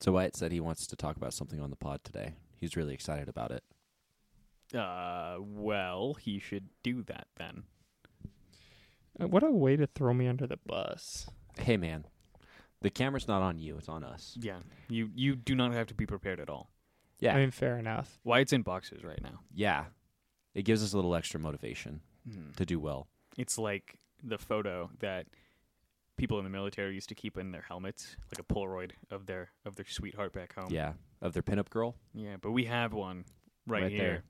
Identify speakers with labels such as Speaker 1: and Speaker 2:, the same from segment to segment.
Speaker 1: So Wyatt said he wants to talk about something on the pod today. He's really excited about it.
Speaker 2: Uh, well, he should do that then.
Speaker 3: Uh, What a way to throw me under the bus.
Speaker 1: Hey man, the camera's not on you; it's on us.
Speaker 2: Yeah, you you do not have to be prepared at all.
Speaker 1: Yeah,
Speaker 3: I mean, fair enough.
Speaker 2: Why it's in boxes right now?
Speaker 1: yeah. It gives us a little extra motivation to do well.
Speaker 2: It's like the photo that people in the military used to keep in their helmets, like a Polaroid of their of their sweetheart back home.
Speaker 1: Yeah, of their pinup girl.
Speaker 2: yeah. But we have one right,
Speaker 1: Right
Speaker 2: here.
Speaker 1: there.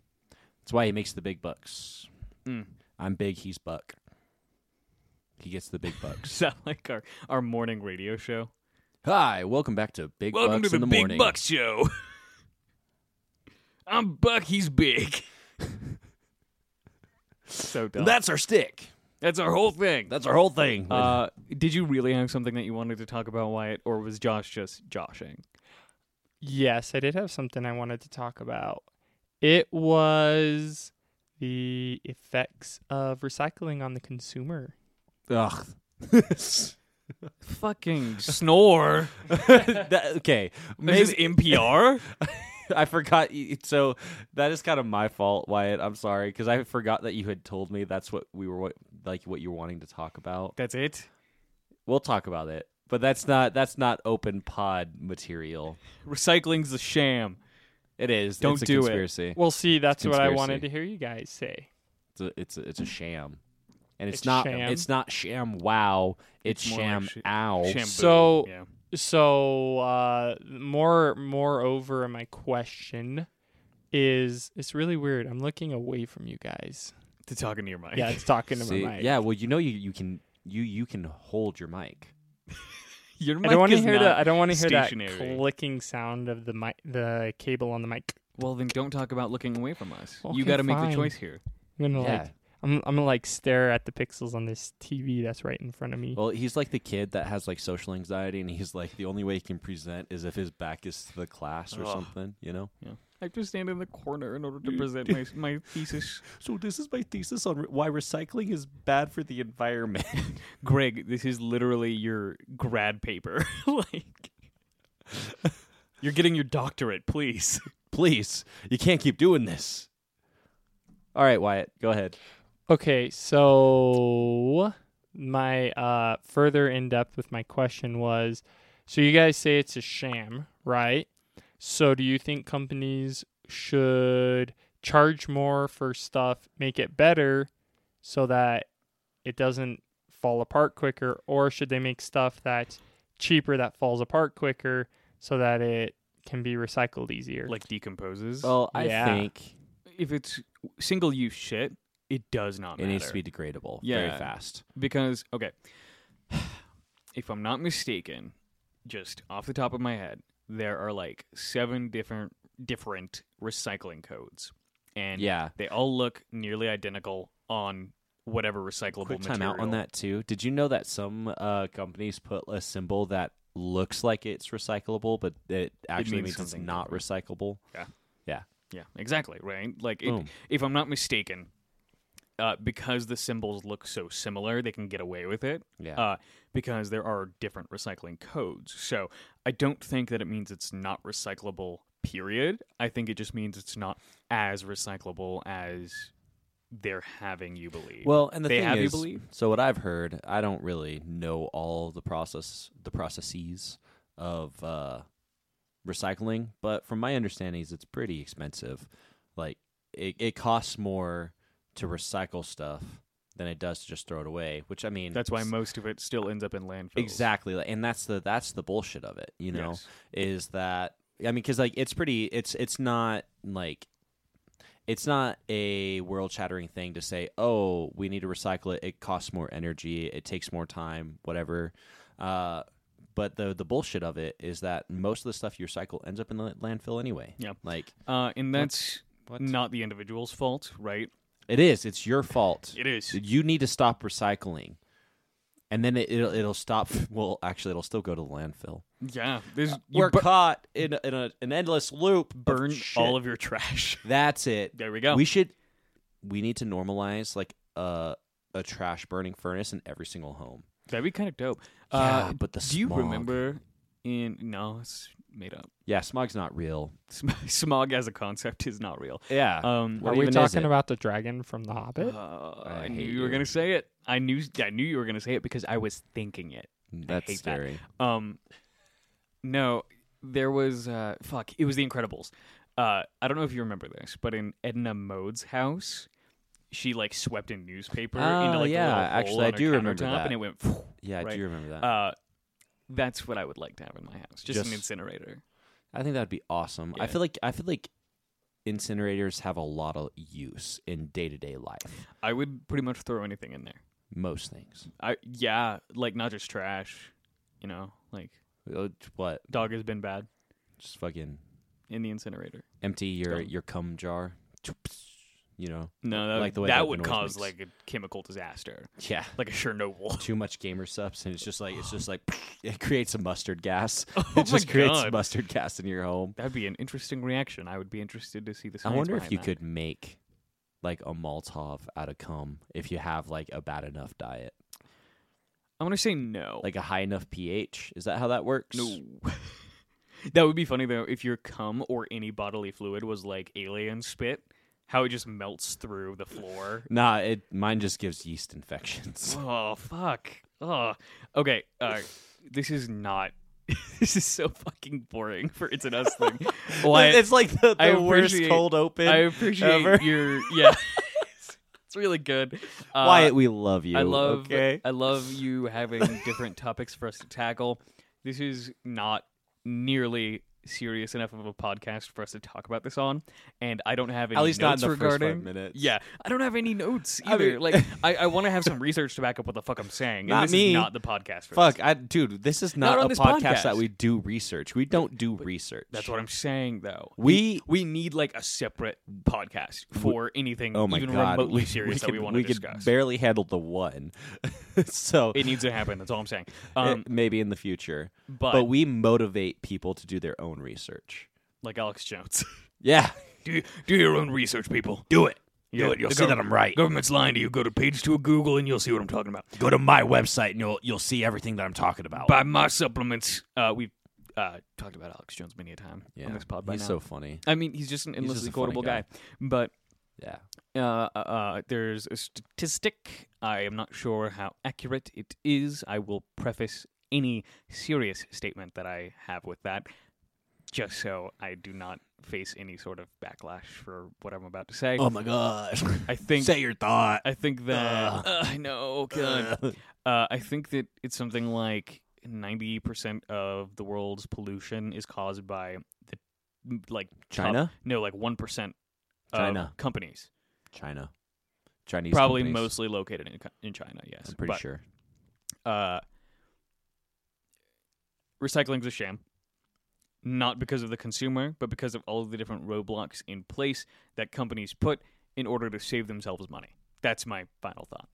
Speaker 1: That's why he makes the big bucks.
Speaker 2: Mm.
Speaker 1: I'm big. He's buck. He gets the big bucks.
Speaker 2: Is that like our our morning radio show?
Speaker 1: Hi, welcome back to Big
Speaker 2: Welcome
Speaker 1: Bucks
Speaker 2: to
Speaker 1: in
Speaker 2: the,
Speaker 1: the
Speaker 2: Big
Speaker 1: morning.
Speaker 2: Buck Show. I'm Buck. He's big. so dumb.
Speaker 1: That's our stick.
Speaker 2: That's our whole thing.
Speaker 1: That's our whole thing.
Speaker 2: Uh, did you really have something that you wanted to talk about, Wyatt, or was Josh just joshing?
Speaker 3: Yes, I did have something I wanted to talk about. It was the effects of recycling on the consumer.
Speaker 1: Ugh.
Speaker 2: Fucking snore.
Speaker 1: That- okay,
Speaker 2: Is this
Speaker 1: maybe
Speaker 2: NPR?
Speaker 1: I forgot. y- So that is kind of my fault, Wyatt. I'm sorry because I forgot that you had told me that's what we were what, like what you were wanting to talk about.
Speaker 2: That's it.
Speaker 1: We'll talk about it, but that's not that's not open pod material.
Speaker 2: Recycling's a sham.
Speaker 1: It is.
Speaker 2: Don't
Speaker 1: it's a
Speaker 2: do it.
Speaker 1: conspiracy.
Speaker 3: Well, see, that's what I
Speaker 1: conspiracy.
Speaker 3: wanted to hear you guys say.
Speaker 1: It's a, it's a, it's a sham, and it's,
Speaker 3: It's
Speaker 1: not
Speaker 3: sham?
Speaker 1: it's not sham. Wow, it's,
Speaker 2: It's more
Speaker 1: sham.
Speaker 2: like sh-
Speaker 1: ow.
Speaker 2: Shamboo.
Speaker 3: Oh, So-
Speaker 2: yeah.
Speaker 3: So, uh, more moreover, my question is it's really weird. I'm looking away from you guys.
Speaker 2: to talking to your mic.
Speaker 3: Yeah, it's talking to
Speaker 1: See,
Speaker 3: my mic.
Speaker 1: yeah. Well, you know you you can you you can hold your mic.
Speaker 2: your mic
Speaker 3: I don't want to
Speaker 2: is
Speaker 3: hear
Speaker 2: not-
Speaker 3: that. I don't want to hear that
Speaker 2: stationary.
Speaker 3: clicking sound of the mic, the cable on the mic.
Speaker 2: Well, then don't talk about looking away from us.
Speaker 3: Okay,
Speaker 2: you got to make
Speaker 3: fine.
Speaker 2: the choice here.
Speaker 3: I'm gonna
Speaker 1: Yeah.
Speaker 3: like, I'm, I'm gonna like stare at the pixels on this TV that's right in front of me.
Speaker 1: Well, he's like the kid that has like social anxiety, and he's like the only way he can present is if his back is to the class or
Speaker 2: Ugh.
Speaker 1: something. You know.
Speaker 2: I have to stand in the corner in order to present my, my thesis.
Speaker 1: So this is my thesis on why recycling is bad for the environment.
Speaker 2: Greg, this is literally your grad paper. like, you're getting your doctorate, please.
Speaker 1: Please, you can't keep doing this. All right, Wyatt, go ahead.
Speaker 3: Okay, so my uh further in depth with my question was so you guys say it's a sham, right? So do you think companies should charge more for stuff, make it better so that it doesn't fall apart quicker or should they make stuff that's cheaper that falls apart quicker so that it can be recycled easier?
Speaker 2: Like decomposes.
Speaker 1: Well, I
Speaker 3: Yeah.
Speaker 1: think
Speaker 2: if it's single use shit, it does not
Speaker 1: it
Speaker 2: matter.
Speaker 1: needs to be degradable very
Speaker 2: Yeah.
Speaker 1: fast.
Speaker 2: because okay, if I'm not mistaken, just off the top of my head, there are like seven different different recycling codes, and
Speaker 1: Yeah.
Speaker 2: they all look nearly identical on whatever recyclable
Speaker 1: Quick time
Speaker 2: material.
Speaker 1: out on that too. Did you know that some uh, companies put a symbol that looks like it's recyclable, but it actually
Speaker 2: means
Speaker 1: means, it's
Speaker 2: something
Speaker 1: not recyclable?
Speaker 2: Yeah, exactly. Right. Like, it,
Speaker 1: Boom.
Speaker 2: if I'm not mistaken, uh, because the symbols look so similar, they can get away with it.
Speaker 1: Yeah.
Speaker 2: Uh, because there are different recycling codes. So I don't think that it means it's not recyclable. Period. I think it just means it's not as recyclable as they're having you believe.
Speaker 1: Well, and the
Speaker 2: They
Speaker 1: thing
Speaker 2: have you
Speaker 1: is,
Speaker 2: believe?
Speaker 1: so what I've heard, I don't really know all the process, the processes of uh, recycling, but from my understandings, it's pretty expensive. Like it, it costs more to recycle stuff than it does to just throw it away. Which I mean,
Speaker 2: that's why
Speaker 1: s-
Speaker 2: most of it still ends up in landfills.
Speaker 1: exactly, and that's the that's the bullshit of it. You know,
Speaker 2: Yes.
Speaker 1: is that I mean, because like it's pretty, it's it's not like it's not a world shattering thing to say, oh, we need to recycle it. It costs more energy, it takes more time, whatever. Uh, but the the bullshit of it is that most of the stuff you recycle ends up in the landfill anyway.
Speaker 2: Yeah.
Speaker 1: like
Speaker 2: Uh, and that's
Speaker 1: what?
Speaker 2: not the individual's fault, right?
Speaker 1: it is. It's your fault.
Speaker 2: It is.
Speaker 1: You need to stop recycling, and then it, it'll it'll stop. Well, actually, it'll still go to the landfill.
Speaker 2: Yeah. There's you
Speaker 1: uh, We're
Speaker 2: bur-
Speaker 1: caught in, in a, an endless loop. of
Speaker 2: burn
Speaker 1: shit.
Speaker 2: all of your trash.
Speaker 1: That's it.
Speaker 2: There we go.
Speaker 1: We should. We need to normalize like a a trash burning furnace in every single home.
Speaker 2: That'd be kind of dope. Uh,
Speaker 1: Yeah, but the
Speaker 2: do you
Speaker 1: smog.
Speaker 2: remember in no, it's made up.
Speaker 1: Yeah, smog's not real.
Speaker 2: Sm- Smog as a concept is not real.
Speaker 1: Yeah.
Speaker 2: Um,
Speaker 1: What
Speaker 3: Are we
Speaker 1: even is
Speaker 3: talking
Speaker 1: it?
Speaker 3: about the dragon from The Hobbit?
Speaker 2: uh,
Speaker 1: I
Speaker 2: I knew
Speaker 1: hate
Speaker 2: you were
Speaker 1: you.
Speaker 2: gonna say it. I knew I knew you were gonna say it because I was thinking it.
Speaker 1: That's
Speaker 2: hate that.
Speaker 1: scary.
Speaker 2: Um, no, there was uh, fuck. It was The Incredibles. Uh, I don't know if you remember this, but in Edna Mode's house, she like swept in newspaper into
Speaker 1: Ah,
Speaker 2: like
Speaker 1: yeah,
Speaker 2: a little
Speaker 1: actually,
Speaker 2: hole
Speaker 1: I
Speaker 2: on her
Speaker 1: do remember
Speaker 2: countertop,
Speaker 1: that.
Speaker 2: and it went. phew.
Speaker 1: Yeah, I
Speaker 2: Right.
Speaker 1: do remember that.
Speaker 2: Uh, that's what I would like to have in my house, just, an
Speaker 1: Just-
Speaker 2: incinerator.
Speaker 1: I think that'd be awesome. I
Speaker 2: Yeah.
Speaker 1: feel like I feel like incinerators have a lot of use in day to day life.
Speaker 2: I would pretty much throw anything in there.
Speaker 1: Most things.
Speaker 2: I yeah, like not just trash, you know, like
Speaker 1: Uh, What?
Speaker 2: dog has been bad
Speaker 1: Just fucking
Speaker 2: in the incinerator.
Speaker 1: empty your
Speaker 2: Dumb.
Speaker 1: your cum jar. You know.
Speaker 2: No, that,
Speaker 1: Like the way
Speaker 2: that,
Speaker 1: that
Speaker 2: would
Speaker 1: noise
Speaker 2: cause
Speaker 1: makes.
Speaker 2: like a chemical disaster,
Speaker 1: Yeah.
Speaker 2: like a Chernobyl.
Speaker 1: Too much gamer subs, and it's just like it's just like it creates a mustard gas.
Speaker 2: Oh
Speaker 1: it just
Speaker 2: my
Speaker 1: creates
Speaker 2: God.
Speaker 1: mustard gas in your home.
Speaker 2: That'd be an interesting reaction. I would be interested to see the.
Speaker 1: I
Speaker 2: science
Speaker 1: wonder if
Speaker 2: behind
Speaker 1: you
Speaker 2: that.
Speaker 1: could make like a Molotov out of cum if you have like a bad enough diet,
Speaker 2: I'm gonna say no.
Speaker 1: like a high enough pH. Is that how that works?
Speaker 2: no. that would be funny though if your cum or any bodily fluid was like alien spit. How it just melts through the floor.
Speaker 1: Nah, it mine just gives yeast infections.
Speaker 2: Oh fuck. Oh. Okay. Uh, this is not. this is so fucking boring for it's an us thing. Well, I-
Speaker 1: it's like the,
Speaker 2: I
Speaker 1: the worst
Speaker 2: appreciate-
Speaker 1: cold open.
Speaker 2: I appreciate
Speaker 1: ever.
Speaker 2: your yeah. it's really good. Uh,
Speaker 1: Wyatt, we love you.
Speaker 2: I love
Speaker 1: Okay.
Speaker 2: I love you having different topics for us to tackle. This is not nearly serious enough of a podcast for us to talk about this on, and I don't have any
Speaker 1: At least not in
Speaker 2: notes
Speaker 1: the first five
Speaker 2: regarding.
Speaker 1: minutes.
Speaker 2: Yeah, I don't have any notes
Speaker 1: I
Speaker 2: either.
Speaker 1: mean-
Speaker 2: like I, I want to have some research to back up what the fuck I'm saying.
Speaker 1: Not
Speaker 2: and this
Speaker 1: me.
Speaker 2: Is not the podcast for
Speaker 1: Fuck,
Speaker 2: This.
Speaker 1: I, dude, this is
Speaker 2: Not
Speaker 1: not,
Speaker 2: on
Speaker 1: a
Speaker 2: this
Speaker 1: podcast,
Speaker 2: podcast.
Speaker 1: that we do research. We don't do research.
Speaker 2: That's what I'm saying though.
Speaker 1: we.
Speaker 2: we need like a separate podcast for anything
Speaker 1: Oh my
Speaker 2: even
Speaker 1: god,
Speaker 2: remotely
Speaker 1: we-
Speaker 2: serious
Speaker 1: we
Speaker 2: that
Speaker 1: could,
Speaker 2: we want to
Speaker 1: we could
Speaker 2: discuss.
Speaker 1: barely handle the one. so
Speaker 2: it needs to happen. That's all I'm saying. Um,
Speaker 1: it- maybe in the future,
Speaker 2: but,
Speaker 1: but we motivate people to do their own research.
Speaker 2: like Alex Jones,
Speaker 1: Yeah,
Speaker 2: do do your own research, people.
Speaker 1: do it.
Speaker 2: Yeah, the government-
Speaker 1: right.
Speaker 2: Government's lying to you. Go to page two of Google and you'll see what I'm talking about.
Speaker 1: Go to my website and you'll you'll see everything that I'm talking about.
Speaker 2: Buy my supplements. Uh, we've uh, talked about Alex Jones many a time
Speaker 1: yeah,
Speaker 2: on this pod by
Speaker 1: he's
Speaker 2: now.
Speaker 1: so funny.
Speaker 2: I mean, he's just an
Speaker 1: just
Speaker 2: endlessly
Speaker 1: a funny
Speaker 2: quotable guy.
Speaker 1: guy.
Speaker 2: But
Speaker 1: Yeah,
Speaker 2: uh, uh, uh, there's a statistic. I am not sure how accurate it is. I will preface any serious statement that I have with that, just so I do not face any sort of backlash for what I'm about to say.
Speaker 1: Oh my gosh.
Speaker 2: I think
Speaker 1: your thought.
Speaker 2: I think that
Speaker 1: Ugh.
Speaker 2: Ugh, I know. oh, God. Uh, I think that it's something like ninety percent of the world's pollution is caused by the m- like top-
Speaker 1: China?
Speaker 2: no, like one percent.
Speaker 1: China.
Speaker 2: companies,
Speaker 1: China. Chinese.
Speaker 2: probably
Speaker 1: companies,
Speaker 2: mostly located in co- in China. Yes,
Speaker 1: I'm pretty
Speaker 2: But,
Speaker 1: sure.
Speaker 2: Uh, recycling's a sham, not because of the consumer, but because of all of the different roadblocks in place that companies put in order to save themselves money. That's my final thought.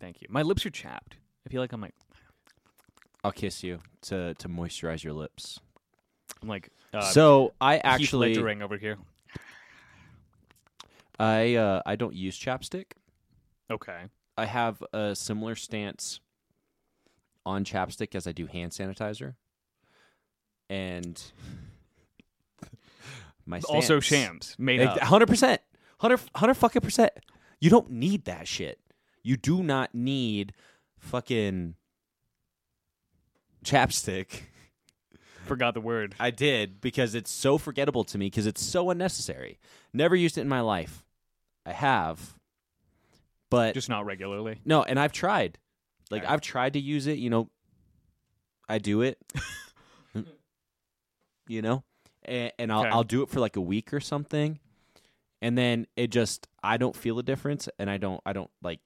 Speaker 2: Thank you. My lips are chapped. I feel like I'm like
Speaker 1: I'll kiss you to to moisturize your lips.
Speaker 2: I'm like uh,
Speaker 1: so I
Speaker 2: Heath
Speaker 1: actually
Speaker 2: Ledgering over here.
Speaker 1: I uh, I don't use chapstick.
Speaker 2: Okay.
Speaker 1: I have a similar stance on chapstick as I do hand sanitizer, and my stance,
Speaker 2: Also shams made up.
Speaker 1: Hundred percent, hundred fucking percent. You don't need that shit. You do not need fucking chapstick.
Speaker 2: Forgot the word.
Speaker 1: I did because it's so forgettable to me because it's so unnecessary. Never used it in my life. I have, but
Speaker 2: Just not regularly.
Speaker 1: no, and I've tried. Like
Speaker 2: Alright.
Speaker 1: I've tried to use it, you know. I do it. you know? And, and I'll
Speaker 2: Okay.
Speaker 1: I'll do it for like a week or something. And then it just I don't feel a difference and I don't I don't like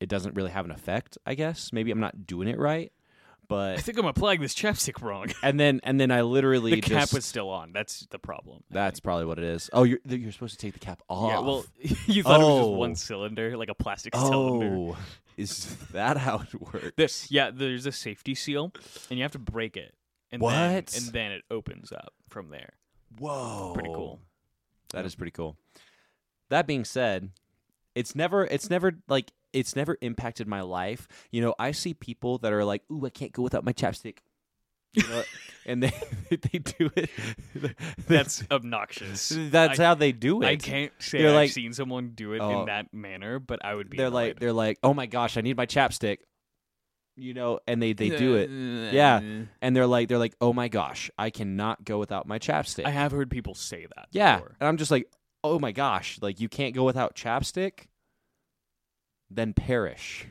Speaker 1: it doesn't really have an effect, I guess. Maybe I'm not doing it right.
Speaker 2: I
Speaker 1: But
Speaker 2: think I'm applying this chapstick wrong.
Speaker 1: and then and then I literally
Speaker 2: the cap
Speaker 1: just-
Speaker 2: was still on. That's the problem. I
Speaker 1: that's probably what it is. Oh, you're you're supposed to take the cap
Speaker 2: think.
Speaker 1: off.
Speaker 2: Yeah, well, you thought it was
Speaker 1: Oh.
Speaker 2: just one cylinder, like a plastic cylinder.
Speaker 1: oh, is that how it works?
Speaker 2: This, yeah, there's a safety seal, and you have to break it. And Then,
Speaker 1: What?
Speaker 2: and then it opens up from there.
Speaker 1: Whoa,
Speaker 2: Pretty cool.
Speaker 1: That is pretty cool. That being said, it's never it's never like it's never impacted my life. You know, I see people that are like, "Ooh, I can't go without my chapstick." You know, and they they do it.
Speaker 2: That's obnoxious.
Speaker 1: that's
Speaker 2: I,
Speaker 1: how they do it.
Speaker 2: I can't say
Speaker 1: They're
Speaker 2: I've
Speaker 1: like-
Speaker 2: seen someone do it
Speaker 1: Oh.
Speaker 2: in that manner, but I would be.
Speaker 1: they're like they're like, oh my gosh, I need my chapstick. You know, and they they do it, Yeah. and they're like they're like, oh my gosh, I cannot go without my chapstick.
Speaker 2: I have heard people say that.
Speaker 1: yeah,
Speaker 2: before.
Speaker 1: and I'm just like, oh my gosh, like you can't go without chapstick. Then perish.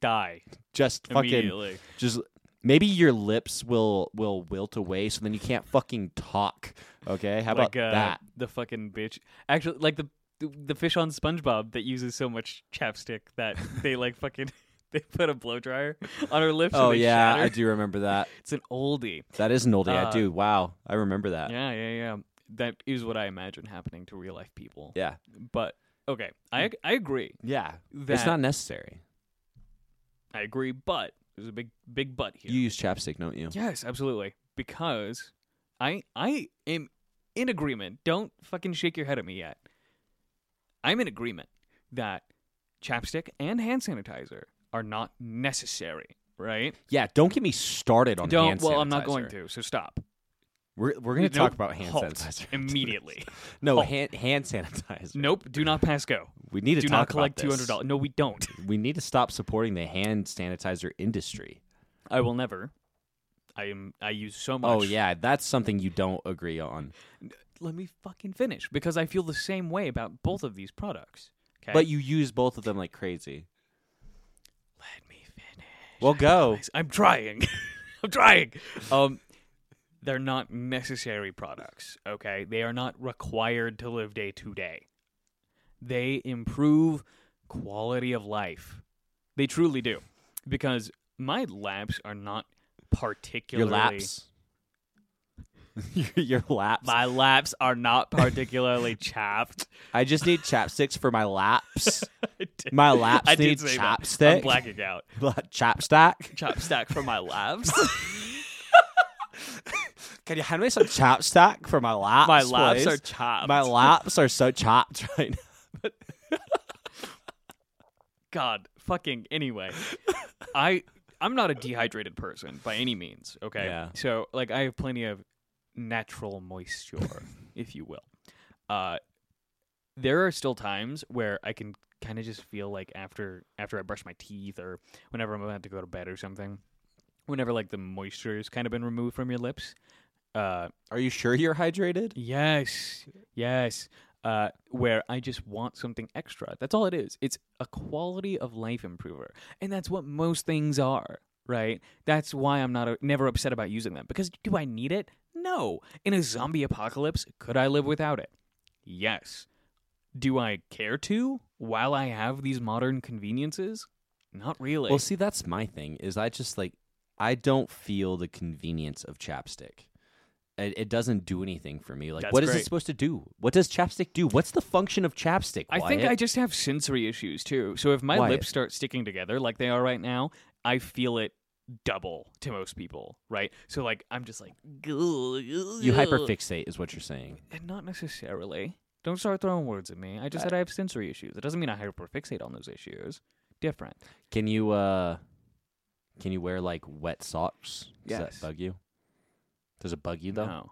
Speaker 2: die
Speaker 1: Just fucking
Speaker 2: immediately.
Speaker 1: just maybe your lips will will wilt away, so then you can't fucking talk. Okay, how
Speaker 2: like,
Speaker 1: about
Speaker 2: uh,
Speaker 1: that?
Speaker 2: The fucking bitch. Actually, like the the fish on SpongeBob that uses so much chapstick that they like fucking they put a blow dryer on her lips.
Speaker 1: oh
Speaker 2: and they
Speaker 1: yeah,
Speaker 2: shatter.
Speaker 1: I do remember that.
Speaker 2: it's an oldie.
Speaker 1: That is an oldie. I
Speaker 2: Uh,
Speaker 1: do. Wow, I remember that. Yeah.
Speaker 2: Yeah, yeah, yeah. That is what I imagine happening to real life people. But okay, I I agree.
Speaker 1: Yeah, Hmm. it's
Speaker 2: That-
Speaker 1: not necessary.
Speaker 2: I agree, but there's a big big but here.
Speaker 1: You use chapstick, don't you?
Speaker 2: Yes, absolutely. Because I I am in agreement. Don't fucking shake your head at me yet. I'm in agreement that chapstick and hand sanitizer are not necessary, right?
Speaker 1: Yeah, don't get me started on
Speaker 2: Don't
Speaker 1: hand
Speaker 2: well, I'm not
Speaker 1: sanitizer.
Speaker 2: going to. So stop.
Speaker 1: We're, we're going to
Speaker 2: Nope.
Speaker 1: talk about hand
Speaker 2: Halt.
Speaker 1: sanitizer
Speaker 2: immediately.
Speaker 1: No,
Speaker 2: Halt.
Speaker 1: hand hand sanitizer.
Speaker 2: nope, do not pass go.
Speaker 1: we need to
Speaker 2: Do
Speaker 1: talk
Speaker 2: not
Speaker 1: about
Speaker 2: collect
Speaker 1: this.
Speaker 2: $200. No, we don't.
Speaker 1: We need to stop supporting the hand sanitizer industry.
Speaker 2: I will never. I am I use so much.
Speaker 1: Oh yeah, that's something you don't agree on.
Speaker 2: Let me fucking finish because I feel the same way about both of these products. Okay.
Speaker 1: But you use both of them like crazy.
Speaker 2: let me finish.
Speaker 1: Well, go.
Speaker 2: Guys, I'm trying. I'm trying. Um, they're not necessary products. Okay, they are not required to live day to day. They improve quality of life. They truly do, because my laps are not
Speaker 1: Your
Speaker 2: particularly.
Speaker 1: laps. Your laps.
Speaker 2: My laps are not particularly chapped.
Speaker 1: I just need chapsticks for my laps.
Speaker 2: I did-
Speaker 1: My laps
Speaker 2: I did
Speaker 1: need
Speaker 2: say that.
Speaker 1: chapstick.
Speaker 2: I'm blacking out.
Speaker 1: Chapstack.
Speaker 2: Chapstick for my laps.
Speaker 1: Can you hand me some chapstack for my laps?
Speaker 2: my laps
Speaker 1: please?
Speaker 2: are chapped.
Speaker 1: My laps are so chopped right now.
Speaker 2: God, fucking anyway. I I'm not a dehydrated person by any means, okay?
Speaker 1: Yeah.
Speaker 2: So like I have plenty of natural moisture, if you will. Uh there are still times where I can kind of just feel like after after I brush my teeth or whenever I'm about to go to bed or something, whenever like the moisture has kind of been removed from your lips, uh
Speaker 1: Are you sure you're hydrated?
Speaker 2: Yes, yes. Uh, where I just want something extra. That's all it is. It's a quality of life improver, and that's what most things are, right? That's why I'm not never upset about using them. Because do I need it? No. In a zombie apocalypse, could I live without it? Yes. Do I care to? While I have these modern conveniences, not really.
Speaker 1: Well, see, that's my thing. Is I just like I don't feel the convenience of chapstick. It, it doesn't do anything for me. Like,
Speaker 2: That's
Speaker 1: what is
Speaker 2: great.
Speaker 1: it supposed to do? What does chapstick do? What's the function of chapstick?
Speaker 2: I think
Speaker 1: Wyatt?
Speaker 2: I just have sensory issues too. So if my
Speaker 1: Wyatt.
Speaker 2: lips start sticking together like they are right now, I feel it double to most people, right? So like I'm just like
Speaker 1: you
Speaker 2: you
Speaker 1: hyperfixate is what you're saying.
Speaker 2: Not necessarily. Don't start throwing words at me. I
Speaker 1: Uh,
Speaker 2: just said I have sensory issues. It doesn't mean I hyperfixate on those issues. Different.
Speaker 1: Can you uh, can you wear like wet socks? Does
Speaker 2: Yes.
Speaker 1: that bug you? Does it bug you though?
Speaker 2: No.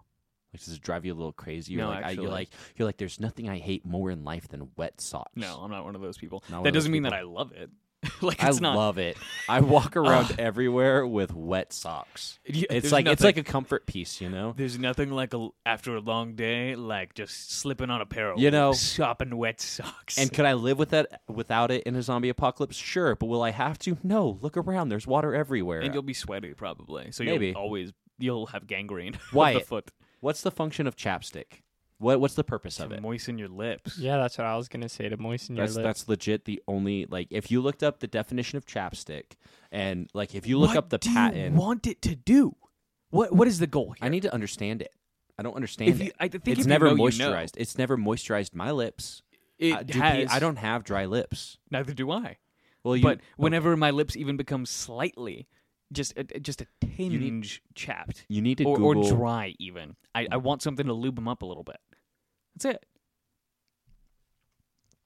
Speaker 1: Like, does it drive you a little crazy? You're
Speaker 2: No,
Speaker 1: like, I,
Speaker 2: actually.
Speaker 1: you're like, you're like, there's nothing I hate more in life than wet socks.
Speaker 2: No, I'm not one of those people.
Speaker 1: Not one
Speaker 2: that
Speaker 1: of those
Speaker 2: doesn't mean that
Speaker 1: people.
Speaker 2: I love it. like
Speaker 1: I
Speaker 2: it's not
Speaker 1: love it. I walk around everywhere with wet socks.
Speaker 2: Yeah,
Speaker 1: It's
Speaker 2: there's
Speaker 1: like it's
Speaker 2: nothing-
Speaker 1: like a comfort piece, you know.
Speaker 2: There's nothing like a, after a long day, like just slipping on a pair of
Speaker 1: You know-
Speaker 2: shopping wet socks.
Speaker 1: And could I live with that without it in a zombie apocalypse? Sure, but will I have to? No. Look around. There's water everywhere.
Speaker 2: and you'll be sweaty probably. So
Speaker 1: Maybe.
Speaker 2: you'll always you'll have gangrene of the
Speaker 1: Wyatt,
Speaker 2: foot
Speaker 1: What's the function of chapstick? What What's the purpose of
Speaker 2: to
Speaker 1: it?
Speaker 2: moisten your lips.
Speaker 3: Yeah, that's what I was gonna say to moisten your
Speaker 1: That's
Speaker 3: lips.
Speaker 1: that's legit the only like if you looked up the definition of chapstick and like if you look
Speaker 2: What
Speaker 1: up the
Speaker 2: do you
Speaker 1: patent,
Speaker 2: want it to do? What what is the goal
Speaker 1: I
Speaker 2: here?
Speaker 1: need to understand it. I don't understand
Speaker 2: if you,
Speaker 1: it.
Speaker 2: I think if
Speaker 1: It's
Speaker 2: you
Speaker 1: never
Speaker 2: know, you know.
Speaker 1: moisturized. It's never moisturized my lips.
Speaker 2: It
Speaker 1: I, do pe-
Speaker 2: has,
Speaker 1: I don't have dry lips.
Speaker 2: Neither do I.
Speaker 1: Well, you,
Speaker 2: but whenever my lips even become slightly, just a, just a tinge chapped
Speaker 1: you need to
Speaker 2: or, or
Speaker 1: Google.
Speaker 2: dry even, I, I want something to lube them up a little bit. That's it.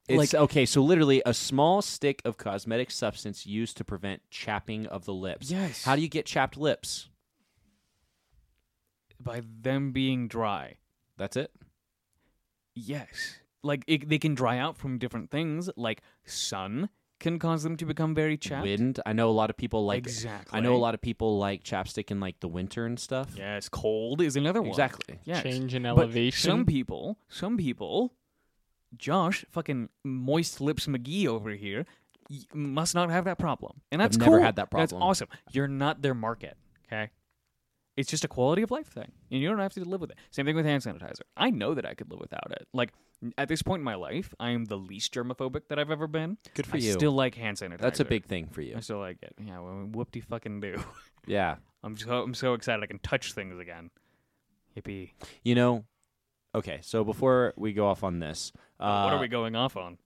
Speaker 1: It's okay, so literally a small stick of cosmetic substance used to prevent chapping of the lips.
Speaker 2: Yes.
Speaker 1: How do you get chapped lips?
Speaker 2: by them being dry.
Speaker 1: That's it.
Speaker 2: Yes. Like it, they can dry out from different things, like sun can cause them to become very chapped.
Speaker 1: Wind. I know a lot of people like.
Speaker 2: exactly.
Speaker 1: I know a lot of people like chapstick in like the winter and stuff.
Speaker 2: Yes, cold is another one.
Speaker 1: Exactly.
Speaker 2: Yes.
Speaker 3: Change in
Speaker 2: But
Speaker 3: elevation.
Speaker 2: some people, some people, Josh, fucking moist lips McGee over here, y- must not have that problem, and
Speaker 1: I've
Speaker 2: that's
Speaker 1: never
Speaker 2: cool.
Speaker 1: had that
Speaker 2: That's
Speaker 1: problem.
Speaker 2: awesome. You're not their market. Okay. It's just a quality of life thing, and you don't have to live with it. Same thing with hand sanitizer. I know that I could live without it. Like at this point in my life, I am the least germophobic that I've ever been.
Speaker 1: Good for
Speaker 2: I
Speaker 1: you.
Speaker 2: still like hand sanitizer.
Speaker 1: That's a big thing for
Speaker 2: I
Speaker 1: you.
Speaker 2: still like it. Yeah, well, whoopty fucking do.
Speaker 1: Yeah.
Speaker 2: I'm so I'm so excited I can touch things again. Yippee!
Speaker 1: You know. Okay. So before we go off on this, uh,
Speaker 2: what are we going off on?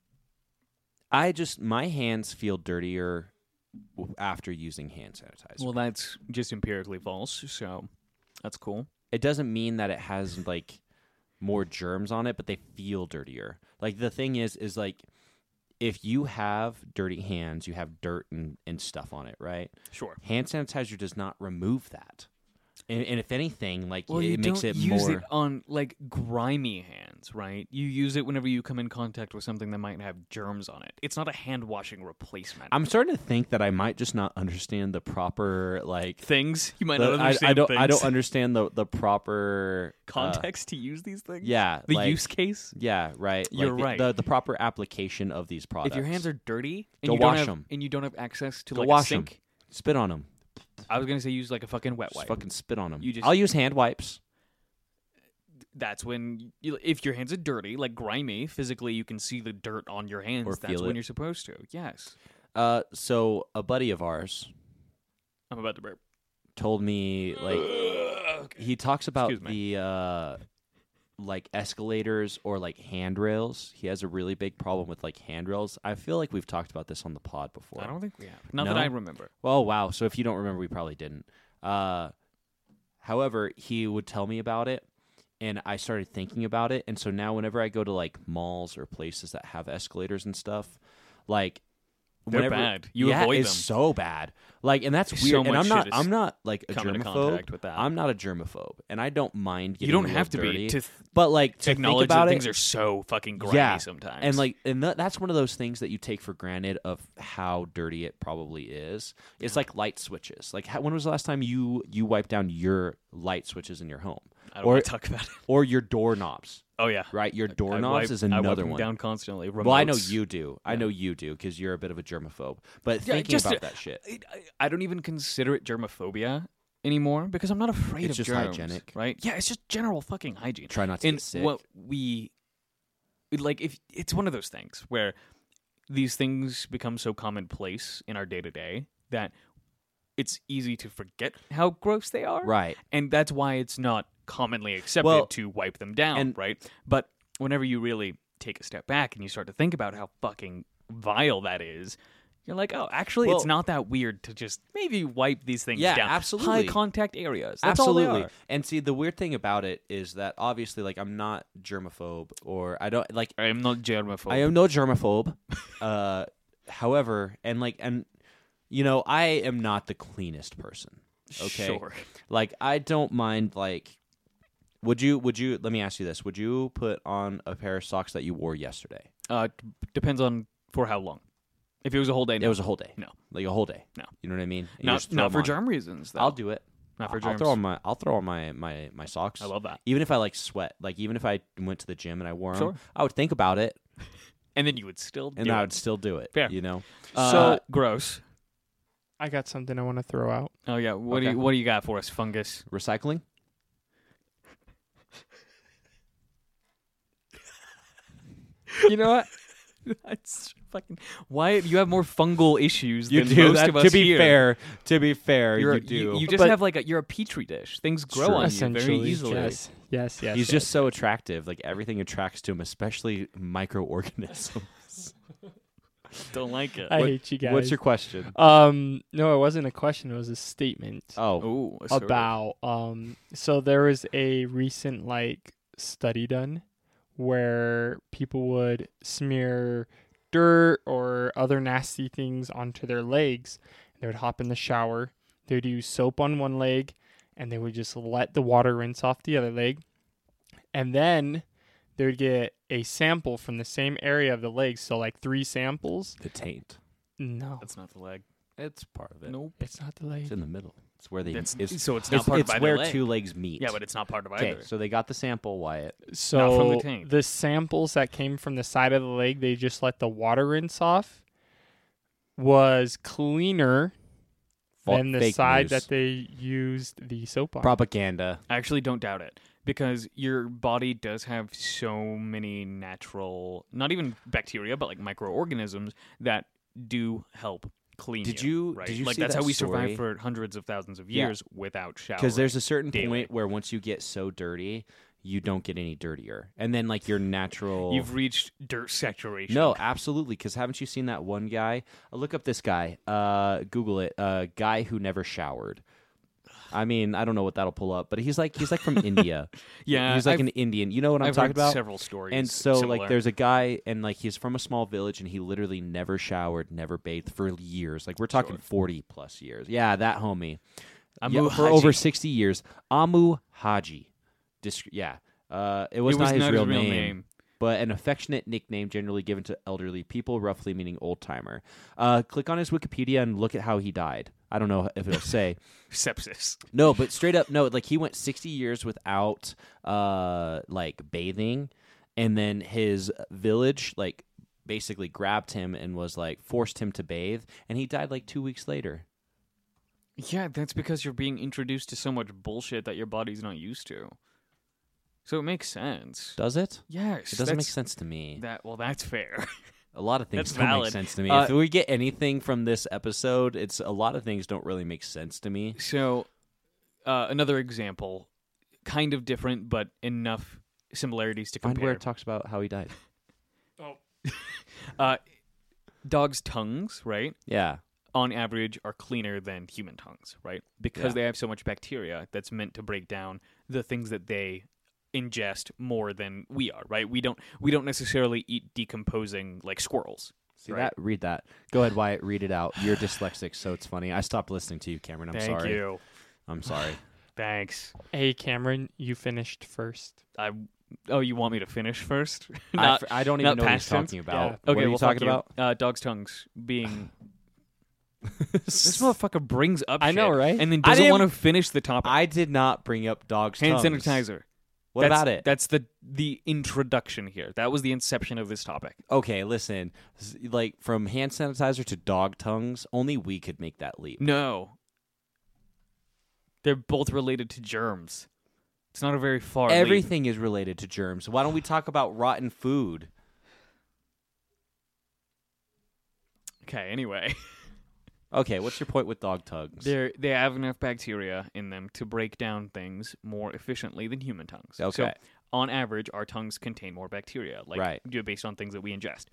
Speaker 1: I just my hands feel dirtier w- after using hand sanitizer.
Speaker 2: Well, that's just empirically false. So that's cool.
Speaker 1: it doesn't mean that it has like more germs on it, but they feel dirtier. Like the thing is, is like if you have dirty hands, you have dirt and, and stuff on it, right?
Speaker 2: Sure.
Speaker 1: Hand sanitizer does not remove that. And, and if anything, like
Speaker 2: Well,
Speaker 1: it
Speaker 2: you
Speaker 1: makes
Speaker 2: don't
Speaker 1: it
Speaker 2: use
Speaker 1: more.
Speaker 2: it on like grimy hands, right? You use it whenever you come in contact with something that might have germs on it. It's not a hand washing replacement.
Speaker 1: I'm starting to think that I might just not understand the proper like.
Speaker 2: things you might
Speaker 1: the-
Speaker 2: not
Speaker 1: I,
Speaker 2: understand.
Speaker 1: I don't. I
Speaker 2: things.
Speaker 1: don't understand the the proper uh,
Speaker 2: context to use these things.
Speaker 1: yeah,
Speaker 2: the
Speaker 1: like-
Speaker 2: use case.
Speaker 1: Yeah, right. Like,
Speaker 2: You're
Speaker 1: the-
Speaker 2: right.
Speaker 1: The, the proper application of these products.
Speaker 2: If your hands are dirty and
Speaker 1: Go
Speaker 2: you don't
Speaker 1: wash
Speaker 2: have,
Speaker 1: 'em.
Speaker 2: and you don't have access to
Speaker 1: Go
Speaker 2: like
Speaker 1: wash
Speaker 2: a sink,
Speaker 1: spit on them.
Speaker 2: I was gonna say use like a fucking wet
Speaker 1: Just
Speaker 2: wipe.
Speaker 1: fucking spit on them.
Speaker 2: You just-
Speaker 1: I'll use hand wipes.
Speaker 2: that's when you, if your hands are dirty, like grimy, physically you can see the dirt on your hands.
Speaker 1: Or
Speaker 2: that's
Speaker 1: feel
Speaker 2: when
Speaker 1: it.
Speaker 2: you're supposed to. Yes.
Speaker 1: Uh, so a buddy of ours
Speaker 2: I'm about to burp.
Speaker 1: told me like he talks about
Speaker 2: Excuse
Speaker 1: the uh, like escalators or like handrails. He has a really big problem with like handrails. I feel like we've talked about this on the pod before.
Speaker 2: I don't think we have. Not that
Speaker 1: No?
Speaker 2: I remember.
Speaker 1: Well, Oh, wow. So if you don't remember, we probably didn't. Uh, however, he would tell me about it, and I started thinking about it. And so now, whenever I go to like malls or places that have escalators and stuff, like
Speaker 2: They're bad. You
Speaker 1: yeah,
Speaker 2: avoid
Speaker 1: it's
Speaker 2: them.
Speaker 1: so bad. Like, and that's
Speaker 2: So
Speaker 1: weird. and
Speaker 2: much
Speaker 1: I'm
Speaker 2: shit
Speaker 1: not.
Speaker 2: has
Speaker 1: I'm not like a
Speaker 2: come into
Speaker 1: germaphobe.
Speaker 2: contact with that.
Speaker 1: I'm not a germaphobe, and I don't mind. Getting
Speaker 2: you don't
Speaker 1: real
Speaker 2: have to
Speaker 1: dirty,
Speaker 2: be to th-
Speaker 1: but like to
Speaker 2: acknowledge
Speaker 1: think about
Speaker 2: that
Speaker 1: it,
Speaker 2: things are so fucking grimy sometimes.
Speaker 1: and like, and tha- that's one of those things that you take for granted of how dirty it probably is. It's like light switches. Like, how, when was the last time you you wiped down your light switches in your home,
Speaker 2: I don't
Speaker 1: or
Speaker 2: want to talk about it.
Speaker 1: or your doorknobs?
Speaker 2: Oh yeah.
Speaker 1: Right, your
Speaker 2: I
Speaker 1: doorknobs
Speaker 2: wipe-
Speaker 1: is
Speaker 2: I wipe
Speaker 1: another
Speaker 2: them
Speaker 1: one.
Speaker 2: down constantly.
Speaker 1: well, I know
Speaker 2: Remotes.
Speaker 1: you do. I
Speaker 2: Yeah.
Speaker 1: know you do because you're a bit of a germaphobe. But
Speaker 2: Yeah,
Speaker 1: thinking
Speaker 2: just uh,
Speaker 1: about
Speaker 2: a-
Speaker 1: that shit,
Speaker 2: it, I, I don't even consider it germophobia anymore because I'm not afraid
Speaker 1: It's
Speaker 2: of
Speaker 1: just
Speaker 2: germs.
Speaker 1: hygienic.
Speaker 2: Right? Yeah, it's just general fucking hygiene.
Speaker 1: try not to
Speaker 2: and
Speaker 1: get sick.
Speaker 2: what we like if it's one of those things where these things become so commonplace in our day to day that it's easy to forget how gross they are
Speaker 1: right,
Speaker 2: and that's why it's not commonly accepted
Speaker 1: Well,
Speaker 2: to wipe them down
Speaker 1: and-
Speaker 2: right but whenever you really take a step back and you start to think about how fucking vile that is you're like, oh, actually, it's
Speaker 1: Well-
Speaker 2: not that weird to just maybe wipe these things
Speaker 1: Yeah,
Speaker 2: down.
Speaker 1: absolutely.
Speaker 2: High contact areas. That's all they
Speaker 1: absolutely.
Speaker 2: are.
Speaker 1: And see, the weird thing about it is that obviously, like, I'm not germaphobe, or I don't like.
Speaker 2: I am not germaphobe.
Speaker 1: I am no germaphobe. uh, however, and like, and you know, I am not the cleanest person. Okay,
Speaker 2: Sure.
Speaker 1: like I don't mind. Like, would you? Would you? Let me ask you this: Would you put on a pair of socks that you wore yesterday?
Speaker 2: Uh, d- depends on for how long. If it was a whole day,
Speaker 1: It
Speaker 2: no.
Speaker 1: was a whole day.
Speaker 2: No.
Speaker 1: like a whole day.
Speaker 2: No.
Speaker 1: you know what I mean. And you just
Speaker 2: not
Speaker 1: throw
Speaker 2: not
Speaker 1: 'em
Speaker 2: for
Speaker 1: on.
Speaker 2: germ reasons. Though.
Speaker 1: I'll do it.
Speaker 2: Not for
Speaker 1: I'll
Speaker 2: germs.
Speaker 1: throw on my. I'll throw on my my my socks.
Speaker 2: I love that.
Speaker 1: Even if I like sweat, like even if I went to the gym and I wore them,
Speaker 2: Sure.
Speaker 1: I would think about it,
Speaker 2: And then you would still
Speaker 1: and
Speaker 2: do
Speaker 1: I
Speaker 2: it.
Speaker 1: would still do it.
Speaker 2: Fair.
Speaker 1: You know.
Speaker 2: Uh,
Speaker 1: so
Speaker 2: gross.
Speaker 3: I got something I want to throw out.
Speaker 2: Oh yeah. What do
Speaker 1: Okay.
Speaker 2: you what do you got for us, fungus?
Speaker 1: recycling.
Speaker 2: You know what? That's fucking. Why you have more fungal issues
Speaker 1: you
Speaker 2: than
Speaker 1: do
Speaker 2: most
Speaker 1: that.
Speaker 2: of us
Speaker 1: to be
Speaker 2: here.
Speaker 1: fair, to be fair,
Speaker 2: You're,
Speaker 1: you
Speaker 2: a-
Speaker 1: do.
Speaker 2: You, just
Speaker 3: But-
Speaker 2: have like a you're a petri dish. Things grow
Speaker 1: Sure.
Speaker 2: on you very
Speaker 3: Essentially,
Speaker 2: easily.
Speaker 3: yes, yes, yes.
Speaker 1: He's
Speaker 3: yes.
Speaker 1: just so attractive. Like everything attracts to him, especially microorganisms.
Speaker 2: Don't like it.
Speaker 3: I
Speaker 1: What-
Speaker 3: hate you guys.
Speaker 1: What's your question?
Speaker 3: Um, no, it wasn't a question. It was a statement
Speaker 1: Oh,
Speaker 2: Ooh, assertive.
Speaker 3: about um. So there was a recent like study done where people would smear dirt or other nasty things onto their legs. They would hop in the shower. They would use soap on one leg and they would just let the water rinse off the other lake. And then they would get a sample from the same area of the lake. So, like three samples.
Speaker 1: The taint.
Speaker 3: No,
Speaker 2: That's not the leg.
Speaker 1: It's part of it.
Speaker 2: Nope.
Speaker 3: it's not the lake.
Speaker 1: It's in the middle. It's where they.
Speaker 2: It's,
Speaker 1: it's,
Speaker 2: so it's not
Speaker 1: it's,
Speaker 2: part
Speaker 1: it's
Speaker 2: of either
Speaker 1: where
Speaker 2: leg.
Speaker 1: two legs meet.
Speaker 2: Yeah, but it's not part of
Speaker 1: okay.
Speaker 2: either.
Speaker 1: So they got the sample, Wyatt.
Speaker 3: So
Speaker 2: from the tank.
Speaker 3: the samples that came from the side of the lake, they just let the water rinse off, was cleaner
Speaker 1: Fa-
Speaker 3: than the
Speaker 1: fake
Speaker 3: side
Speaker 1: news.
Speaker 3: that they used the soap on.
Speaker 1: propaganda.
Speaker 2: I actually don't doubt it because your body does have so many natural, not even bacteria, but like microorganisms that do help clean.
Speaker 1: Did you-
Speaker 2: right?
Speaker 1: did you
Speaker 2: like
Speaker 1: see
Speaker 2: that's
Speaker 1: that
Speaker 2: how we
Speaker 1: story?
Speaker 2: survived for hundreds of thousands of
Speaker 1: Yeah.
Speaker 2: years without showers?
Speaker 1: Because there's a certain
Speaker 2: daily.
Speaker 1: point where once you get so dirty, you don't get any dirtier, and then like your natural.
Speaker 2: you've reached dirt saturation.
Speaker 1: no, absolutely. Because haven't you seen that one guy? Uh, Look up this guy. Uh, Google it. Uh, guy who never showered. I mean, I don't know what that'll pull up, but he's like he's like from India.
Speaker 2: yeah,
Speaker 1: he's like
Speaker 2: I've,
Speaker 1: an Indian. You know what I'm
Speaker 2: I've
Speaker 1: talking
Speaker 2: heard
Speaker 1: about?
Speaker 2: several stories,
Speaker 1: And so like
Speaker 2: similar.
Speaker 1: there's a guy and like he's from a small village and he literally never showered, never bathed for years. Like we're talking 40 plus years. Yeah, that homie.
Speaker 2: Amu
Speaker 1: Yeah, for
Speaker 2: Haji.
Speaker 1: over 60 years. Amu Haji. Dis- yeah. Uh, it was,
Speaker 2: it was
Speaker 1: not, his, real
Speaker 2: name.
Speaker 1: name, but an affectionate nickname generally given to elderly people, roughly meaning old timer. Uh, click on his Wikipedia and look at how he died. I don't know if it'll say.
Speaker 2: Sepsis.
Speaker 1: No, but straight up, no. Like he went sixty years without uh like bathing, and then his village like basically grabbed him and was like forced him to bathe, and he died like two weeks later.
Speaker 2: Yeah, that's because you're being introduced to so much bullshit that your body's not used to. So it makes sense.
Speaker 1: Does it?
Speaker 2: Yes,
Speaker 1: It doesn't make
Speaker 2: that's-
Speaker 1: sense to me.
Speaker 2: That well, that's fair.
Speaker 1: A lot of things
Speaker 2: that's
Speaker 1: don't make
Speaker 2: valid.
Speaker 1: sense to me.
Speaker 2: Uh,
Speaker 1: if we get anything from this episode, it's a lot of things don't really make sense to me.
Speaker 2: so, uh, another example, kind of different, but enough similarities to
Speaker 1: Find where
Speaker 2: compare.
Speaker 1: it talks about how he died.
Speaker 2: uh, dogs' tongues, right,
Speaker 1: Yeah,
Speaker 2: on average, are cleaner than human tongues, right, because
Speaker 1: Yeah.
Speaker 2: they have so much bacteria that's meant to break down the things that they ingest more than we are, right? We don't we don't necessarily eat decomposing like squirrels.
Speaker 1: see
Speaker 2: Right.
Speaker 1: that? Read that. Go ahead, Wyatt. Read it out. You're dyslexic, so it's funny. I stopped listening to you, Cameron. I'm
Speaker 2: Thank
Speaker 1: sorry.
Speaker 2: you.
Speaker 1: I'm sorry.
Speaker 2: Thanks.
Speaker 3: Hey, Cameron, you finished first.
Speaker 2: I. Oh, you want me to finish first?
Speaker 1: I
Speaker 2: Not-
Speaker 1: f- I, don't
Speaker 2: not
Speaker 1: even know what he's
Speaker 2: past tense?
Speaker 1: talking about.
Speaker 3: Yeah.
Speaker 1: What
Speaker 2: Okay,
Speaker 1: are you
Speaker 2: well, fuck
Speaker 1: talking about?
Speaker 2: Uh, dogs' tongues being. this motherfucker brings up.
Speaker 3: I know,
Speaker 2: shit
Speaker 3: right?
Speaker 2: And then
Speaker 1: I
Speaker 2: doesn't
Speaker 1: didn't-
Speaker 2: want to finish the topic.
Speaker 1: I did not bring up dogs.
Speaker 2: Hand
Speaker 1: tongues.
Speaker 2: sanitizer.
Speaker 1: What
Speaker 2: That's-
Speaker 1: about it?
Speaker 2: That's the the introduction here. That was the inception of this topic.
Speaker 1: okay, listen. S- Like from hand sanitizer to dog tongues, only we could make that leap.
Speaker 2: No, they're both related to germs. It's not a very far. leap.
Speaker 1: Everything is related to germs. Why don't we talk about rotten food?
Speaker 2: Okay. Anyway,
Speaker 1: Okay, what's your point with dog tongues?
Speaker 2: they they have enough bacteria in them to break down things more efficiently than human tongues. So,
Speaker 1: Okay.
Speaker 2: on average, our tongues contain more bacteria, like
Speaker 1: Right.
Speaker 2: you know, based on things that we ingest,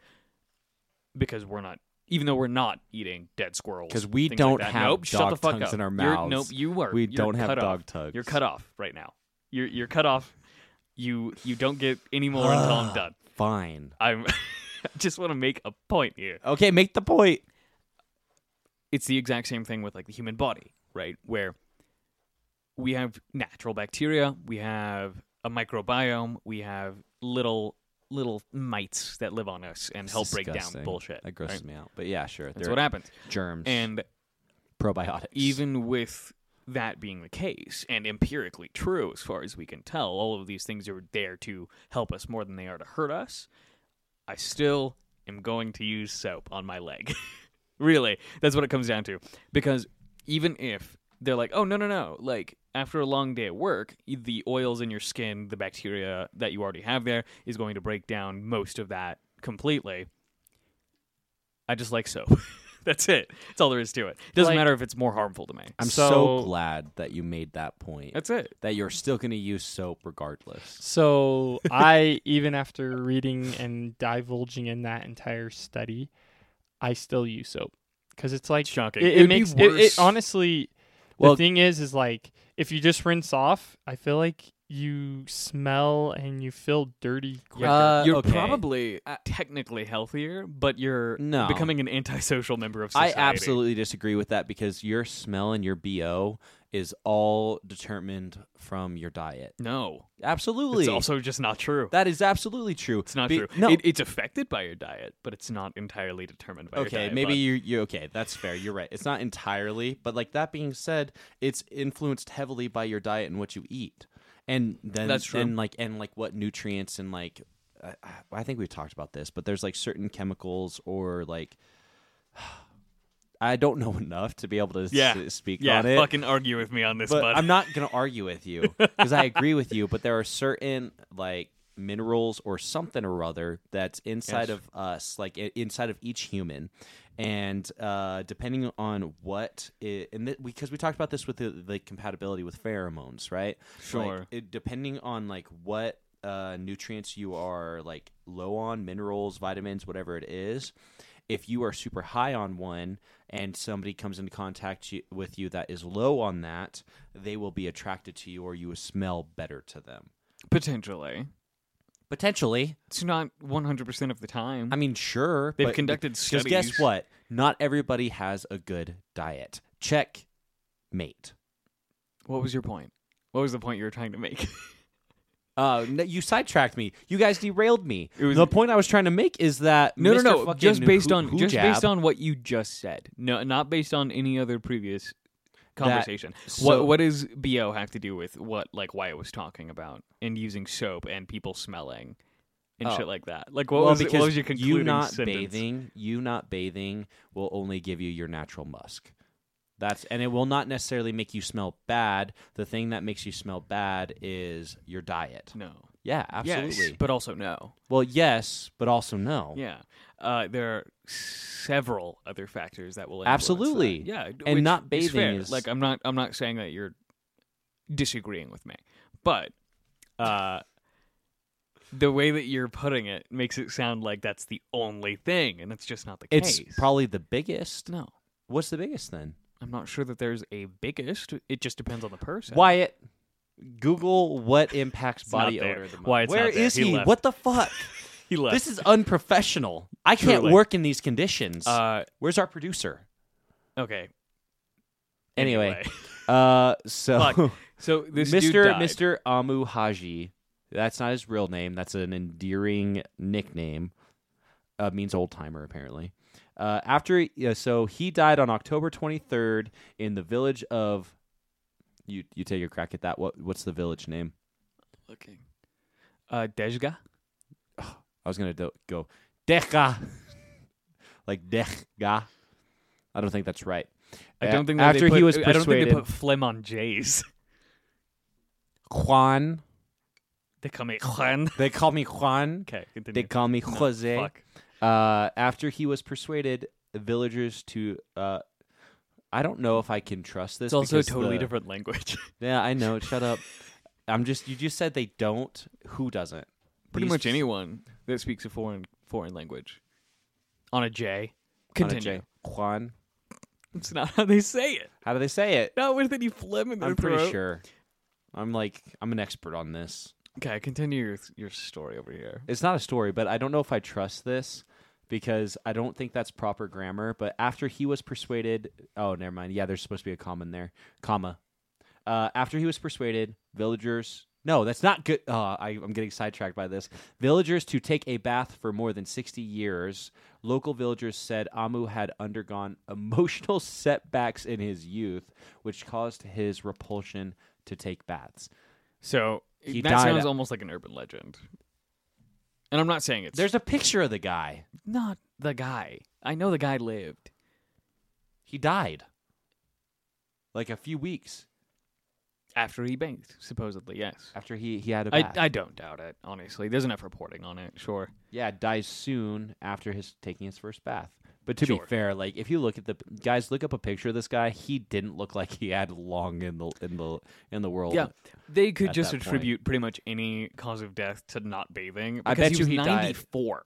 Speaker 2: because we're not, even though we're not eating dead squirrels,
Speaker 1: 'Cause we
Speaker 2: things
Speaker 1: don't
Speaker 2: like that.
Speaker 1: have
Speaker 2: nope, shut the
Speaker 1: dog
Speaker 2: fuck
Speaker 1: tongues
Speaker 2: up.
Speaker 1: in our
Speaker 2: You're-
Speaker 1: mouths.
Speaker 2: nope, you were.
Speaker 1: we
Speaker 2: You're
Speaker 1: don't have
Speaker 2: cut
Speaker 1: dog
Speaker 2: off.
Speaker 1: tongues.
Speaker 2: You're cut off right now. You're you're cut off. You you don't get any more until I'm done.
Speaker 1: Fine.
Speaker 2: I'm. I just want to make a point here.
Speaker 1: Okay, make the point.
Speaker 2: it's the exact same thing with like the human body, right? Where we have natural bacteria, we have a microbiome, we have little little mites that live on us and
Speaker 1: It's
Speaker 2: help break
Speaker 1: disgusting.
Speaker 2: down bullshit.
Speaker 1: That grosses
Speaker 2: right?
Speaker 1: me out. But yeah, sure.
Speaker 2: That's
Speaker 1: they're
Speaker 2: what happens.
Speaker 1: germs
Speaker 2: And
Speaker 1: probiotics.
Speaker 2: even with that being the case and empirically true as far as we can tell, all of these things are there to help us more than they are to hurt us. I still am going to use soap on my leg. really, that's what it comes down to. Because even if they're like, oh, no, no, no, like after a long day at work, the oils in your skin, the bacteria that you already have there is going to break down most of that completely. I just like soap. that's it. That's all there is to it. It doesn't
Speaker 3: Like-
Speaker 2: matter if it's more harmful to me.
Speaker 1: I'm so,
Speaker 3: so-
Speaker 1: glad that you made that point.
Speaker 2: That's it.
Speaker 1: that you're still going to use soap regardless.
Speaker 3: So I, even after reading and divulging in that entire study, I still use soap because it's like
Speaker 2: Shocking.
Speaker 3: It,
Speaker 2: It'd
Speaker 3: it
Speaker 2: be
Speaker 3: makes it- it,
Speaker 2: worse.
Speaker 3: honestly.
Speaker 1: Well-
Speaker 3: the thing is, is like if you just rinse off, I feel like you smell and you feel dirty quicker.
Speaker 1: Uh,
Speaker 2: you're
Speaker 1: okay.
Speaker 2: probably uh, technically healthier, but you're
Speaker 1: No.
Speaker 2: becoming an antisocial member of
Speaker 1: I
Speaker 2: society.
Speaker 1: absolutely disagree with that because your smell and your BO is all determined from your diet.
Speaker 2: No,
Speaker 1: Absolutely.
Speaker 2: it's also just not true.
Speaker 1: that is absolutely true.
Speaker 2: It's not
Speaker 1: Be-
Speaker 2: true.
Speaker 1: No.
Speaker 2: It, it's affected by your diet, but it's not entirely determined by your
Speaker 1: okay,
Speaker 2: diet.
Speaker 1: maybe
Speaker 2: but-
Speaker 1: you you okay, that's fair. You're right. It's not entirely, but like that being said, it's influenced heavily by your diet and what you eat. And then
Speaker 2: That's true.
Speaker 1: and like and like what nutrients and like I, I- I think we've talked about this, but there's like certain chemicals or like I don't know enough to be able to s-
Speaker 2: yeah,
Speaker 1: speak
Speaker 2: yeah,
Speaker 1: on it.
Speaker 2: fucking argue with me on this,
Speaker 1: but
Speaker 2: bud.
Speaker 1: I'm not going to argue with you because I agree with you. But there are certain like minerals or something or other that's inside
Speaker 2: Yes.
Speaker 1: of us, like i- inside of each human, and uh, depending on what, it, and th- because we talked about this with the, the compatibility with pheromones, right?
Speaker 2: Sure.
Speaker 1: Like, it, depending on like what uh, nutrients you are like low on, minerals, vitamins, whatever it is. If you are super high on one and somebody comes into contact you, with you that is low on that, they will be attracted to you or you will smell better to them.
Speaker 2: Potentially,
Speaker 1: Potentially.
Speaker 2: it's not 100 percent of the time.
Speaker 1: I mean, sure.
Speaker 2: They've
Speaker 1: but-
Speaker 2: conducted
Speaker 1: Because
Speaker 2: studies.
Speaker 1: guess what? Not everybody has a good diet. Check mate.
Speaker 2: What was your point? What was the point you were trying to make?
Speaker 1: Uh, no, you sidetracked me. You guys derailed me.
Speaker 2: It was-
Speaker 1: the point I was trying to make is that
Speaker 2: No,
Speaker 1: Mr.
Speaker 2: no, no.
Speaker 1: fucking
Speaker 2: Just based
Speaker 1: Hoo-
Speaker 2: on just
Speaker 1: Hoojab-
Speaker 2: based on what you just said. No, not based on any other previous conversation.
Speaker 1: so-
Speaker 2: what what does bo have to do with what like why I was talking about and using soap and people smelling and
Speaker 1: Oh.
Speaker 2: shit like that? Like what
Speaker 1: well,
Speaker 2: was it-
Speaker 1: because
Speaker 2: what was your concluding
Speaker 1: you not
Speaker 2: sentence?
Speaker 1: bathing, you not bathing will only give you your natural musk. That's and it will not necessarily make you smell bad. The thing that makes you smell bad is your diet.
Speaker 2: No.
Speaker 1: Yeah,
Speaker 2: Yes,
Speaker 1: absolutely.
Speaker 2: but also no.
Speaker 1: well, yes, but also no.
Speaker 2: Yeah. Uh, there are several other factors that will influence that.
Speaker 1: Absolutely.
Speaker 2: Yeah,
Speaker 1: And
Speaker 2: which
Speaker 1: not
Speaker 2: is
Speaker 1: bathing
Speaker 2: fair.
Speaker 1: is-
Speaker 2: like I'm not I'm not saying that you're disagreeing with me, but uh, the way that you're putting it makes it sound like that's the only thing, and that's just not the
Speaker 1: It's
Speaker 2: case.
Speaker 1: probably the biggest.
Speaker 2: no.
Speaker 1: What's the biggest then?
Speaker 2: I'm not sure that there's a biggest. It just depends on the person.
Speaker 1: Wyatt, Google what impacts
Speaker 2: not
Speaker 1: body
Speaker 2: there.
Speaker 1: odor the most.
Speaker 2: Why it's
Speaker 1: Where
Speaker 2: not there.
Speaker 1: is
Speaker 2: He
Speaker 1: he?
Speaker 2: left.
Speaker 1: What the fuck?
Speaker 2: He left.
Speaker 1: this is unprofessional. I can't
Speaker 2: Truly.
Speaker 1: work in these conditions.
Speaker 2: uh,
Speaker 1: Where's our producer?
Speaker 2: okay.
Speaker 1: Anyway, uh, so
Speaker 2: Fuck. so this dude
Speaker 1: Mr.
Speaker 2: died.
Speaker 1: Mr. Amu Haji, that's not his real name. That's an endearing nickname. Uh, means old timer apparently. Uh, after yeah, so he died on October 23rd in the village of. You you take a crack at that. What what's the village name?
Speaker 2: looking. Uh, Dejga.
Speaker 1: I was gonna do, go Deka, like Deka. I don't think that's right.
Speaker 2: I
Speaker 1: A-
Speaker 2: don't think that
Speaker 1: after
Speaker 2: they put,
Speaker 1: he was
Speaker 2: I
Speaker 1: persuaded,
Speaker 2: don't think they put phlegm on J's.
Speaker 1: Juan.
Speaker 2: They call me Juan.
Speaker 1: They call me Juan.
Speaker 2: Okay, continue.
Speaker 1: They call me Jose.
Speaker 2: Fuck.
Speaker 1: Uh, after he was persuaded, the villagers to. Uh, I don't know if I can trust this.
Speaker 2: It's also a
Speaker 1: because
Speaker 2: totally
Speaker 1: the-
Speaker 2: different language.
Speaker 1: Yeah, I know. Shut up. I'm just. You just said they don't. Who doesn't?
Speaker 2: Pretty
Speaker 1: These-
Speaker 2: much anyone that speaks a foreign foreign language on a J.
Speaker 1: on a
Speaker 2: Continue.
Speaker 1: J. Juan.
Speaker 2: It's not how they say it.
Speaker 1: How do they say it?
Speaker 2: Not with any phlegm in their
Speaker 1: I'm pretty
Speaker 2: throat.
Speaker 1: sure. I'm like I'm an expert on this.
Speaker 2: Okay, continue your your story over here.
Speaker 1: It's not a story, but I don't know if I trust this because I don't think that's proper grammar. But after he was persuaded, oh, never mind. Yeah, there's supposed to be a comma in there, comma. Uh, after he was persuaded, villagers. No, that's not good. Uh, I, I'm getting sidetracked by this. Villagers to take a bath for more than 60 years. Local villagers said Amu had undergone emotional setbacks in his youth, which caused his repulsion to take baths.
Speaker 2: So
Speaker 1: He
Speaker 2: that
Speaker 1: died
Speaker 2: sounds
Speaker 1: at-
Speaker 2: almost like an urban legend. And I'm not saying it's
Speaker 1: There's a picture of the guy.
Speaker 2: not the guy. I know the guy lived.
Speaker 1: He died. Like a few weeks
Speaker 2: After he bathed, supposedly, yes.
Speaker 1: after he, he had a
Speaker 2: I,
Speaker 1: bath.
Speaker 2: I don't doubt it, honestly. There's enough reporting on it, sure.
Speaker 1: yeah, dies soon after his taking his first bath. But to
Speaker 2: Sure.
Speaker 1: be fair, like if you look at the guys, look up a picture of this guy. He didn't look like he had long in the in the in the world.
Speaker 2: Yeah, they could
Speaker 1: at
Speaker 2: just
Speaker 1: that point.
Speaker 2: attribute pretty much any cause of death to not bathing.
Speaker 1: I
Speaker 2: because
Speaker 1: bet
Speaker 2: he
Speaker 1: you
Speaker 2: was
Speaker 1: he died.
Speaker 2: 94.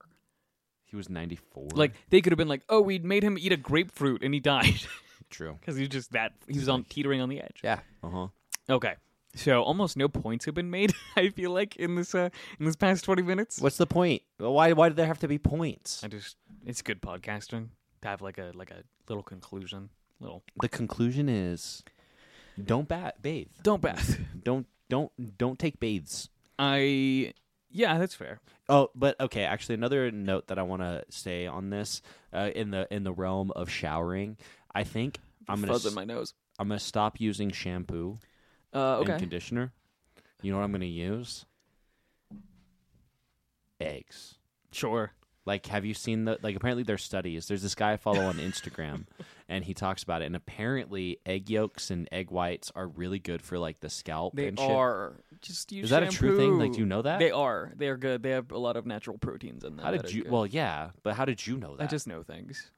Speaker 1: he was ninety four.
Speaker 2: Like they could have been like, "Oh, we made him eat a grapefruit and he died
Speaker 1: true.
Speaker 2: because he was just that he was on teetering on the edge."
Speaker 1: Yeah. Uh huh.
Speaker 2: Okay, so almost no points have been made. I feel like in this uh, in this past twenty minutes.
Speaker 1: What's the point? Why why do there have to be points?
Speaker 2: I just it's good podcasting to have like a like a little conclusion, little
Speaker 1: The conclusion is Don't bat bathe.
Speaker 2: Don't bath.
Speaker 1: Don't don't don't take baths.
Speaker 2: I yeah, that's fair.
Speaker 1: Oh, but okay. Actually, another note that I want to say on this, uh, in the in the realm of showering, I think I'm gonna
Speaker 2: Fuzz in
Speaker 1: s-
Speaker 2: my nose.
Speaker 1: I'm gonna stop using shampoo
Speaker 2: Uh, okay.
Speaker 1: and conditioner. You know what I'm gonna use? Eggs.
Speaker 2: sure.
Speaker 1: Like, have you seen the like? Apparently, there's studies. There's this guy I follow on Instagram, and he talks about it. And apparently, egg yolks and egg whites are really good for like the scalp.
Speaker 2: They
Speaker 1: and shit.
Speaker 2: are. Just use
Speaker 1: Is that a true thing? Like, do you
Speaker 2: shampoo.
Speaker 1: know that?
Speaker 2: They are. They are good. They have a lot of natural proteins in them.
Speaker 1: How
Speaker 2: that
Speaker 1: did
Speaker 2: are
Speaker 1: you?
Speaker 2: good.
Speaker 1: Well, yeah, but how did you know that?
Speaker 2: I just know things.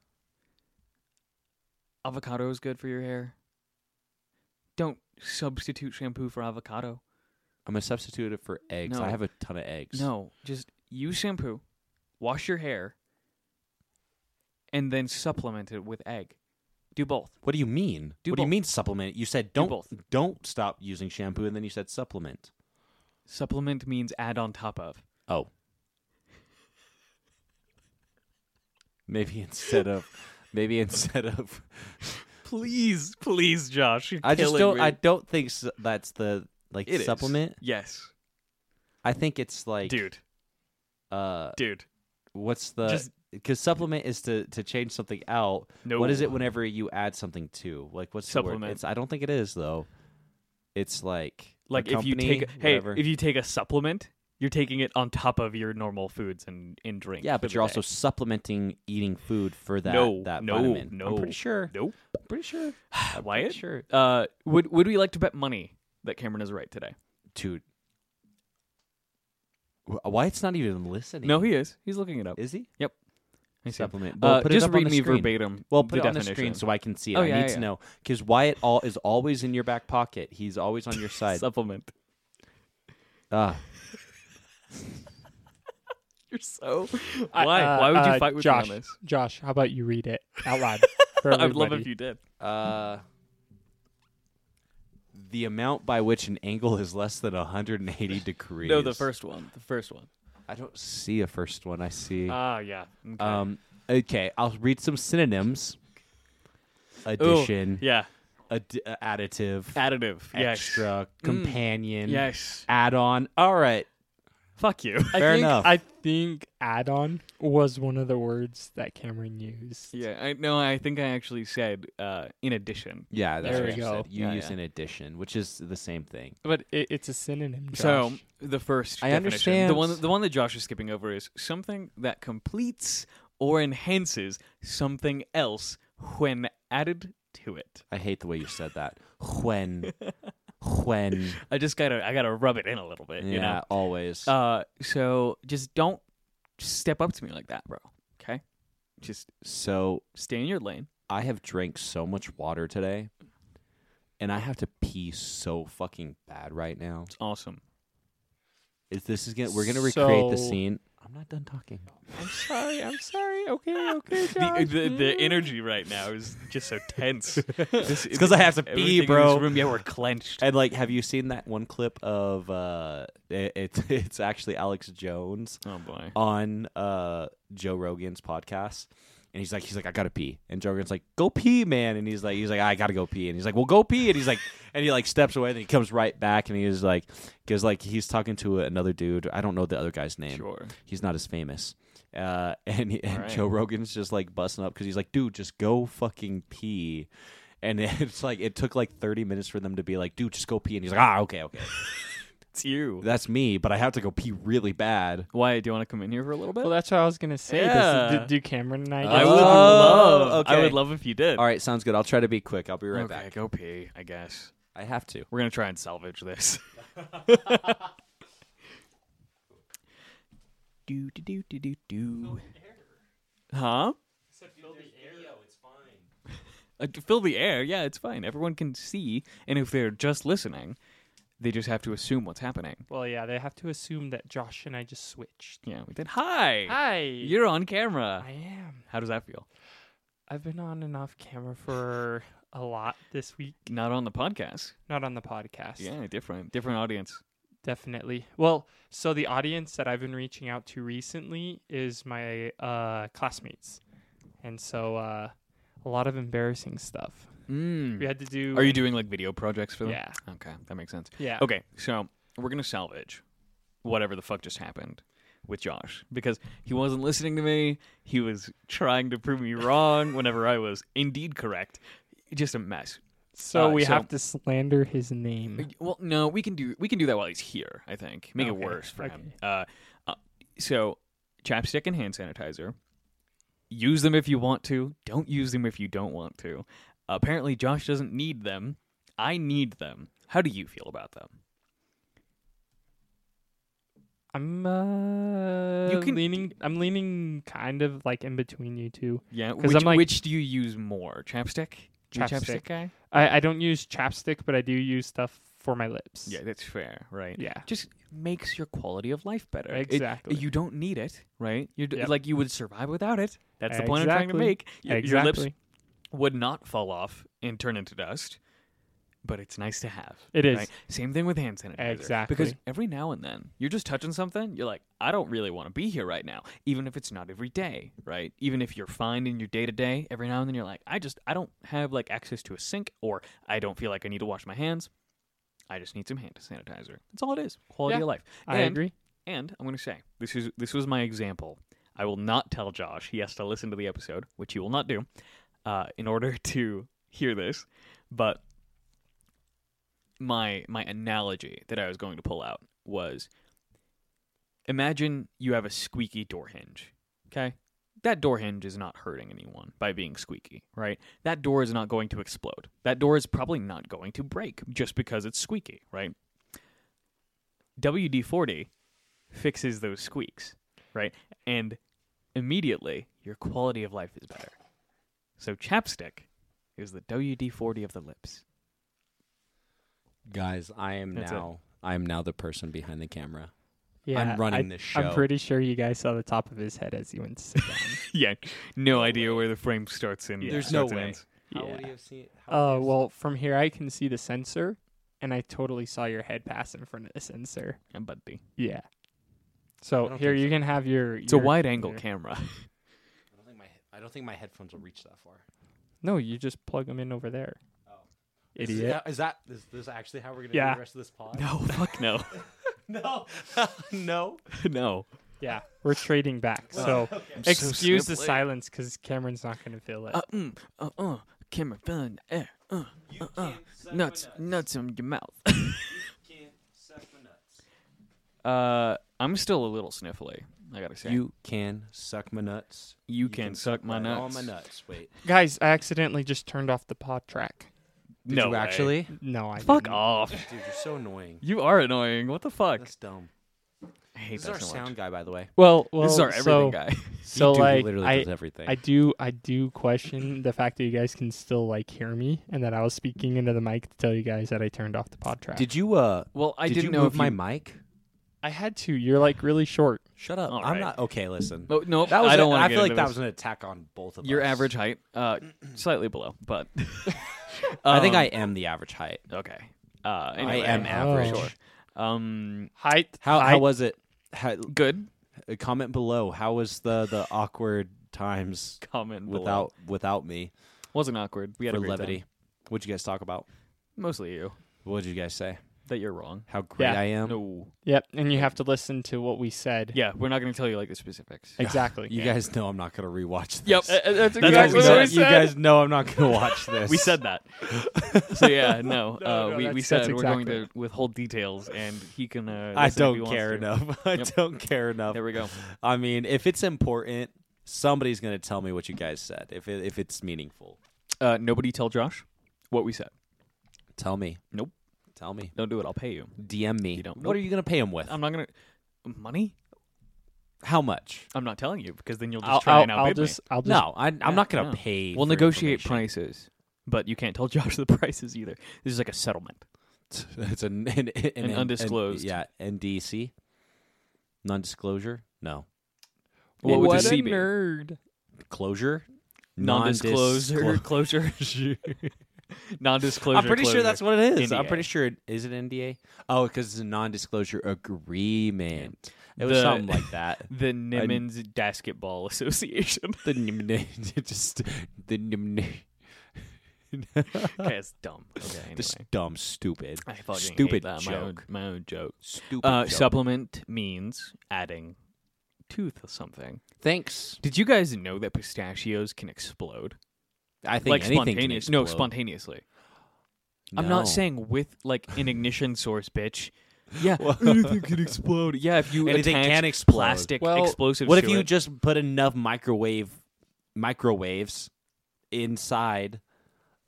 Speaker 2: Avocado is good for your hair. Don't substitute shampoo for avocado.
Speaker 1: I'm gonna substitute it for eggs.
Speaker 2: No.
Speaker 1: I have a ton of eggs.
Speaker 2: No, just use shampoo, wash your hair, and then supplement it with egg. Do both.
Speaker 1: What do you mean?
Speaker 2: Do
Speaker 1: what do you
Speaker 2: both.
Speaker 1: mean supplement? You said don't
Speaker 2: both.
Speaker 1: don't stop using shampoo, and then you said supplement.
Speaker 2: Supplement means add on top of.
Speaker 1: Oh, maybe instead of maybe instead of
Speaker 2: Please, please, Josh. You're
Speaker 1: I just
Speaker 2: killing
Speaker 1: don't
Speaker 2: me.
Speaker 1: I don't think s that's the like
Speaker 2: It is.
Speaker 1: supplement.
Speaker 2: Yes,
Speaker 1: I think it's like
Speaker 2: dude,
Speaker 1: Uh,
Speaker 2: dude.
Speaker 1: what's the
Speaker 2: Just-
Speaker 1: because supplement is to to change something out.
Speaker 2: No.
Speaker 1: What is it whenever you add something to? Like what's the
Speaker 2: Supplement.
Speaker 1: word? It's I don't think it is though. It's like a
Speaker 2: Like if you
Speaker 1: company,
Speaker 2: take a, hey,
Speaker 1: whatever.
Speaker 2: if you take a supplement, you're taking it on top of your normal foods and in drinks.
Speaker 1: yeah,
Speaker 2: for
Speaker 1: but
Speaker 2: the
Speaker 1: you're also
Speaker 2: day.
Speaker 1: supplementing eating food for that
Speaker 2: No,
Speaker 1: that
Speaker 2: no,
Speaker 1: vitamin. I'm
Speaker 2: no,
Speaker 1: pretty sure.
Speaker 2: nope.
Speaker 1: I'm pretty sure. I'm
Speaker 2: Wyatt?
Speaker 1: pretty sure.
Speaker 2: Uh, would would we like to bet money that Cameron is right today?
Speaker 1: Dude. Wh- Why it's not even listening?
Speaker 2: No, he is. He's looking it up.
Speaker 1: Is he?
Speaker 2: I see.
Speaker 1: Supplement.
Speaker 2: Uh,
Speaker 1: Well, put it
Speaker 2: just
Speaker 1: up on
Speaker 2: read
Speaker 1: the
Speaker 2: me
Speaker 1: screen.
Speaker 2: verbatim.
Speaker 1: Well, put
Speaker 2: the
Speaker 1: it on
Speaker 2: definition.
Speaker 1: the screen so I can see it.
Speaker 2: Oh,
Speaker 1: I
Speaker 2: yeah,
Speaker 1: need
Speaker 2: yeah,
Speaker 1: to
Speaker 2: yeah.
Speaker 1: know because Wyatt all is always in your back pocket. He's always on your side.
Speaker 2: Supplement.
Speaker 1: Ah,
Speaker 2: You're so.
Speaker 3: I-
Speaker 2: why?
Speaker 3: uh,
Speaker 2: why would you
Speaker 3: uh,
Speaker 2: fight with
Speaker 3: Josh?
Speaker 2: me on this?
Speaker 3: Josh, how about you read it out loud? for
Speaker 2: I would love
Speaker 3: everybody?
Speaker 2: if you did.
Speaker 1: uh, the amount by which an angle is less than 180 degrees.
Speaker 2: No, the first one. The first one.
Speaker 1: I don't see a first one. I see.
Speaker 2: Ah, yeah. Okay.
Speaker 1: um. Okay, I'll read some synonyms.
Speaker 2: Ooh,
Speaker 1: Addition,
Speaker 2: yeah.
Speaker 1: addi- uh, additive,
Speaker 2: Additive. Yes.
Speaker 1: extra,
Speaker 2: Mm.
Speaker 1: companion,
Speaker 2: Yes.
Speaker 1: add-on. All right,
Speaker 2: Fuck you.
Speaker 3: I
Speaker 1: Fair
Speaker 3: think,
Speaker 1: enough.
Speaker 3: I think add-on was one of the words that Cameron used.
Speaker 2: Yeah, I no, I think I actually said uh, in addition.
Speaker 1: yeah, that's
Speaker 3: There
Speaker 1: what you
Speaker 3: we go.
Speaker 1: said. You
Speaker 2: Yeah,
Speaker 1: use
Speaker 2: yeah.
Speaker 1: an addition, which is the same thing.
Speaker 3: But it, it's a synonym. Josh.
Speaker 2: So the first
Speaker 1: I
Speaker 2: definition, the
Speaker 1: understand.
Speaker 2: one the one that Josh is skipping over is something that completes or enhances something else when added to it.
Speaker 1: I hate the way you said that. When, when,
Speaker 2: I just gotta I gotta rub it in a little bit,
Speaker 1: yeah,
Speaker 2: you know.
Speaker 1: always.
Speaker 2: Uh, so just don't step up to me like that, bro. Okay, just
Speaker 1: so
Speaker 2: stay in your lane.
Speaker 1: I have drank so much water today, and I have to pee so fucking bad right now.
Speaker 2: It's awesome.
Speaker 1: Is this is gonna we're gonna recreate the
Speaker 3: So-
Speaker 1: scene? I'm not done talking.
Speaker 3: I'm sorry. I'm sorry. Okay. Okay.
Speaker 2: The,
Speaker 3: Josh.
Speaker 2: the the energy right now is just so tense. It's
Speaker 1: 'cause I have to pee, bro.
Speaker 2: room, yeah, we're clenched.
Speaker 1: And like, have you seen that one clip of uh, it, it's it's actually Alex Jones
Speaker 2: Oh boy.
Speaker 1: on uh Joe Rogan's podcast. And he's like, he's like, I gotta pee. And Joe Rogan's like, go pee, man. And he's like, he's like, I gotta go pee. And he's like, well, go pee. And he's like, and he like steps away. And he comes right back. And he's like, because like he's talking to another dude. I don't know the other guy's name.
Speaker 2: Sure.
Speaker 1: He's not as famous. Uh, and he- and
Speaker 2: All right.
Speaker 1: Joe Rogan's just like busting up because he's like, dude, just go fucking pee. And it's like it took like thirty minutes for them to be like, dude, just go pee. And he's like, ah, okay, okay,
Speaker 2: It's you.
Speaker 1: that's me. But I have to go pee really bad.
Speaker 2: Why do you want to come in here for a little bit?
Speaker 3: well, that's what I was gonna say. Does,
Speaker 2: Yeah.
Speaker 3: do, do Cameron and I?
Speaker 2: I
Speaker 3: do
Speaker 2: would
Speaker 3: something?
Speaker 1: Oh,
Speaker 2: love. I
Speaker 1: okay.
Speaker 2: would love if you did.
Speaker 1: All right, sounds good. I'll try to be quick. I'll be right
Speaker 2: okay,
Speaker 1: back.
Speaker 2: go pee. I guess
Speaker 1: I have to.
Speaker 2: we're gonna try and salvage this. do do do do do do. Huh? Uh, to fill the air. Yeah, it's fine. Everyone can see, and if they're just listening, they just have to assume what's happening.
Speaker 3: Well, yeah. They have to assume that Josh and I just switched.
Speaker 2: Yeah, we did. Hi.
Speaker 3: Hi.
Speaker 2: You're on camera.
Speaker 3: I am.
Speaker 2: How does that feel?
Speaker 3: I've been on and off camera for a lot this week.
Speaker 2: Not on the podcast.
Speaker 3: Not on the podcast.
Speaker 2: Yeah, different, different audience.
Speaker 3: Definitely. Well, so the audience that I've been reaching out to recently is my uh, classmates. And so uh, a lot of embarrassing stuff. We had to do.
Speaker 2: Hmm. Are you doing like video projects for them?
Speaker 3: Yeah.
Speaker 2: Okay, that makes sense.
Speaker 3: Yeah.
Speaker 2: Okay, so we're gonna salvage whatever the fuck just happened with Josh because he wasn't listening to me. He was trying to prove me wrong whenever I was indeed correct. Just a mess.
Speaker 3: So
Speaker 2: Uh,
Speaker 3: we
Speaker 2: so-
Speaker 3: have to slander his name.
Speaker 2: Well, no, we can do we can do that while he's here. I think make
Speaker 3: Okay,
Speaker 2: it worse for him.
Speaker 3: okay.
Speaker 2: Uh, uh, so, chapstick and hand sanitizer. Use them if you want to. Don't use them if you don't want to. Apparently, Josh doesn't need them. I need them. How do you feel about them?
Speaker 3: I'm uh,
Speaker 2: You can-
Speaker 3: leaning. I'm leaning kind of like in between you two.
Speaker 2: Yeah,
Speaker 3: 'Cause
Speaker 2: which,
Speaker 3: I'm like-
Speaker 2: which do you use more, chapstick? You a
Speaker 3: Chapstick.
Speaker 2: guy.
Speaker 3: I, I don't use chapstick, but I do use stuff for my lips.
Speaker 2: Yeah, that's fair, right?
Speaker 3: Yeah.
Speaker 2: just makes your quality of life better. It-
Speaker 3: Exactly.
Speaker 2: you don't need it, right? You
Speaker 3: Yep.
Speaker 2: like you would survive without it. That's the point I'm trying to
Speaker 3: Exactly.
Speaker 2: make. Y- Your
Speaker 3: exactly.
Speaker 2: lips would not fall off and turn into dust, but it's nice to have.
Speaker 3: It is.
Speaker 2: Same thing with hand sanitizer. Because
Speaker 3: Exactly.
Speaker 2: every now and then you're just touching something, you're like, I don't really want to be here right now, even if it's not every day, right? Even if you're fine in your day to day, every now and then you're like, I just I don't have like access to a sink or I don't feel like I need to wash my hands. I just need some hand sanitizer. That's all it is. Quality
Speaker 3: Yeah,
Speaker 2: of life.
Speaker 3: I
Speaker 2: And-
Speaker 3: agree.
Speaker 2: and I'm going to say this is this was my example. I will not tell Josh he has to listen to the episode, which he will not do, uh, in order to hear this. But my my analogy that I was going to pull out was: imagine you have a squeaky door hinge. Okay, that door hinge is not hurting anyone by being squeaky, right? That door is not going to explode. That door is probably not going to break just because it's squeaky, right? WD 40 fixes those squeaks, right? And immediately your quality of life is better. So chapstick is the WD 40 of the lips.
Speaker 1: Guys, I am
Speaker 2: That's it.
Speaker 1: now I am now the person behind the camera.
Speaker 3: Yeah,
Speaker 1: I'm running
Speaker 3: I-
Speaker 1: this show.
Speaker 3: I'm pretty sure you guys saw the top of his head as he went to sit down.
Speaker 2: Yeah, no idea where the frame starts and
Speaker 1: There's
Speaker 2: starts
Speaker 1: no
Speaker 2: and
Speaker 1: way.
Speaker 2: ends.
Speaker 1: How
Speaker 3: yeah.
Speaker 1: would he have seen?
Speaker 3: Uh, well, from here I can see the sensor, and I totally saw your head pass in front of the sensor.
Speaker 2: Yeah, buddy.
Speaker 1: I
Speaker 3: Yeah. So
Speaker 1: don't
Speaker 3: here
Speaker 1: think
Speaker 3: you can have your.
Speaker 2: It's a
Speaker 3: your-
Speaker 2: wide angle
Speaker 3: your-
Speaker 1: I
Speaker 2: camera.
Speaker 1: don't think my I don't think my headphones will reach that far.
Speaker 3: No, you just plug them in over there.
Speaker 1: Oh.
Speaker 3: Idiot.
Speaker 1: Is that is this actually how we're gonna
Speaker 3: do Yeah. the
Speaker 1: rest of this pod?
Speaker 2: No, fuck no.
Speaker 1: No, no.
Speaker 2: no.
Speaker 3: Yeah, we're trading back. So
Speaker 2: I'm so
Speaker 3: excuse the
Speaker 2: snipply.
Speaker 3: silence because Cameron's not going to feel it.
Speaker 2: Uh, mm, uh, uh, camera fell in the air. Uh, uh,
Speaker 1: Uh-uh.
Speaker 2: uh. Nuts, nuts in your mouth. uh, I'm still a little sniffly, I gotta say.
Speaker 1: You can suck my nuts.
Speaker 2: You can, suck my
Speaker 1: right
Speaker 2: nuts.
Speaker 1: All my nuts. Wait.
Speaker 3: Guys, I accidentally just turned off the pod track.
Speaker 1: Did
Speaker 2: no,
Speaker 1: you
Speaker 2: way.
Speaker 1: actually?
Speaker 3: No, I
Speaker 2: Fuck
Speaker 3: didn't.
Speaker 2: off.
Speaker 1: Dude, you're so annoying.
Speaker 2: You are annoying. What the fuck?
Speaker 1: That's dumb.
Speaker 2: I hate
Speaker 1: This is our sound guy, by the way.
Speaker 3: Well, well,
Speaker 2: This is our everything
Speaker 3: so,
Speaker 2: guy.
Speaker 3: So
Speaker 1: he dude
Speaker 3: like,
Speaker 1: literally
Speaker 3: I,
Speaker 1: does everything.
Speaker 3: I do, I do question the fact that you guys can still like hear me and that I was speaking into the mic to tell you guys that I turned off the pod track.
Speaker 1: did you uh?
Speaker 2: Well, I
Speaker 1: did
Speaker 2: didn't
Speaker 1: you
Speaker 2: know
Speaker 1: move
Speaker 2: if
Speaker 1: my
Speaker 2: you-
Speaker 1: mic?
Speaker 3: I had to. You're like really short.
Speaker 1: Shut up.
Speaker 2: All
Speaker 1: I'm
Speaker 2: right.
Speaker 1: not okay. Listen.
Speaker 2: No, no,
Speaker 1: That was
Speaker 2: I don't
Speaker 1: a-
Speaker 2: want to
Speaker 1: I
Speaker 2: get
Speaker 1: feel like
Speaker 2: into
Speaker 1: that
Speaker 2: this.
Speaker 1: was an attack on both of
Speaker 2: your
Speaker 1: us.
Speaker 2: average height, uh, slightly below, but
Speaker 1: I think
Speaker 2: Um,
Speaker 1: I am the average height.
Speaker 2: okay. Uh, anyway.
Speaker 1: I am
Speaker 3: Oh.
Speaker 1: average.
Speaker 3: Sure.
Speaker 2: Um,
Speaker 3: Height.
Speaker 1: How
Speaker 3: height,
Speaker 1: how was it? How,
Speaker 2: good
Speaker 1: uh, comment below. How was the the awkward times
Speaker 2: comment. below.
Speaker 1: without without me
Speaker 2: wasn't awkward. We had
Speaker 1: for
Speaker 2: a great time.
Speaker 1: levity? What'd you guys talk about?
Speaker 2: Mostly you
Speaker 1: What'd you guys say?
Speaker 2: that you're wrong.
Speaker 1: How great
Speaker 3: Yeah.
Speaker 1: I am.
Speaker 2: No.
Speaker 3: Yep, and you have to listen to what we said.
Speaker 2: Yeah, we're not going to tell you like the specifics.
Speaker 3: Exactly.
Speaker 1: You guys know I'm not gonna rewatch this.
Speaker 2: Yep,
Speaker 1: That's
Speaker 2: uh, uh, that's
Speaker 1: what
Speaker 2: exactly
Speaker 1: we
Speaker 2: what
Speaker 1: said.
Speaker 2: we
Speaker 1: You
Speaker 2: said.
Speaker 1: guys know I'm not gonna watch this.
Speaker 2: We said that. so yeah, no,
Speaker 3: No,
Speaker 2: uh,
Speaker 3: no,
Speaker 2: we, we
Speaker 3: that's-
Speaker 2: said
Speaker 3: that's
Speaker 2: we're going
Speaker 3: exactly-
Speaker 2: to withhold details, and he can. Uh,
Speaker 1: I
Speaker 2: listen if he
Speaker 1: don't
Speaker 2: wants
Speaker 1: care
Speaker 2: to.
Speaker 1: enough. I
Speaker 2: Yep.
Speaker 1: don't care enough.
Speaker 2: There we go.
Speaker 1: I mean, if it's important, somebody's gonna tell me what you guys said. If it, if it's meaningful,
Speaker 2: Uh, nobody tell Josh what we said.
Speaker 1: tell me.
Speaker 2: Nope.
Speaker 1: Tell me.
Speaker 2: Don't do it. I'll pay you.
Speaker 1: DM me.
Speaker 2: You don't-
Speaker 1: What are you gonna pay him with?
Speaker 2: I'm not gonna money.
Speaker 1: How much?
Speaker 2: I'm not telling you because then you'll just
Speaker 3: I'll,
Speaker 2: try
Speaker 3: I'll,
Speaker 2: and outbid
Speaker 3: I'll just, I'll just.
Speaker 1: No, I, I'm not gonna
Speaker 2: no.
Speaker 1: pay.
Speaker 2: me. We'll
Speaker 1: for
Speaker 2: negotiate
Speaker 1: information.
Speaker 2: prices, but you can't tell Josh the prices either. This is like a settlement.
Speaker 1: it's an, an, an, an-
Speaker 2: undisclosed.
Speaker 1: yeah, NDC, non-disclosure. No
Speaker 2: What would
Speaker 3: what
Speaker 2: the
Speaker 3: a
Speaker 2: C be?
Speaker 3: nerd.
Speaker 1: closure.
Speaker 2: Non-disclosure
Speaker 1: Non-disclo-
Speaker 2: closure. Non-disclosure.
Speaker 1: I'm pretty sure
Speaker 2: closure.
Speaker 1: that's what it is. I'm
Speaker 2: NDA.
Speaker 1: pretty sure it is it NDA. Oh, because it's a non-disclosure agreement. It was
Speaker 2: The-
Speaker 1: something like that.
Speaker 2: the Nimmons Basketball Association.
Speaker 1: the nim- just the nim-
Speaker 2: okay, it's dumb. Okay, anyway.
Speaker 1: This dumb, stupid,
Speaker 2: I fucking hate
Speaker 1: stupid
Speaker 2: that. My own,
Speaker 1: joke.
Speaker 2: my own joke.
Speaker 1: stupid.
Speaker 2: Uh,
Speaker 1: joke.
Speaker 2: supplement means adding tooth or something.
Speaker 1: Thanks.
Speaker 2: Did you guys know that pistachios can explode?
Speaker 1: I think
Speaker 2: like
Speaker 1: anything can
Speaker 2: spontaneous? No,
Speaker 1: explode.
Speaker 2: spontaneously. I'm not
Speaker 1: No.
Speaker 2: saying with like an ignition source, bitch. Yeah,
Speaker 1: Whoa.
Speaker 2: anything can explode. Yeah, if you
Speaker 1: Anything
Speaker 2: attach
Speaker 1: can explode.
Speaker 2: plastic
Speaker 1: Well,
Speaker 2: explosives.
Speaker 1: What
Speaker 2: to
Speaker 1: if you
Speaker 2: it-
Speaker 1: just put enough microwave microwaves inside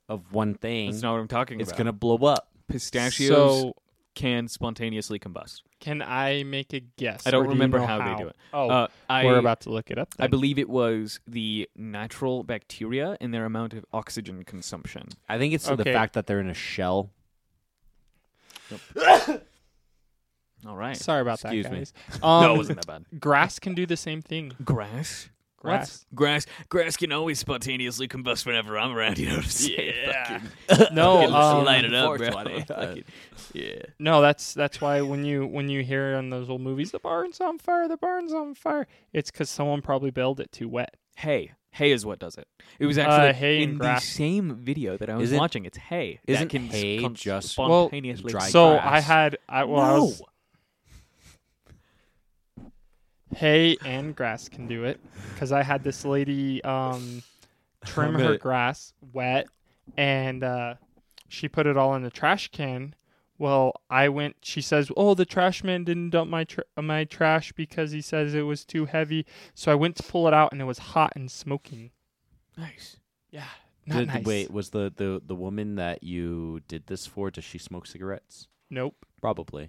Speaker 1: of one thing?
Speaker 2: That's not what I'm talking
Speaker 1: it's
Speaker 2: about.
Speaker 1: gonna blow up.
Speaker 2: pistachios
Speaker 3: So
Speaker 2: can spontaneously combust.
Speaker 3: can I make a guess?
Speaker 2: I don't
Speaker 3: or do you
Speaker 2: remember
Speaker 3: know
Speaker 2: how they do it.
Speaker 3: Oh,
Speaker 2: uh, I,
Speaker 3: we're about to look it up.
Speaker 2: I
Speaker 3: then.
Speaker 2: believe it was the natural bacteria and their amount of oxygen consumption.
Speaker 1: I think it's the
Speaker 3: Okay.
Speaker 1: fact that they're in a shell.
Speaker 2: All right.
Speaker 3: Sorry about
Speaker 1: Excuse
Speaker 3: that,
Speaker 1: me.
Speaker 3: guys. Um,
Speaker 2: no, it wasn't that bad.
Speaker 3: Grass can do the same thing.
Speaker 2: Grass?
Speaker 3: Grass.
Speaker 2: Grass grass can always spontaneously combust whenever I'm around, you know what I'm saying?
Speaker 1: Yeah.
Speaker 3: No,
Speaker 2: Fucking
Speaker 3: um,
Speaker 2: light it up, bro.
Speaker 1: 420.
Speaker 2: Fucking- yeah.
Speaker 3: No, that's that's why when you when you hear in those old movies, the barn's on fire, the barn's on fire. It's because someone probably built it too wet.
Speaker 2: Hay. Hay is what does it. It was actually
Speaker 3: Uh, hay
Speaker 2: in
Speaker 3: and grass.
Speaker 2: the same video that I was
Speaker 1: Isn't-
Speaker 2: watching. It's hay.
Speaker 1: isn't
Speaker 2: that can
Speaker 1: hay
Speaker 2: con-
Speaker 1: just
Speaker 3: Well,
Speaker 2: spontaneously
Speaker 1: dry Like
Speaker 3: so I
Speaker 1: grass.
Speaker 3: had I well I was, hay and grass can do it because I had this lady um trim
Speaker 1: I'm gonna-
Speaker 3: her grass wet and uh, she put it all in a trash can. Well, I went. She says, "Oh, the trash man didn't dump my tr- uh, my trash because he says it was too heavy." So I went to pull it out, and it was hot and smoking.
Speaker 2: nice.
Speaker 3: Yeah, not
Speaker 1: Did-
Speaker 3: nice.
Speaker 1: Wait, was the, the the woman that you did this for? Does she smoke cigarettes?
Speaker 3: Nope,
Speaker 1: Probably.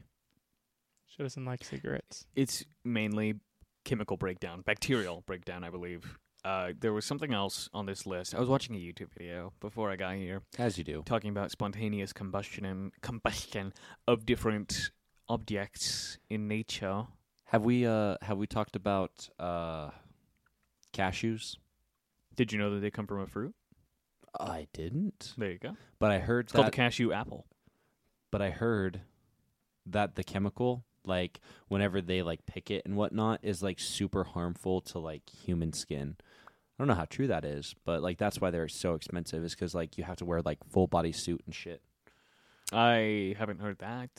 Speaker 3: she doesn't like cigarettes.
Speaker 2: It's mainly chemical breakdown, bacterial breakdown, I believe. Uh, there was something else on this list. I was watching a YouTube video before I got here
Speaker 1: As you do.
Speaker 2: talking about spontaneous combustion and combustion of different objects in nature.
Speaker 1: Have we uh have we talked about uh cashews?
Speaker 2: Did you know that they come from a fruit?
Speaker 1: I didn't.
Speaker 2: There you go. It's
Speaker 1: But I heard
Speaker 2: called
Speaker 1: that
Speaker 2: the cashew apple.
Speaker 1: but I heard that the chemical, like whenever they like pick it and whatnot, is like super harmful to like human skin. I don't know how true that is, but like that's why they're so expensive. Is because like you have to wear like full body suit and shit.
Speaker 2: I haven't heard that.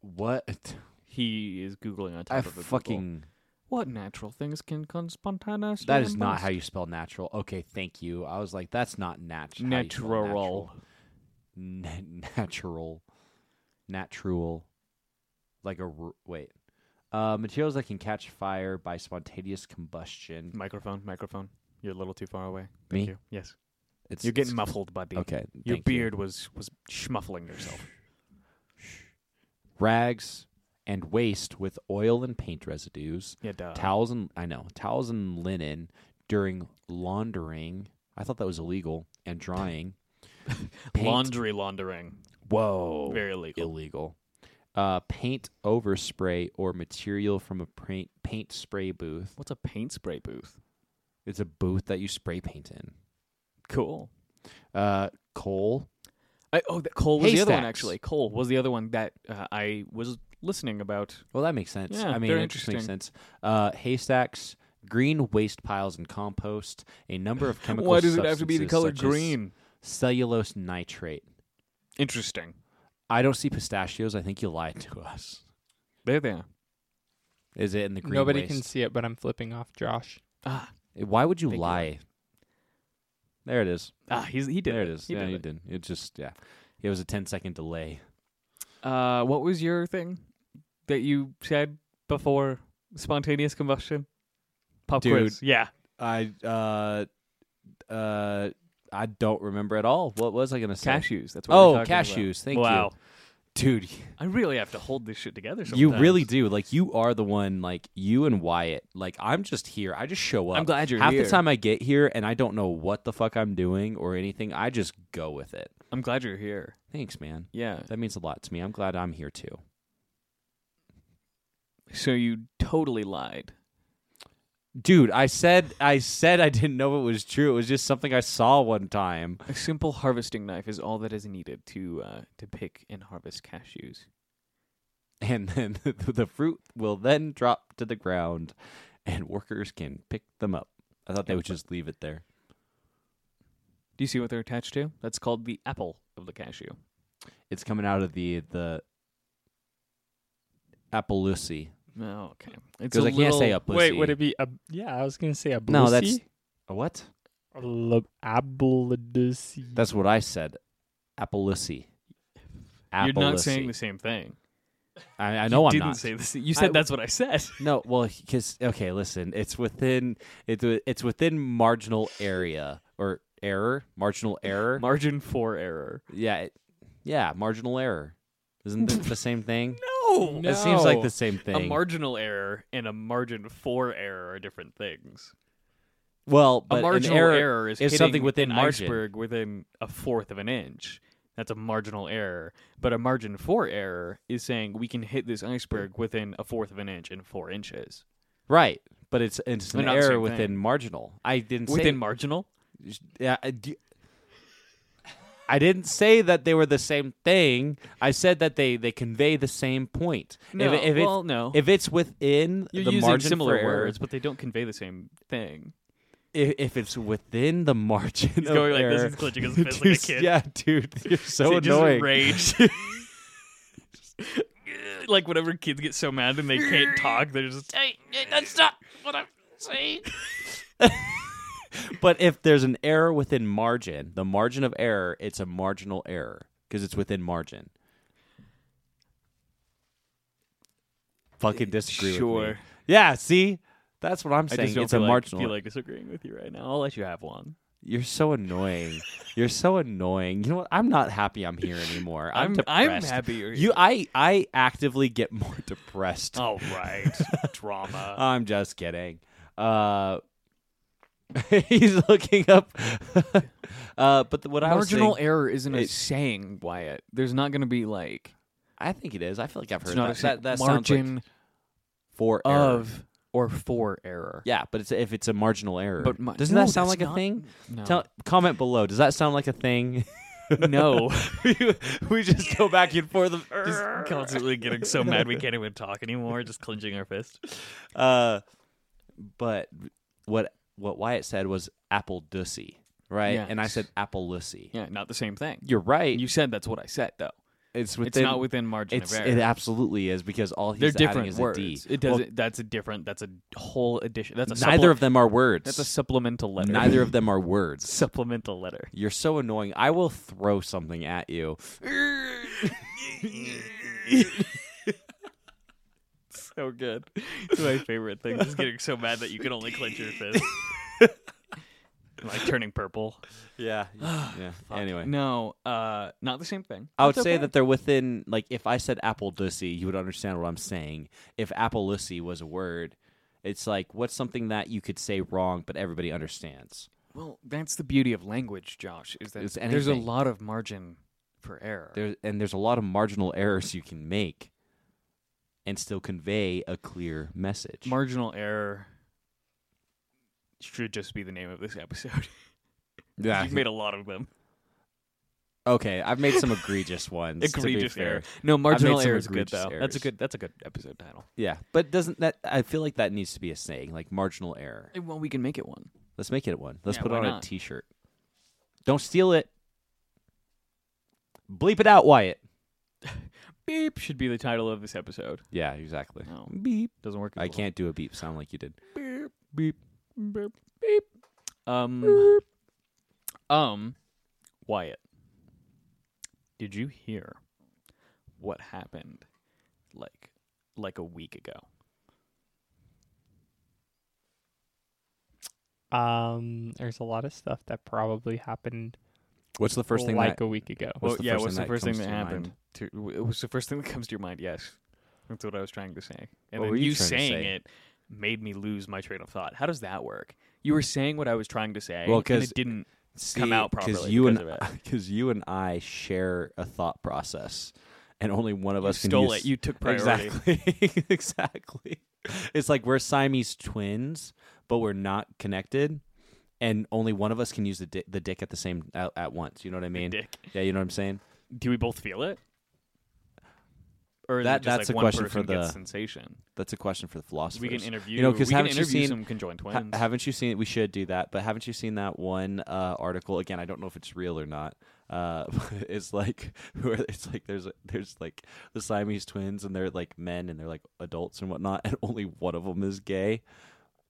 Speaker 1: What?
Speaker 2: He is googling on top
Speaker 1: I
Speaker 2: of the Google.
Speaker 1: fucking.
Speaker 2: What natural things can con spontaneously?
Speaker 1: That is not
Speaker 2: combust?
Speaker 1: how you spell natural. Okay, thank you. I was like, that's not nat- how you spell
Speaker 2: natural.
Speaker 1: Natural. N- natural. Natural. Like a. r- Wait. Uh, materials that can catch fire by spontaneous combustion.
Speaker 2: Microphone, microphone. You're a little too far away.
Speaker 1: Me?
Speaker 2: Thank you. Yes.
Speaker 1: It's,
Speaker 2: You're getting
Speaker 1: it's-
Speaker 2: muffled, buddy.
Speaker 1: Okay. thank
Speaker 2: Your
Speaker 1: you.
Speaker 2: beard was was schmuffling yourself.
Speaker 1: Rags and waste with oil and paint residues.
Speaker 2: Yeah, duh.
Speaker 1: towels and I know towels and linen during laundering. I thought that was illegal and drying. Paint- Oh,
Speaker 2: Laundry laundering,
Speaker 1: Whoa.
Speaker 2: very illegal.
Speaker 1: illegal. Uh, paint overspray or material from a paint paint spray booth.
Speaker 2: What's a paint spray booth?
Speaker 1: It's a booth that you spray paint in.
Speaker 2: Cool.
Speaker 1: Uh, coal.
Speaker 2: I, oh, that coal was the other one
Speaker 1: Haystacks.
Speaker 2: actually. Coal was the other one that uh, I was listening about.
Speaker 1: Well, that makes sense.
Speaker 2: Yeah,
Speaker 1: I mean,
Speaker 2: they're
Speaker 1: it just makes sense.
Speaker 2: interesting.
Speaker 1: Uh, haystacks, green waste piles, and compost. A number of chemical.
Speaker 2: Why does it have to be the
Speaker 1: substances
Speaker 2: color
Speaker 1: such as
Speaker 2: green?
Speaker 1: Cellulose nitrate.
Speaker 2: Interesting.
Speaker 1: I don't see pistachios. I think you lied to us.
Speaker 2: There, there.
Speaker 1: Is it in the green?
Speaker 3: Nobody
Speaker 1: waste? Eh,
Speaker 3: can see it, but I'm flipping off Josh.
Speaker 2: Ah,
Speaker 1: Why would you
Speaker 2: Thank you.
Speaker 1: lie? There it is.
Speaker 2: ah, he's, he did.
Speaker 1: There it is.
Speaker 2: He
Speaker 1: yeah,
Speaker 2: did
Speaker 1: you
Speaker 2: it.
Speaker 1: did. It just yeah. It was a 10 second delay.
Speaker 2: Uh, what was your thing that you said before spontaneous combustion? Pop
Speaker 1: Dude.
Speaker 2: quiz. Yeah.
Speaker 1: I uh uh I don't remember at all. What was I gonna say?
Speaker 2: Cashews. That's what
Speaker 1: Oh,
Speaker 2: we're talking about.
Speaker 1: cashews. Thank
Speaker 2: wow.
Speaker 1: you, dude.
Speaker 2: I really have to hold this shit together sometimes.
Speaker 1: You really do. Like you are the one. Like you and Wyatt. Like I'm just here. I just show up.
Speaker 2: I'm glad you're
Speaker 1: Half
Speaker 2: here.
Speaker 1: the time I get here and I don't know what the fuck I'm doing or anything. I just go with it.
Speaker 2: I'm glad you're here.
Speaker 1: Thanks, man.
Speaker 2: Yeah.
Speaker 1: That means a lot to me. I'm glad I'm here too.
Speaker 2: So you totally lied.
Speaker 1: Dude, I said I said I didn't know it was true. It was just something I saw one time.
Speaker 2: A simple harvesting knife is all that is needed to uh, to pick and harvest cashews.
Speaker 1: And then the fruit will then drop to the ground and workers can pick them up. I thought they would just leave it there.
Speaker 2: Do you see what they're attached to? That's called the apple of the cashew.
Speaker 1: It's coming out of the the Appaloosie.
Speaker 2: Oh, okay. It's
Speaker 1: Because I can't say a pussy.
Speaker 3: Wait, would it be a? Yeah, I was gonna say a.
Speaker 1: No, that's-
Speaker 3: boosie?
Speaker 1: A what?
Speaker 3: A lo- abladusi.
Speaker 1: That's what I said. Appaloosie.
Speaker 2: You're not saying
Speaker 1: Appaloosie.
Speaker 2: the same thing.
Speaker 1: I, I know
Speaker 2: you
Speaker 1: I'm
Speaker 2: didn't
Speaker 1: not.
Speaker 2: say this. You
Speaker 1: I-
Speaker 2: said that's what I said.
Speaker 1: No, well, because okay, listen, it's within it's wi- it's within marginal area or error, marginal error.
Speaker 2: Margin for error.
Speaker 1: yeah, it, yeah, marginal error. Isn't it the same thing?
Speaker 2: No.
Speaker 1: It seems like
Speaker 3: No.
Speaker 1: the same thing.
Speaker 2: A marginal error and a margin for error are different things.
Speaker 1: well, but
Speaker 2: a
Speaker 1: an
Speaker 2: marginal
Speaker 1: error,
Speaker 2: error, is,
Speaker 1: is
Speaker 2: hitting
Speaker 1: something within
Speaker 2: an
Speaker 1: margin.
Speaker 2: iceberg within a fourth of an inch. That's a marginal error. But a margin for error is saying we can hit this iceberg within a fourth of an inch and four inches.
Speaker 1: right? But it's it's
Speaker 2: They're
Speaker 1: an
Speaker 2: not the
Speaker 1: error
Speaker 2: same
Speaker 1: within
Speaker 2: thing.
Speaker 1: marginal. I didn't
Speaker 2: Within
Speaker 1: say.
Speaker 2: marginal?
Speaker 1: Yeah, I, do- I didn't say that they were the same thing. I said that they they convey the same point.
Speaker 2: No,
Speaker 1: if, if it-
Speaker 2: well, no.
Speaker 1: If it's within
Speaker 2: You're
Speaker 1: the
Speaker 2: using
Speaker 1: margin
Speaker 2: similar
Speaker 1: for error,
Speaker 2: words, but they don't convey the same thing.
Speaker 1: if, if it's within the margin
Speaker 2: He's
Speaker 1: of
Speaker 2: going like
Speaker 1: error,
Speaker 2: this. He's clenching his fist like a
Speaker 1: dude,
Speaker 2: kid.
Speaker 1: Yeah, dude, you're so
Speaker 2: It just
Speaker 1: annoying.
Speaker 2: rage. like whenever kids get so mad and they can't talk, they're just
Speaker 1: But if there's an error within margin, the margin of error, it's a marginal error because it's within margin. Fucking disagree with
Speaker 2: sure.
Speaker 1: me. Yeah, see, that's what I'm
Speaker 2: I
Speaker 1: saying.
Speaker 2: just don't
Speaker 1: it's
Speaker 2: feel
Speaker 1: a
Speaker 2: like,
Speaker 1: marginal.
Speaker 2: feel like disagreeing with you right now. I'll let you have one.
Speaker 1: You're so annoying. You're so annoying. You know what? I'm not happy I'm here anymore. I'm
Speaker 2: I'm
Speaker 1: depressed.
Speaker 2: happy you're Oh.
Speaker 1: You, I, I actively get more depressed.
Speaker 2: All right, drama.
Speaker 1: I'm just kidding. Uh, he's looking up. uh, but the, what I was
Speaker 2: Marginal
Speaker 1: saying,
Speaker 2: error isn't a
Speaker 1: it-
Speaker 2: saying, Wyatt. There's not going to be like
Speaker 1: I think it is. I feel like I've
Speaker 2: it's
Speaker 1: heard
Speaker 2: not
Speaker 1: that.
Speaker 2: a
Speaker 1: that.
Speaker 2: saying.
Speaker 1: That sounds
Speaker 2: margin
Speaker 1: like for error.
Speaker 2: of or for error.
Speaker 1: Yeah, but it's, if it's a marginal error,
Speaker 2: But my-
Speaker 1: doesn't
Speaker 2: no,
Speaker 1: that sound
Speaker 2: that's
Speaker 1: like a
Speaker 2: not-
Speaker 1: thing?
Speaker 2: No.
Speaker 1: Tell, comment below. Does that sound like a thing?
Speaker 2: no.
Speaker 1: we just go back and forth. Of,
Speaker 2: just constantly getting so mad we can't even talk anymore, just clenching our fist.
Speaker 1: Uh, but what what Wyatt said was apple dussy, right? And I
Speaker 2: Yes.
Speaker 1: said apple lussy.
Speaker 2: Yeah, not the same thing.
Speaker 1: You're right.
Speaker 2: You said that's what I said though.
Speaker 1: it's within,
Speaker 2: it's not within margin
Speaker 1: It's,
Speaker 2: of
Speaker 1: it
Speaker 2: error.
Speaker 1: absolutely is because all he's
Speaker 2: They're
Speaker 1: adding
Speaker 2: different
Speaker 1: is
Speaker 2: words.
Speaker 1: a D.
Speaker 2: It doesn't. that's a different. That's a whole addition. That's a
Speaker 1: Well, neither
Speaker 2: supple-
Speaker 1: of them are words.
Speaker 2: That's a supplemental letter.
Speaker 1: neither of them are words.
Speaker 2: supplemental letter.
Speaker 1: You're so annoying. I will throw something at you.
Speaker 2: So good. It's my favorite thing. Just getting so mad that you can only clench your fist. like turning purple.
Speaker 1: Yeah. yeah. Anyway.
Speaker 2: No, uh, not the same thing.
Speaker 1: I would
Speaker 2: That's
Speaker 1: say
Speaker 2: okay.
Speaker 1: that they're within like if I said apple dussy, you would understand what I'm saying. If apple lussy was a word, it's like what's something that you could say wrong but everybody understands.
Speaker 2: Well, that's the beauty of language, Josh. Is that
Speaker 1: It's
Speaker 2: there's a
Speaker 1: anything.
Speaker 2: lot of margin for error.
Speaker 1: There and there's a lot of marginal errors you can make and still convey a clear message.
Speaker 2: Marginal error should just be the name of this episode.
Speaker 1: yeah.
Speaker 2: You've made a lot of them.
Speaker 1: Okay, I've made some egregious ones.
Speaker 2: egregious
Speaker 1: to be fair.
Speaker 2: error. No, marginal
Speaker 1: made some
Speaker 2: error is good
Speaker 1: egregious
Speaker 2: though. That's a
Speaker 1: errors.
Speaker 2: good. That's a good episode title.
Speaker 1: Yeah, but doesn't that? I feel like that needs to be a saying, like marginal error.
Speaker 2: Well, we can make it one.
Speaker 1: Let's make it one. Let's
Speaker 2: Yeah,
Speaker 1: put it
Speaker 2: why
Speaker 1: on
Speaker 2: not?
Speaker 1: a T-shirt. Don't steal it. Bleep it out, Wyatt.
Speaker 2: Beep should be the title of this episode.
Speaker 1: Yeah, exactly.
Speaker 2: No,
Speaker 1: Beep.
Speaker 2: doesn't work. as
Speaker 1: I
Speaker 2: well.
Speaker 1: can't do a beep sound like you did.
Speaker 2: Beep,
Speaker 1: Beep.
Speaker 2: beep, beep. Um, um, Wyatt, did you hear what happened? Like, like a week ago.
Speaker 3: Um, there's a lot of stuff that probably happened
Speaker 1: What's the first thing?
Speaker 3: like
Speaker 1: that,
Speaker 3: a week ago.
Speaker 1: What's the
Speaker 2: yeah,
Speaker 1: first
Speaker 2: what's
Speaker 1: thing that
Speaker 2: the first thing
Speaker 1: comes
Speaker 2: that
Speaker 1: to your mind?
Speaker 2: happened? To, it was the first thing that comes to your mind. Yes, that's what I was trying to say. And
Speaker 1: What
Speaker 2: then
Speaker 1: were you
Speaker 2: you
Speaker 1: trying to
Speaker 2: saying
Speaker 1: say?
Speaker 2: it made me lose my train of thought. How does that work? You were saying what I was trying to say,
Speaker 1: Well,
Speaker 2: and
Speaker 1: 'cause-
Speaker 2: it didn't.
Speaker 1: See,
Speaker 2: come out properly
Speaker 1: you
Speaker 2: because of
Speaker 1: and because you and I share a thought process, and only one of
Speaker 2: You
Speaker 1: us can
Speaker 2: stole
Speaker 1: use-
Speaker 2: it. You took priority.
Speaker 1: Exactly. exactly. It's like we're Siamese twins, but we're not connected, and only one of us can use the di- the dick at the same at, at once. You know what I mean?
Speaker 2: Dick.
Speaker 1: Yeah, you know what I'm saying.
Speaker 2: Do we both feel it? Or is
Speaker 1: That-
Speaker 2: it just
Speaker 1: that's
Speaker 2: like
Speaker 1: a
Speaker 2: one
Speaker 1: question
Speaker 2: person
Speaker 1: for
Speaker 2: gets
Speaker 1: the
Speaker 2: sensation.
Speaker 1: That's a question for the philosophers.
Speaker 2: We can interview.
Speaker 1: You know, 'cause
Speaker 2: we can
Speaker 1: haven't you
Speaker 2: interview
Speaker 1: seen-
Speaker 2: some conjoined
Speaker 1: Ha-
Speaker 2: twins?
Speaker 1: haven't you seen? We should do that, but haven't you seen that one uh, article? Again, I don't know if it's real or not. Uh, it's like where it's like there's there's like the Siamese twins and they're like men and they're like adults and whatnot, and only one of them is gay.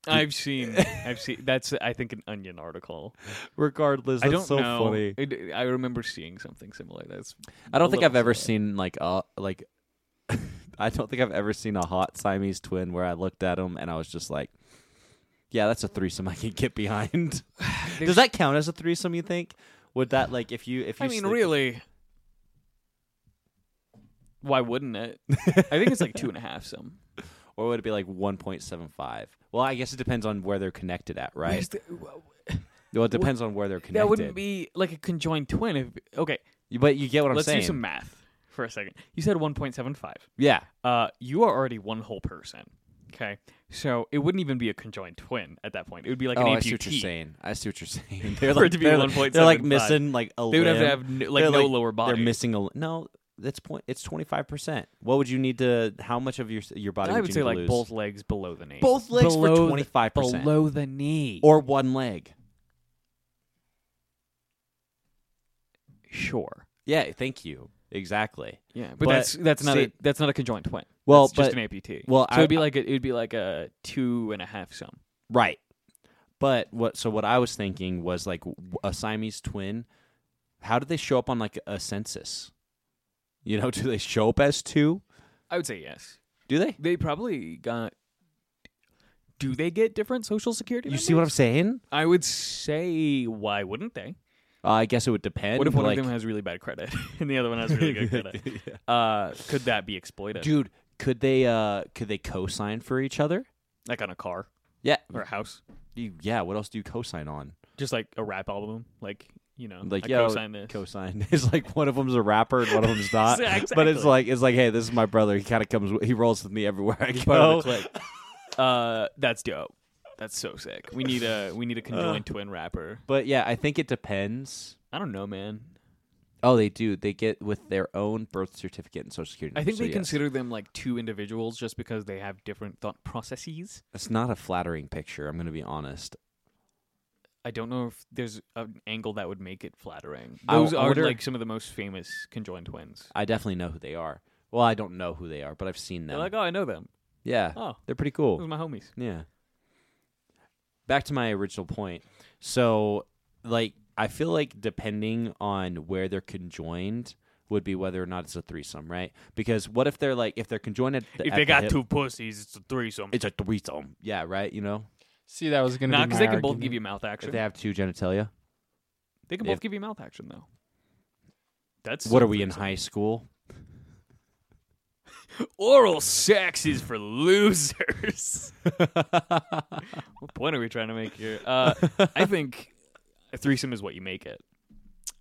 Speaker 2: I've seen. I've seen. That's I think an Onion article.
Speaker 1: Regardless,
Speaker 2: I
Speaker 1: that's so
Speaker 2: don't know.
Speaker 1: funny.
Speaker 2: It- I remember seeing something similar. That's.
Speaker 1: I
Speaker 2: a
Speaker 1: don't think I've
Speaker 2: little
Speaker 1: ever
Speaker 2: silly.
Speaker 1: seen like a like. I don't think I've ever seen a hot Siamese twin where I looked at him and I was just like, "Yeah, that's a threesome I can get behind." Does that count as a threesome? You think? Would that like if you if you
Speaker 2: I mean,
Speaker 1: sleep-
Speaker 2: really. Why wouldn't it? I think it's like two and a half. Some
Speaker 1: or would it be like one point seven five? Well, I guess it depends on where they're connected at, right?
Speaker 2: Where's the-
Speaker 1: well, it depends on where they're connected.
Speaker 2: that wouldn't be like a conjoined twin. If okay,
Speaker 1: But you get what
Speaker 2: let's
Speaker 1: I'm saying.
Speaker 2: do some math for a second. You said one point seven five.
Speaker 1: Yeah,
Speaker 2: uh, you are already one whole person. Okay, so it wouldn't even be a conjoined twin at that point. It would be like
Speaker 1: oh,
Speaker 2: an
Speaker 1: I see what you're
Speaker 2: amputee.
Speaker 1: saying. I see what you're saying. They're
Speaker 2: For it
Speaker 1: like,
Speaker 2: to be
Speaker 1: they're, like, they're like
Speaker 2: 1.75.
Speaker 1: missing like a
Speaker 2: They would
Speaker 1: limb.
Speaker 2: have to have n- like
Speaker 1: They're,
Speaker 2: no lower body.
Speaker 1: They're missing a li- no. That's point. It's twenty five percent. What would you need to? How much of your your body?
Speaker 2: I
Speaker 1: would
Speaker 2: would
Speaker 1: you
Speaker 2: say
Speaker 1: need to
Speaker 2: like
Speaker 1: lose?
Speaker 2: both legs below the knee.
Speaker 1: both legs
Speaker 2: Below the-
Speaker 1: for twenty five percent,
Speaker 2: below the knee.
Speaker 1: or one leg.
Speaker 2: sure.
Speaker 1: Yeah, thank you. Exactly.
Speaker 2: Yeah, but,
Speaker 1: But
Speaker 2: that's that's not a
Speaker 1: see-
Speaker 2: that's not a conjoined twin.
Speaker 1: Well,
Speaker 2: That's just
Speaker 1: but-
Speaker 2: an amputee.
Speaker 1: well,
Speaker 2: so
Speaker 1: I-
Speaker 2: it'd be like a, it'd be like a two and a half sum.
Speaker 1: Right. But what? So what I was thinking was like w- a Siamese twin. How do they show up on like a census? You know, do they show up as two?
Speaker 2: I would say yes.
Speaker 1: Do they?
Speaker 2: They probably got. Do they get different social security?
Speaker 1: You see what I'm saying?
Speaker 2: I would say why wouldn't they?
Speaker 1: Uh, I guess it would depend.
Speaker 2: What if one
Speaker 1: like,
Speaker 2: of them has really bad credit and the other one has really good credit? Uh, could that be exploited?
Speaker 1: dude? Could they? Uh, could they co-sign for each other?
Speaker 2: like on a car
Speaker 1: Yeah.
Speaker 2: or a house,
Speaker 1: You- yeah. What else do you co-sign on?
Speaker 2: just like a rap album, like you know,
Speaker 1: Like,
Speaker 2: I
Speaker 1: yo,
Speaker 2: co-sign this.
Speaker 1: Co-sign. It's like one of them's a rapper and one of them's not. But
Speaker 2: Exactly.
Speaker 1: it's like it's like, hey, this is my brother. He kind of comes. with- He rolls with me everywhere I
Speaker 2: Part
Speaker 1: go.
Speaker 2: of the clique. Uh, that's dope. That's so sick. We need a we
Speaker 1: Uh.
Speaker 2: need a conjoined twin rapper.
Speaker 1: But yeah, I think it depends.
Speaker 2: I don't know, man.
Speaker 1: Oh, they do. They get with their own birth certificate and social security.
Speaker 2: I think
Speaker 1: number, so
Speaker 2: they
Speaker 1: yes.
Speaker 2: consider them like two individuals just because they have different thought processes.
Speaker 1: it's not a flattering picture. I'm going to be honest.
Speaker 2: I don't know if there's an angle that would make it flattering.
Speaker 1: I
Speaker 2: Those are
Speaker 1: wonder-
Speaker 2: like some of the most famous conjoined twins.
Speaker 1: I definitely know who they are. Well, I don't know who they are, but I've seen
Speaker 2: They're
Speaker 1: them.
Speaker 2: like, oh, I know them.
Speaker 1: yeah,
Speaker 2: Oh,
Speaker 1: they're pretty
Speaker 2: those
Speaker 1: cool.
Speaker 2: are my homies.
Speaker 1: Yeah. Back to my original point. So, like, I feel like depending on where they're conjoined would be whether or not it's a threesome, right? Because what if they're like if they're conjoined at the,
Speaker 2: If
Speaker 1: at
Speaker 2: they
Speaker 1: the
Speaker 2: got
Speaker 1: hip-
Speaker 2: two pussies, it's a threesome.
Speaker 1: it's a threesome. Yeah, right. You know,
Speaker 3: See, that was gonna
Speaker 2: Not
Speaker 3: be because
Speaker 2: because they can both give you mouth action.
Speaker 1: if they have two genitalia,
Speaker 2: They can
Speaker 1: If-
Speaker 2: both give you mouth action though. That's
Speaker 1: what are we in
Speaker 2: something.
Speaker 1: high school?
Speaker 2: Oral sex is for losers. what point are we trying to make here? Uh, I think a threesome is what you make it.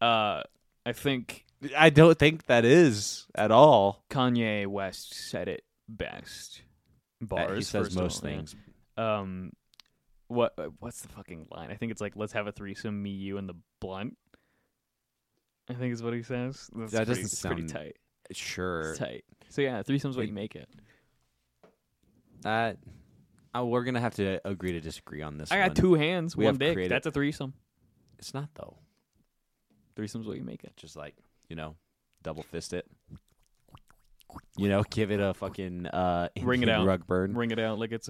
Speaker 2: Uh, I think
Speaker 1: I don't think that is at all.
Speaker 2: Kanye West said it best. Bars.
Speaker 1: he says
Speaker 2: first of
Speaker 1: most
Speaker 2: all, yeah.
Speaker 1: things.
Speaker 2: Um, what uh, what's the fucking line? I think it's like, "Let's have a threesome, me, you, and the blunt." I think is what he says. That's
Speaker 1: That
Speaker 2: pretty,
Speaker 1: doesn't
Speaker 2: it's pretty
Speaker 1: sound-
Speaker 2: tight.
Speaker 1: Sure.
Speaker 2: It's tight. So yeah, threesome's what
Speaker 1: It-
Speaker 2: you make it.
Speaker 1: Uh, uh, we're gonna have to agree to disagree on this.
Speaker 2: I got
Speaker 1: one.
Speaker 2: two hands,
Speaker 1: We
Speaker 2: one
Speaker 1: have
Speaker 2: dick.
Speaker 1: creative-
Speaker 2: That's a threesome.
Speaker 1: It's not though.
Speaker 2: Threesome's what you make it.
Speaker 1: Just like you know, double fist it. You know, give it a fucking uh,
Speaker 2: Ring it
Speaker 1: Indian
Speaker 2: out.
Speaker 1: rug burn.
Speaker 2: Ring it out like it's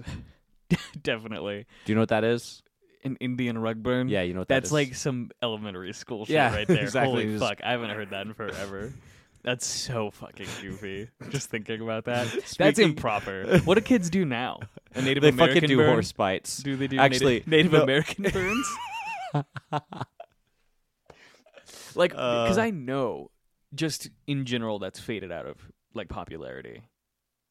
Speaker 2: definitely
Speaker 1: Do you know what that is?
Speaker 2: an Indian rug burn.
Speaker 1: Yeah, you know what that
Speaker 2: that's
Speaker 1: is.
Speaker 2: like some elementary school shit
Speaker 1: Yeah,
Speaker 2: right there.
Speaker 1: exactly.
Speaker 2: Holy
Speaker 1: Just-
Speaker 2: fuck, I haven't heard that in forever. That's so fucking goofy. Just thinking about that. That's
Speaker 1: Speaking-
Speaker 2: improper. What do kids do now? A Native
Speaker 1: they
Speaker 2: American
Speaker 1: fucking do
Speaker 2: burn?
Speaker 1: horse bites.
Speaker 2: Do they do
Speaker 1: Actually,
Speaker 2: Native, Native
Speaker 1: no.
Speaker 2: American burns? like, because
Speaker 1: Uh.
Speaker 2: I know, just in general, that's faded out of like popularity.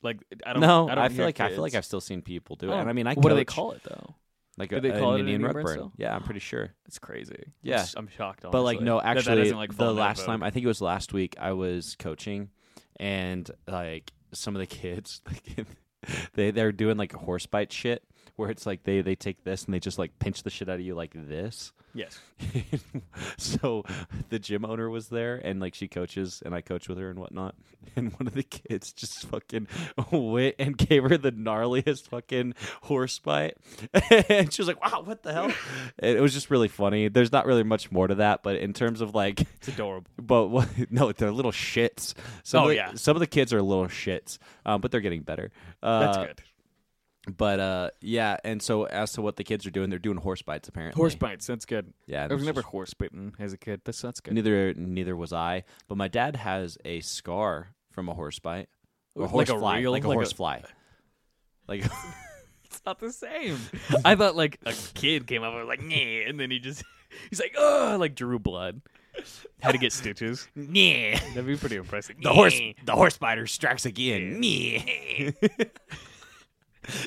Speaker 2: Like, I don't.
Speaker 1: no,
Speaker 2: I, don't
Speaker 1: feel
Speaker 2: hear
Speaker 1: like I feel
Speaker 2: kids.
Speaker 1: like I've still seen people do it,
Speaker 2: Oh,
Speaker 1: and I mean, I
Speaker 2: what do they
Speaker 1: coach,
Speaker 2: call it though?
Speaker 1: Like
Speaker 2: Do
Speaker 1: a,
Speaker 2: they
Speaker 1: an
Speaker 2: call it an
Speaker 1: Indian
Speaker 2: Indian
Speaker 1: rug
Speaker 2: burn
Speaker 1: burn.
Speaker 2: still?
Speaker 1: Yeah, I'm pretty sure.
Speaker 2: It's crazy.
Speaker 1: Yeah.
Speaker 2: I'm s- I'm shocked. Honestly.
Speaker 1: But like no,
Speaker 2: That that
Speaker 1: actually,
Speaker 2: doesn't, like, fall
Speaker 1: the
Speaker 2: in that
Speaker 1: last
Speaker 2: vote.
Speaker 1: time I think it was last week I was coaching, and like some of the kids, like, they they're doing like horse bite shit where it's like they they take this and they just like pinch the shit out of you like this.
Speaker 2: Yes.
Speaker 1: so the gym owner was there and like she coaches and I coach with her and whatnot. And one of the kids just fucking went and gave her the gnarliest fucking horse bite. and she was like, wow, what the hell? And it was just really funny. There's not really much more to that, but in terms of like,
Speaker 2: It's adorable.
Speaker 1: but what, no, they're little shits. Some
Speaker 2: Oh,
Speaker 1: of the,
Speaker 2: yeah.
Speaker 1: Some of the kids are little shits, um, but they're getting better. Uh,
Speaker 2: That's good.
Speaker 1: But uh, yeah, and so as to what the kids are doing, they're doing horse bites apparently.
Speaker 2: Horse bites. That's good.
Speaker 1: Yeah,
Speaker 2: I was never horse bitten as a kid. That's that's good.
Speaker 1: Neither neither was I. But my dad has a scar from a horse bite. Or
Speaker 2: Like
Speaker 1: horse
Speaker 2: a
Speaker 1: fly.
Speaker 2: real-
Speaker 1: like a
Speaker 2: like a-
Speaker 1: horse fly. Like
Speaker 2: It's not the same. I thought like a kid came up and was like, "Nyeh," and then he just he's like, oh, like drew blood. Had to get stitches.
Speaker 1: yeah.
Speaker 2: That'd be pretty impressive.
Speaker 1: The horse the horse spider strikes again. Yeah.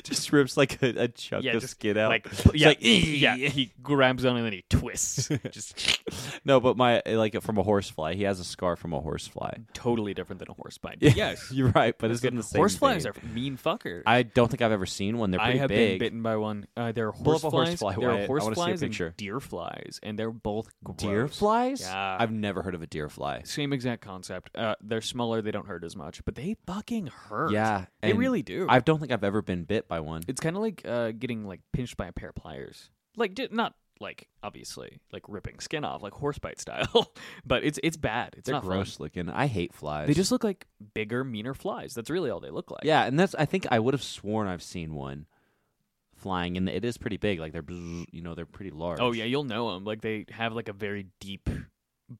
Speaker 1: just rips like a, a chunk
Speaker 2: Yeah,
Speaker 1: of
Speaker 2: just
Speaker 1: skin out.
Speaker 2: Like,
Speaker 1: It's
Speaker 2: yeah,
Speaker 1: like,
Speaker 2: yeah.
Speaker 1: "Eh."
Speaker 2: He grabs on and then he twists. just
Speaker 1: No, but my like from a horse fly. He has a scar from a horse fly.
Speaker 2: totally different than a horse bite.
Speaker 1: You're right, but it's
Speaker 2: Good.
Speaker 1: in the same
Speaker 2: horse flies
Speaker 1: vein.
Speaker 2: are mean fucker.
Speaker 1: I don't think I've ever seen one. They're
Speaker 2: I
Speaker 1: pretty
Speaker 2: have
Speaker 1: big.
Speaker 2: been bitten by one. Uh, there are
Speaker 1: Pull
Speaker 2: horse
Speaker 1: up a horse
Speaker 2: flies.
Speaker 1: fly,
Speaker 2: there
Speaker 1: Wyatt. I
Speaker 2: are horse
Speaker 1: wanna see a
Speaker 2: flies
Speaker 1: picture.
Speaker 2: and deer flies, and they're both gross.
Speaker 1: Deer flies?
Speaker 2: Yeah.
Speaker 1: I've never heard of a deer fly.
Speaker 2: Same exact concept. Uh, they're smaller. They don't hurt as much, but they fucking hurt.
Speaker 1: Yeah,
Speaker 2: they
Speaker 1: and
Speaker 2: really do.
Speaker 1: I don't think I've ever been bit by one.
Speaker 2: It's kind of like uh, getting like pinched by a pair of pliers. Like di- not like obviously like ripping skin off like horse bite style, but it's it's bad. It's
Speaker 1: They're
Speaker 2: not fun.
Speaker 1: gross looking. I hate flies.
Speaker 2: They just look like bigger, meaner flies. That's really all they look like.
Speaker 1: yeah, and that's. I think I would have sworn I've seen one flying, and it is pretty big. Like they're, bzz, you know, they're pretty large.
Speaker 2: Oh yeah, you'll know them. Like they have like a very deep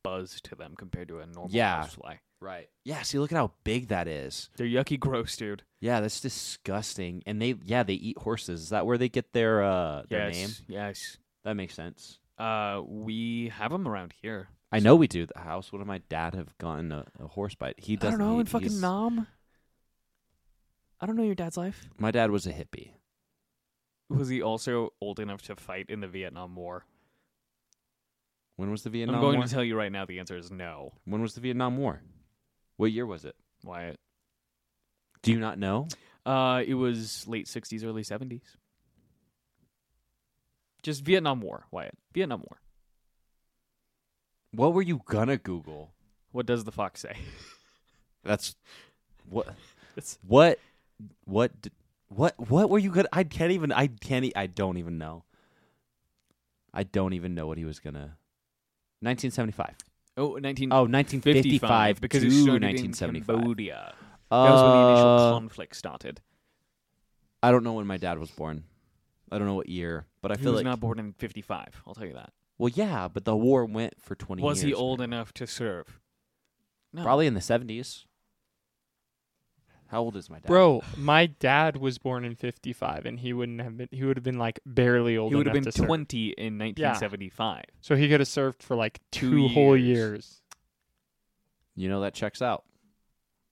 Speaker 2: buzz to them compared to a normal
Speaker 1: Yeah.
Speaker 2: house fly.
Speaker 1: right. Yeah, see, look at how big that is.
Speaker 2: They're yucky, gross, dude.
Speaker 1: Yeah, that's disgusting. And they, yeah, they eat horses. Is that where they get their uh their
Speaker 2: yes,
Speaker 1: name?
Speaker 2: yes.
Speaker 1: That makes sense.
Speaker 2: Uh, we have them around here.
Speaker 1: I know we do. The house. What did my dad have gotten a, a horse bite? He
Speaker 2: I
Speaker 1: doesn't.
Speaker 2: don't know
Speaker 1: he-
Speaker 2: in fucking
Speaker 1: he's-
Speaker 2: Nam. I don't know your dad's life.
Speaker 1: My dad was a hippie.
Speaker 2: Was he also old enough to fight in the Vietnam War?
Speaker 1: When was the Vietnam
Speaker 2: I'm going
Speaker 1: War?
Speaker 2: to tell you right now. The answer is no.
Speaker 1: when was the Vietnam War? What year was it?
Speaker 2: Wyatt.
Speaker 1: Do you not know?
Speaker 2: Uh, it was late '60s, early '70s. Just Vietnam War, Wyatt. Vietnam War.
Speaker 1: What were you gonna Google?
Speaker 2: What does the fox say?
Speaker 1: That's what.
Speaker 2: It's-
Speaker 1: what? What? d- What? What were you gonna? I can't even. I can't. e- I don't even know. I don't even know what he was gonna. 1975.
Speaker 2: Oh, 1955.
Speaker 1: Oh, 1955
Speaker 2: because
Speaker 1: to
Speaker 2: it started
Speaker 1: 1975.
Speaker 2: in Cambodia.
Speaker 1: Uh,
Speaker 2: that was when the initial conflict started.
Speaker 1: I don't know when my dad was born. I don't know what year, but I
Speaker 2: he
Speaker 1: feel
Speaker 2: was
Speaker 1: like.
Speaker 2: not born in '55. I'll tell you that.
Speaker 1: well, yeah, but the war went for 20
Speaker 2: Was
Speaker 1: years.
Speaker 2: he old enough to serve? No.
Speaker 1: Probably in the 70s. How old is my dad?
Speaker 3: Bro, my dad was born in '55, and he wouldn't have been. He would have been like barely old.
Speaker 2: He would have
Speaker 3: enough
Speaker 2: been
Speaker 3: to serve.
Speaker 2: 20 in 1975.
Speaker 3: so he could have served for like two
Speaker 2: Two
Speaker 3: whole
Speaker 2: years.
Speaker 3: years.
Speaker 1: You know that checks out.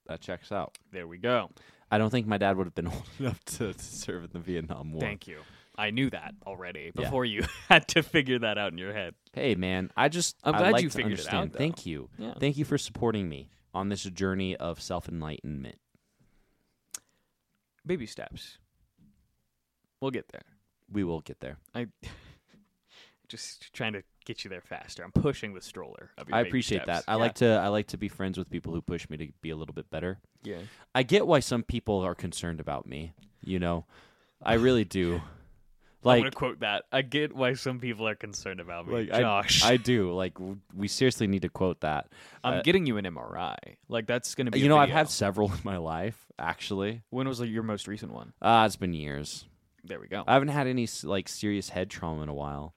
Speaker 1: That checks out.
Speaker 2: There we go.
Speaker 1: I don't think my dad would have been old enough to, to serve in the Vietnam War.
Speaker 2: Thank you. I knew that already
Speaker 1: Yeah.
Speaker 2: before you had to figure that out in your head.
Speaker 1: Hey man, I just
Speaker 2: I'm
Speaker 1: I
Speaker 2: glad
Speaker 1: like
Speaker 2: you
Speaker 1: to
Speaker 2: figured it out,
Speaker 1: understand.
Speaker 2: though.
Speaker 1: Thank you.
Speaker 2: Yeah.
Speaker 1: Thank you for supporting me on this journey of self enlightenment.
Speaker 2: Baby steps. We'll get there.
Speaker 1: We will get there.
Speaker 2: I just trying to get you there faster. I'm pushing the stroller. Of your
Speaker 1: I
Speaker 2: baby
Speaker 1: appreciate
Speaker 2: steps.
Speaker 1: that. I like to I like to be friends with people who push me to be a little bit better.
Speaker 2: Yeah.
Speaker 1: I get why some people are concerned about me, you know. I really do.
Speaker 2: I'm
Speaker 1: Like
Speaker 2: gonna quote that. I get why some people are concerned about me,
Speaker 1: Like, I-
Speaker 2: Josh.
Speaker 1: I do. Like w- we seriously need to quote that.
Speaker 2: am
Speaker 1: uh,
Speaker 2: getting you an MRI. Like that's gonna be. a
Speaker 1: you know, I've
Speaker 2: video.
Speaker 1: had several in my life actually.
Speaker 2: When was like, your most recent one?
Speaker 1: Uh, it's been years.
Speaker 2: There we go.
Speaker 1: I haven't had any s- like serious head trauma in a while.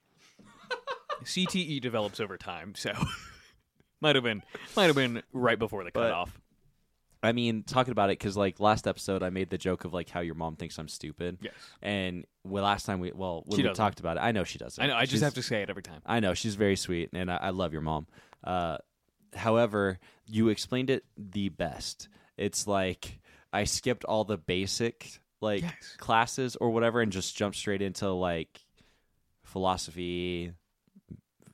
Speaker 2: CTE E develops over time, so might have been might have been right before the
Speaker 1: But-
Speaker 2: cutoff.
Speaker 1: I mean, talking about it because like last episode, I made the joke of like how your mom thinks I'm stupid,
Speaker 2: Yes,
Speaker 1: and well, last time we well when
Speaker 2: She
Speaker 1: we
Speaker 2: doesn't.
Speaker 1: talked about it, I know she doesn't.
Speaker 2: I know. I just
Speaker 1: She's-
Speaker 2: have to say it every time.
Speaker 1: I know she's very sweet, and I, I love your mom. Uh, however, you explained it the best. It's like I skipped all the basic like
Speaker 2: Yes.
Speaker 1: classes or whatever, and just jumped straight into like philosophy,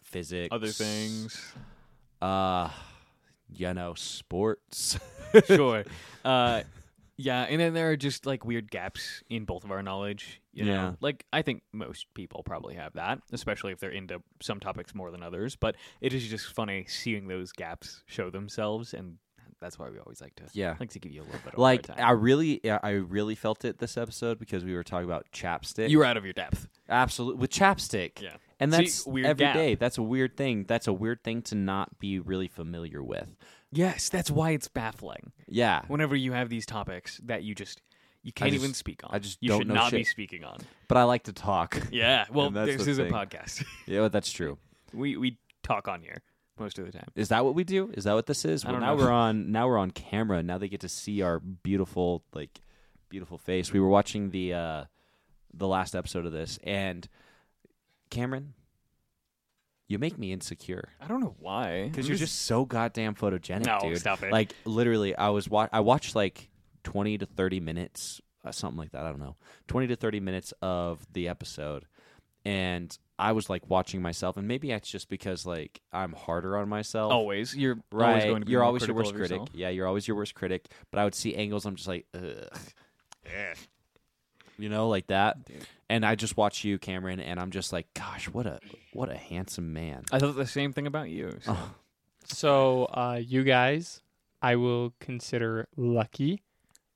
Speaker 1: physics,
Speaker 2: Other things,
Speaker 1: uh, you know, sports.
Speaker 2: sure. Uh, Yeah, and then there are just like weird gaps in both of our knowledge. You know?
Speaker 1: Yeah.
Speaker 2: Like I think most people probably have that, especially if they're into some topics more than others. But it is just funny seeing those gaps show themselves and that's why we always like to
Speaker 1: Yeah.
Speaker 2: like to give you a little bit of
Speaker 1: Like
Speaker 2: a hard time.
Speaker 1: I really, yeah, I really felt it this episode because we were talking about chapstick.
Speaker 2: you were out of your depth.
Speaker 1: absolutely with chapstick.
Speaker 2: Yeah.
Speaker 1: and
Speaker 2: See,
Speaker 1: that's every
Speaker 2: weird
Speaker 1: day.
Speaker 2: gap.
Speaker 1: That's a weird thing. That's a weird thing to not be really familiar with.
Speaker 2: Yes, that's why it's baffling.
Speaker 1: Yeah,
Speaker 2: Whenever you have these topics that you just you can't even
Speaker 1: just-
Speaker 2: speak on.
Speaker 1: I just
Speaker 2: you
Speaker 1: don't
Speaker 2: should
Speaker 1: know
Speaker 2: not
Speaker 1: shit.
Speaker 2: be speaking on.
Speaker 1: but I like to talk.
Speaker 2: Yeah. Well,
Speaker 1: And that's
Speaker 2: this
Speaker 1: the
Speaker 2: is a
Speaker 1: thing.
Speaker 2: podcast.
Speaker 1: yeah, that's true.
Speaker 2: we we talk on here most of the time.
Speaker 1: Is that what we do? Is that what this is?
Speaker 2: I
Speaker 1: Well,
Speaker 2: don't
Speaker 1: now
Speaker 2: know.
Speaker 1: we're on now we're on camera. Now they get to see our beautiful like beautiful face. We were watching the uh the last episode of this and Cameron you make me insecure
Speaker 2: I don't know why.
Speaker 1: because
Speaker 2: I'm
Speaker 1: you're just so goddamn photogenic,
Speaker 2: No,
Speaker 1: dude.
Speaker 2: stop it.
Speaker 1: Like literally, I was wa- I watched like 20 to 30 minutes, uh, something like that. I don't know, 20 to 30 minutes of the episode, and I was like watching myself, and maybe that's just because like I'm harder on myself.
Speaker 2: always you're
Speaker 1: Right,
Speaker 2: always going to be
Speaker 1: you're
Speaker 2: more
Speaker 1: always your
Speaker 2: critical
Speaker 1: worst
Speaker 2: of
Speaker 1: critic.
Speaker 2: yourself.
Speaker 1: Yeah, you're always your worst critic. But I would see angles. I'm just like, ugh, you know, like that. And I just watch you, Cameron, and I'm just like, gosh, what a what a handsome man.
Speaker 2: I thought the same thing about you. so-
Speaker 1: Oh.
Speaker 3: So, uh, you guys, I will consider lucky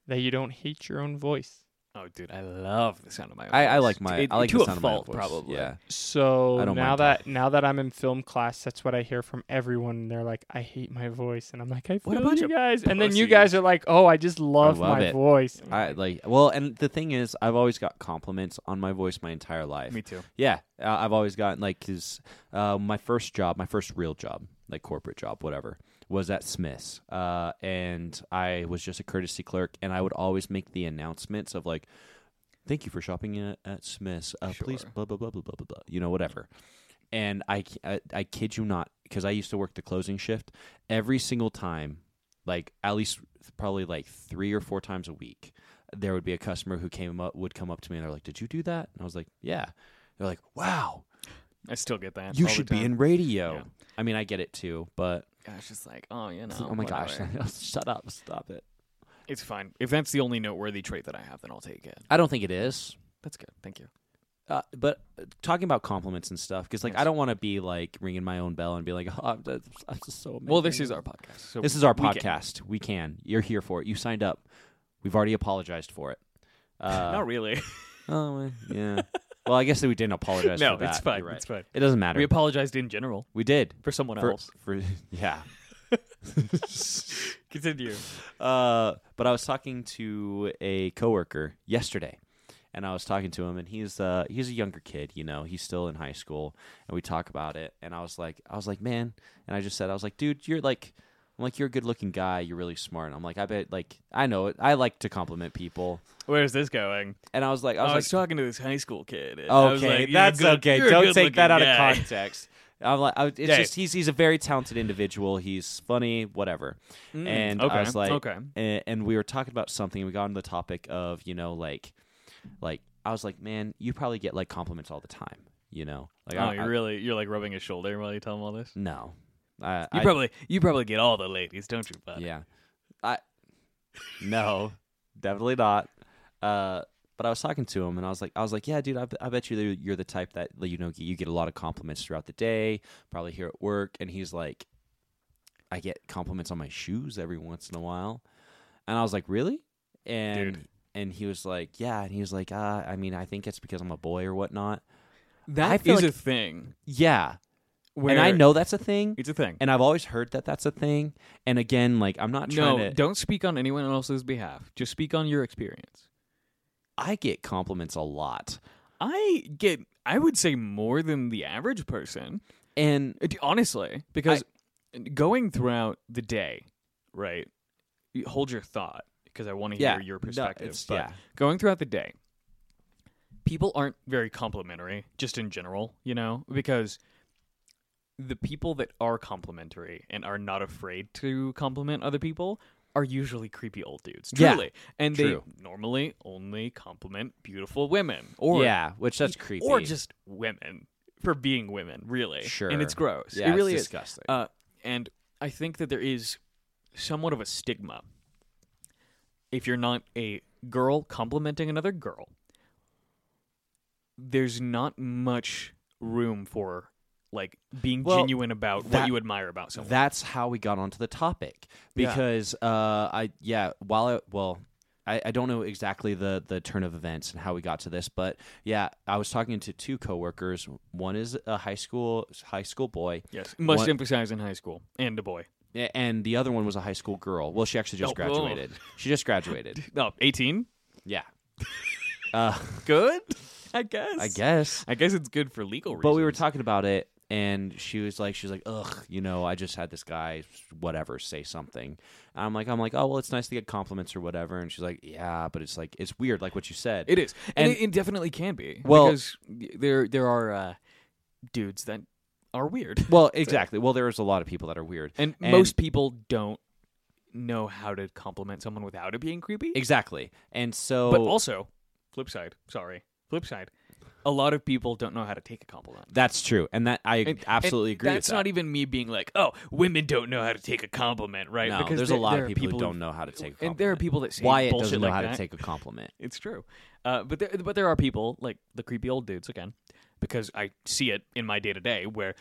Speaker 3: that you don't hate your own voice.
Speaker 2: Oh, dude, I love the sound of my. Own
Speaker 1: I, I
Speaker 2: voice.
Speaker 1: like my
Speaker 2: It-
Speaker 1: I like
Speaker 2: to
Speaker 1: the
Speaker 2: a
Speaker 1: sound of
Speaker 2: fault,
Speaker 1: my voice.
Speaker 2: probably.
Speaker 1: Yeah, I
Speaker 3: So
Speaker 1: don't
Speaker 3: now
Speaker 1: mind
Speaker 3: that now that I'm in film class, that's what I hear from everyone. And they're like, "I hate my voice," and I'm like, "I
Speaker 2: What a
Speaker 3: feel
Speaker 2: bunch
Speaker 3: you
Speaker 2: of
Speaker 3: guys." And then you
Speaker 2: pussies.
Speaker 3: guys are like, "Oh, I just love,
Speaker 1: love
Speaker 3: my
Speaker 1: it.
Speaker 3: voice."
Speaker 1: I like well, and the thing is, I've always got compliments on my voice my entire life.
Speaker 2: Me too.
Speaker 1: Yeah, uh, I've always gotten like because uh, my first job, my first real job, like corporate job, whatever, was at Smith's, uh, and I was just a courtesy clerk, and I would always make the announcements of like, "Thank you for shopping at, at Smith's. Uh, Please,
Speaker 2: Sure.
Speaker 1: blah blah blah blah blah blah blah." You know, whatever. And I, c- I, I kid you not, because I used to work the closing shift every single time, like at least probably like three or four times a week. There would be a customer who came up, would come up to me, and they're like, "Did you do that?" And I was like, "Yeah." They're like, "Wow,
Speaker 2: I still get that.
Speaker 1: you
Speaker 2: all the
Speaker 1: should be
Speaker 2: time.
Speaker 1: in radio."
Speaker 2: Yeah.
Speaker 1: I mean, I get it too, but
Speaker 2: Gosh, it's like, oh, you know.
Speaker 1: oh, my gosh,
Speaker 2: whatever.
Speaker 1: shut up, stop it.
Speaker 2: it's fine. If that's the only noteworthy trait that I have, then I'll take it.
Speaker 1: I don't think it is.
Speaker 2: That's good. Thank you.
Speaker 1: Uh, but uh, talking about compliments and stuff, because like
Speaker 2: Yes.
Speaker 1: I don't want to be like ringing my own bell and be like, "Oh, I'm just, I'm just so." Amazing.
Speaker 2: Well, this is our podcast. So
Speaker 1: this is our
Speaker 2: we get-
Speaker 1: podcast. We can. You're here for it. You signed up. We've already apologized for it. Uh,
Speaker 2: Not really.
Speaker 1: oh well, yeah. well, I guess that we didn't apologize.
Speaker 2: no,
Speaker 1: for that.
Speaker 2: it's fine.
Speaker 1: You're right.
Speaker 2: It's fine.
Speaker 1: It doesn't matter.
Speaker 2: We
Speaker 1: We,
Speaker 2: apologized in general
Speaker 1: did
Speaker 2: for someone
Speaker 1: for,
Speaker 2: else.
Speaker 1: for yeah.
Speaker 2: Continue.
Speaker 1: Uh, but I was talking to a coworker yesterday, and I was talking to him, and he's uh he's a younger kid, you know, he's still in high school, and we talk about it, and I was like, I was like, man, and I just said, I was like, dude, you're like. I'm like you're a good-looking guy. You're really smart. And I'm like, I bet, like, I know it. I like to compliment people.
Speaker 2: Where's this going? Oh,
Speaker 1: And I was like, I
Speaker 2: I
Speaker 1: was
Speaker 2: was,
Speaker 1: like,
Speaker 2: talking to this high school kid. and I was
Speaker 1: Okay,
Speaker 2: like, you're a
Speaker 1: that's
Speaker 2: good-
Speaker 1: okay.
Speaker 2: you're a
Speaker 1: Don't
Speaker 2: good-looking
Speaker 1: take that out of
Speaker 2: guy.
Speaker 1: context. I'm like, I, it's
Speaker 2: Yeah.
Speaker 1: just he's he's a very talented individual. He's funny, whatever.
Speaker 2: Mm,
Speaker 1: and
Speaker 2: okay,
Speaker 1: I was like,
Speaker 2: okay.
Speaker 1: and, and we were talking about something. We got on the topic of you know like, like I was like, man, you probably get like compliments all the time. You know, like
Speaker 2: Oh,
Speaker 1: I,
Speaker 2: you're
Speaker 1: I-
Speaker 2: really you're like rubbing his shoulder while you tell him all this.
Speaker 1: no, I,
Speaker 2: You
Speaker 1: I-
Speaker 2: probably you probably get all the ladies, don't you, bud?
Speaker 1: yeah, I no, definitely not. Uh, but I was talking to him, and I was like, I was like, yeah, dude, I, bet- I bet you that you're the type that like, you know you get a lot of compliments throughout the day, probably here at work. And he's like, I get compliments on my shoes every once in a while, and I was like, really? And
Speaker 2: Dude.
Speaker 1: and he was like, yeah, and he was like, ah, I mean, I think it's because I'm a boy or whatnot. I
Speaker 2: That
Speaker 1: feel
Speaker 2: is
Speaker 1: like-
Speaker 2: a thing.
Speaker 1: Yeah,
Speaker 2: Where
Speaker 1: and I know that's a thing,
Speaker 2: it's a thing.
Speaker 1: and I've always heard that that's a thing. And again, like I'm not trying
Speaker 2: No,
Speaker 1: to.
Speaker 2: don't speak on anyone else's behalf. Just speak on your experience.
Speaker 1: I get compliments a lot.
Speaker 2: I get, I would say more than the average person,
Speaker 1: And
Speaker 2: Uh, d- honestly, because going throughout the day, right? you- Hold your thought because I want to hear
Speaker 1: yeah,
Speaker 2: your
Speaker 1: no,
Speaker 2: perspective.
Speaker 1: it's-
Speaker 2: but
Speaker 1: yeah.
Speaker 2: going throughout the day, people aren't very complimentary, just in general, you know, because the people that are complimentary and are not afraid to compliment other people are usually creepy old dudes.
Speaker 1: Yeah,
Speaker 2: Truly. and
Speaker 1: true.
Speaker 2: they normally only compliment beautiful women or
Speaker 1: yeah, which that's creepy.
Speaker 2: or just women for being women, really.
Speaker 1: Sure.
Speaker 2: And it's gross.
Speaker 1: yeah,
Speaker 2: it really
Speaker 1: it's
Speaker 2: is.
Speaker 1: disgusting.
Speaker 2: Uh, and I think that there is somewhat of a stigma if you're not a girl complimenting another girl, there's not much room for like being
Speaker 1: Well,
Speaker 2: genuine about what
Speaker 1: that-
Speaker 2: you admire about someone.
Speaker 1: That's how we got onto the topic
Speaker 2: Yeah.
Speaker 1: because uh, I yeah while I, well I, I don't know exactly the the turn of events and how we got to this, but yeah, I was talking to two coworkers. One is a high school high school boy,
Speaker 2: yes, must
Speaker 1: What-
Speaker 2: emphasize in high school and a boy.
Speaker 1: a- and the other one was a high school girl. Well, she actually just
Speaker 2: Oh, oh.
Speaker 1: graduated. She just graduated.
Speaker 2: No, 18.
Speaker 1: Yeah. Uh,
Speaker 2: Good, I guess.
Speaker 1: I guess.
Speaker 2: I guess it's good for legal reasons.
Speaker 1: But we were talking about it, and she was like, she was like, ugh, you know, I just had this guy, whatever, say something. And I'm like, I'm like, oh well, it's nice to get compliments or whatever. And she's like, yeah, but it's like, it's weird, like what you said.
Speaker 2: It is, and,
Speaker 1: And-
Speaker 2: it, it definitely can be.
Speaker 1: Well-
Speaker 2: because there there are uh, dudes that are weird,
Speaker 1: well, exactly. Well, there is a lot of people that are weird.
Speaker 2: and,
Speaker 1: And-
Speaker 2: most people don't know how to compliment someone without it being creepy.
Speaker 1: Exactly. And so,
Speaker 2: But also, flip side. Sorry, flip side. A lot of people don't know how to take a compliment.
Speaker 1: that's true, and that I
Speaker 2: And-
Speaker 1: absolutely
Speaker 2: and
Speaker 1: agree.
Speaker 2: That's
Speaker 1: with
Speaker 2: not
Speaker 1: that.
Speaker 2: even me being like, oh, women don't know how to take a compliment, right?
Speaker 1: No,
Speaker 2: because
Speaker 1: there's
Speaker 2: there-
Speaker 1: a lot
Speaker 2: there
Speaker 1: of
Speaker 2: are
Speaker 1: people, who don't
Speaker 2: who-
Speaker 1: know how to take. A compliment.
Speaker 2: And there are people that say
Speaker 1: Why it
Speaker 2: bullshit
Speaker 1: doesn't know
Speaker 2: like
Speaker 1: how
Speaker 2: that.
Speaker 1: to take a compliment.
Speaker 2: It's true. Uh, but there, but there are people like the creepy old dudes again, because I see it in my day to day where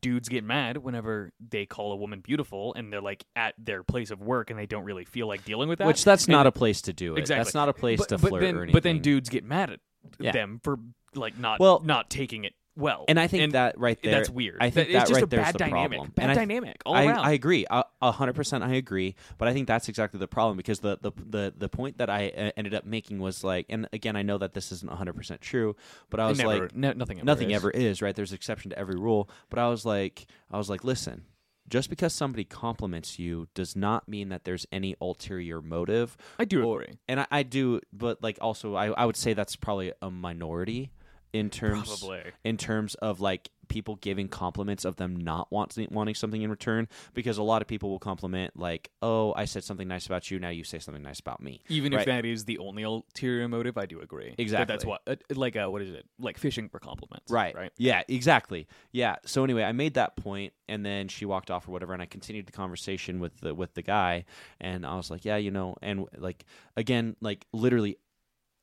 Speaker 2: dudes get mad whenever they call a woman beautiful and they're like at their place of work and they don't really feel like dealing with that.
Speaker 1: Which that's
Speaker 2: And-
Speaker 1: not a place to do it.
Speaker 2: exactly.
Speaker 1: That's not a place
Speaker 2: but,
Speaker 1: to
Speaker 2: but
Speaker 1: flirt
Speaker 2: then,
Speaker 1: or anything.
Speaker 2: But then dudes get mad at
Speaker 1: Yeah.
Speaker 2: them for like not
Speaker 1: Well-
Speaker 2: not taking it well.
Speaker 1: and I think that right there,
Speaker 2: that's weird.
Speaker 1: I think
Speaker 2: That-
Speaker 1: that
Speaker 2: it's just
Speaker 1: right
Speaker 2: a
Speaker 1: there's
Speaker 2: bad
Speaker 1: the
Speaker 2: dynamic.
Speaker 1: problem.
Speaker 2: Bad
Speaker 1: and I th-
Speaker 2: dynamic all
Speaker 1: I,
Speaker 2: around.
Speaker 1: I agree. A a hundred percent, I agree. But I think that's exactly the problem because the the the, the point that I uh, ended up making was like, and again, I know that this isn't a hundred percent true, but I was
Speaker 2: Never-
Speaker 1: like,
Speaker 2: no- nothing ever
Speaker 1: nothing
Speaker 2: is.
Speaker 1: ever is right. There's exception to every rule. But I was like, I was like, listen. Just because somebody compliments you does not mean that there's any ulterior motive
Speaker 2: I do
Speaker 1: or-
Speaker 2: agree.
Speaker 1: and I, I do, but like also, I, I would say that's probably a minority in terms
Speaker 2: Probably.
Speaker 1: in terms of like people giving compliments of them not wanting wanting something in return because a lot of people will compliment like, oh, I said something nice about you, now you say something nice about me.
Speaker 2: Even if
Speaker 1: Right.
Speaker 2: that is the only ulterior motive, I do agree. That that's
Speaker 1: Exactly.
Speaker 2: what uh, like uh, what is it? Like fishing for compliments.
Speaker 1: Right.
Speaker 2: Right.
Speaker 1: Yeah, exactly. Yeah. So anyway, I made that point and then she walked off or whatever and I continued the conversation with the with the guy and I was like, "Yeah, you know." And like again, like literally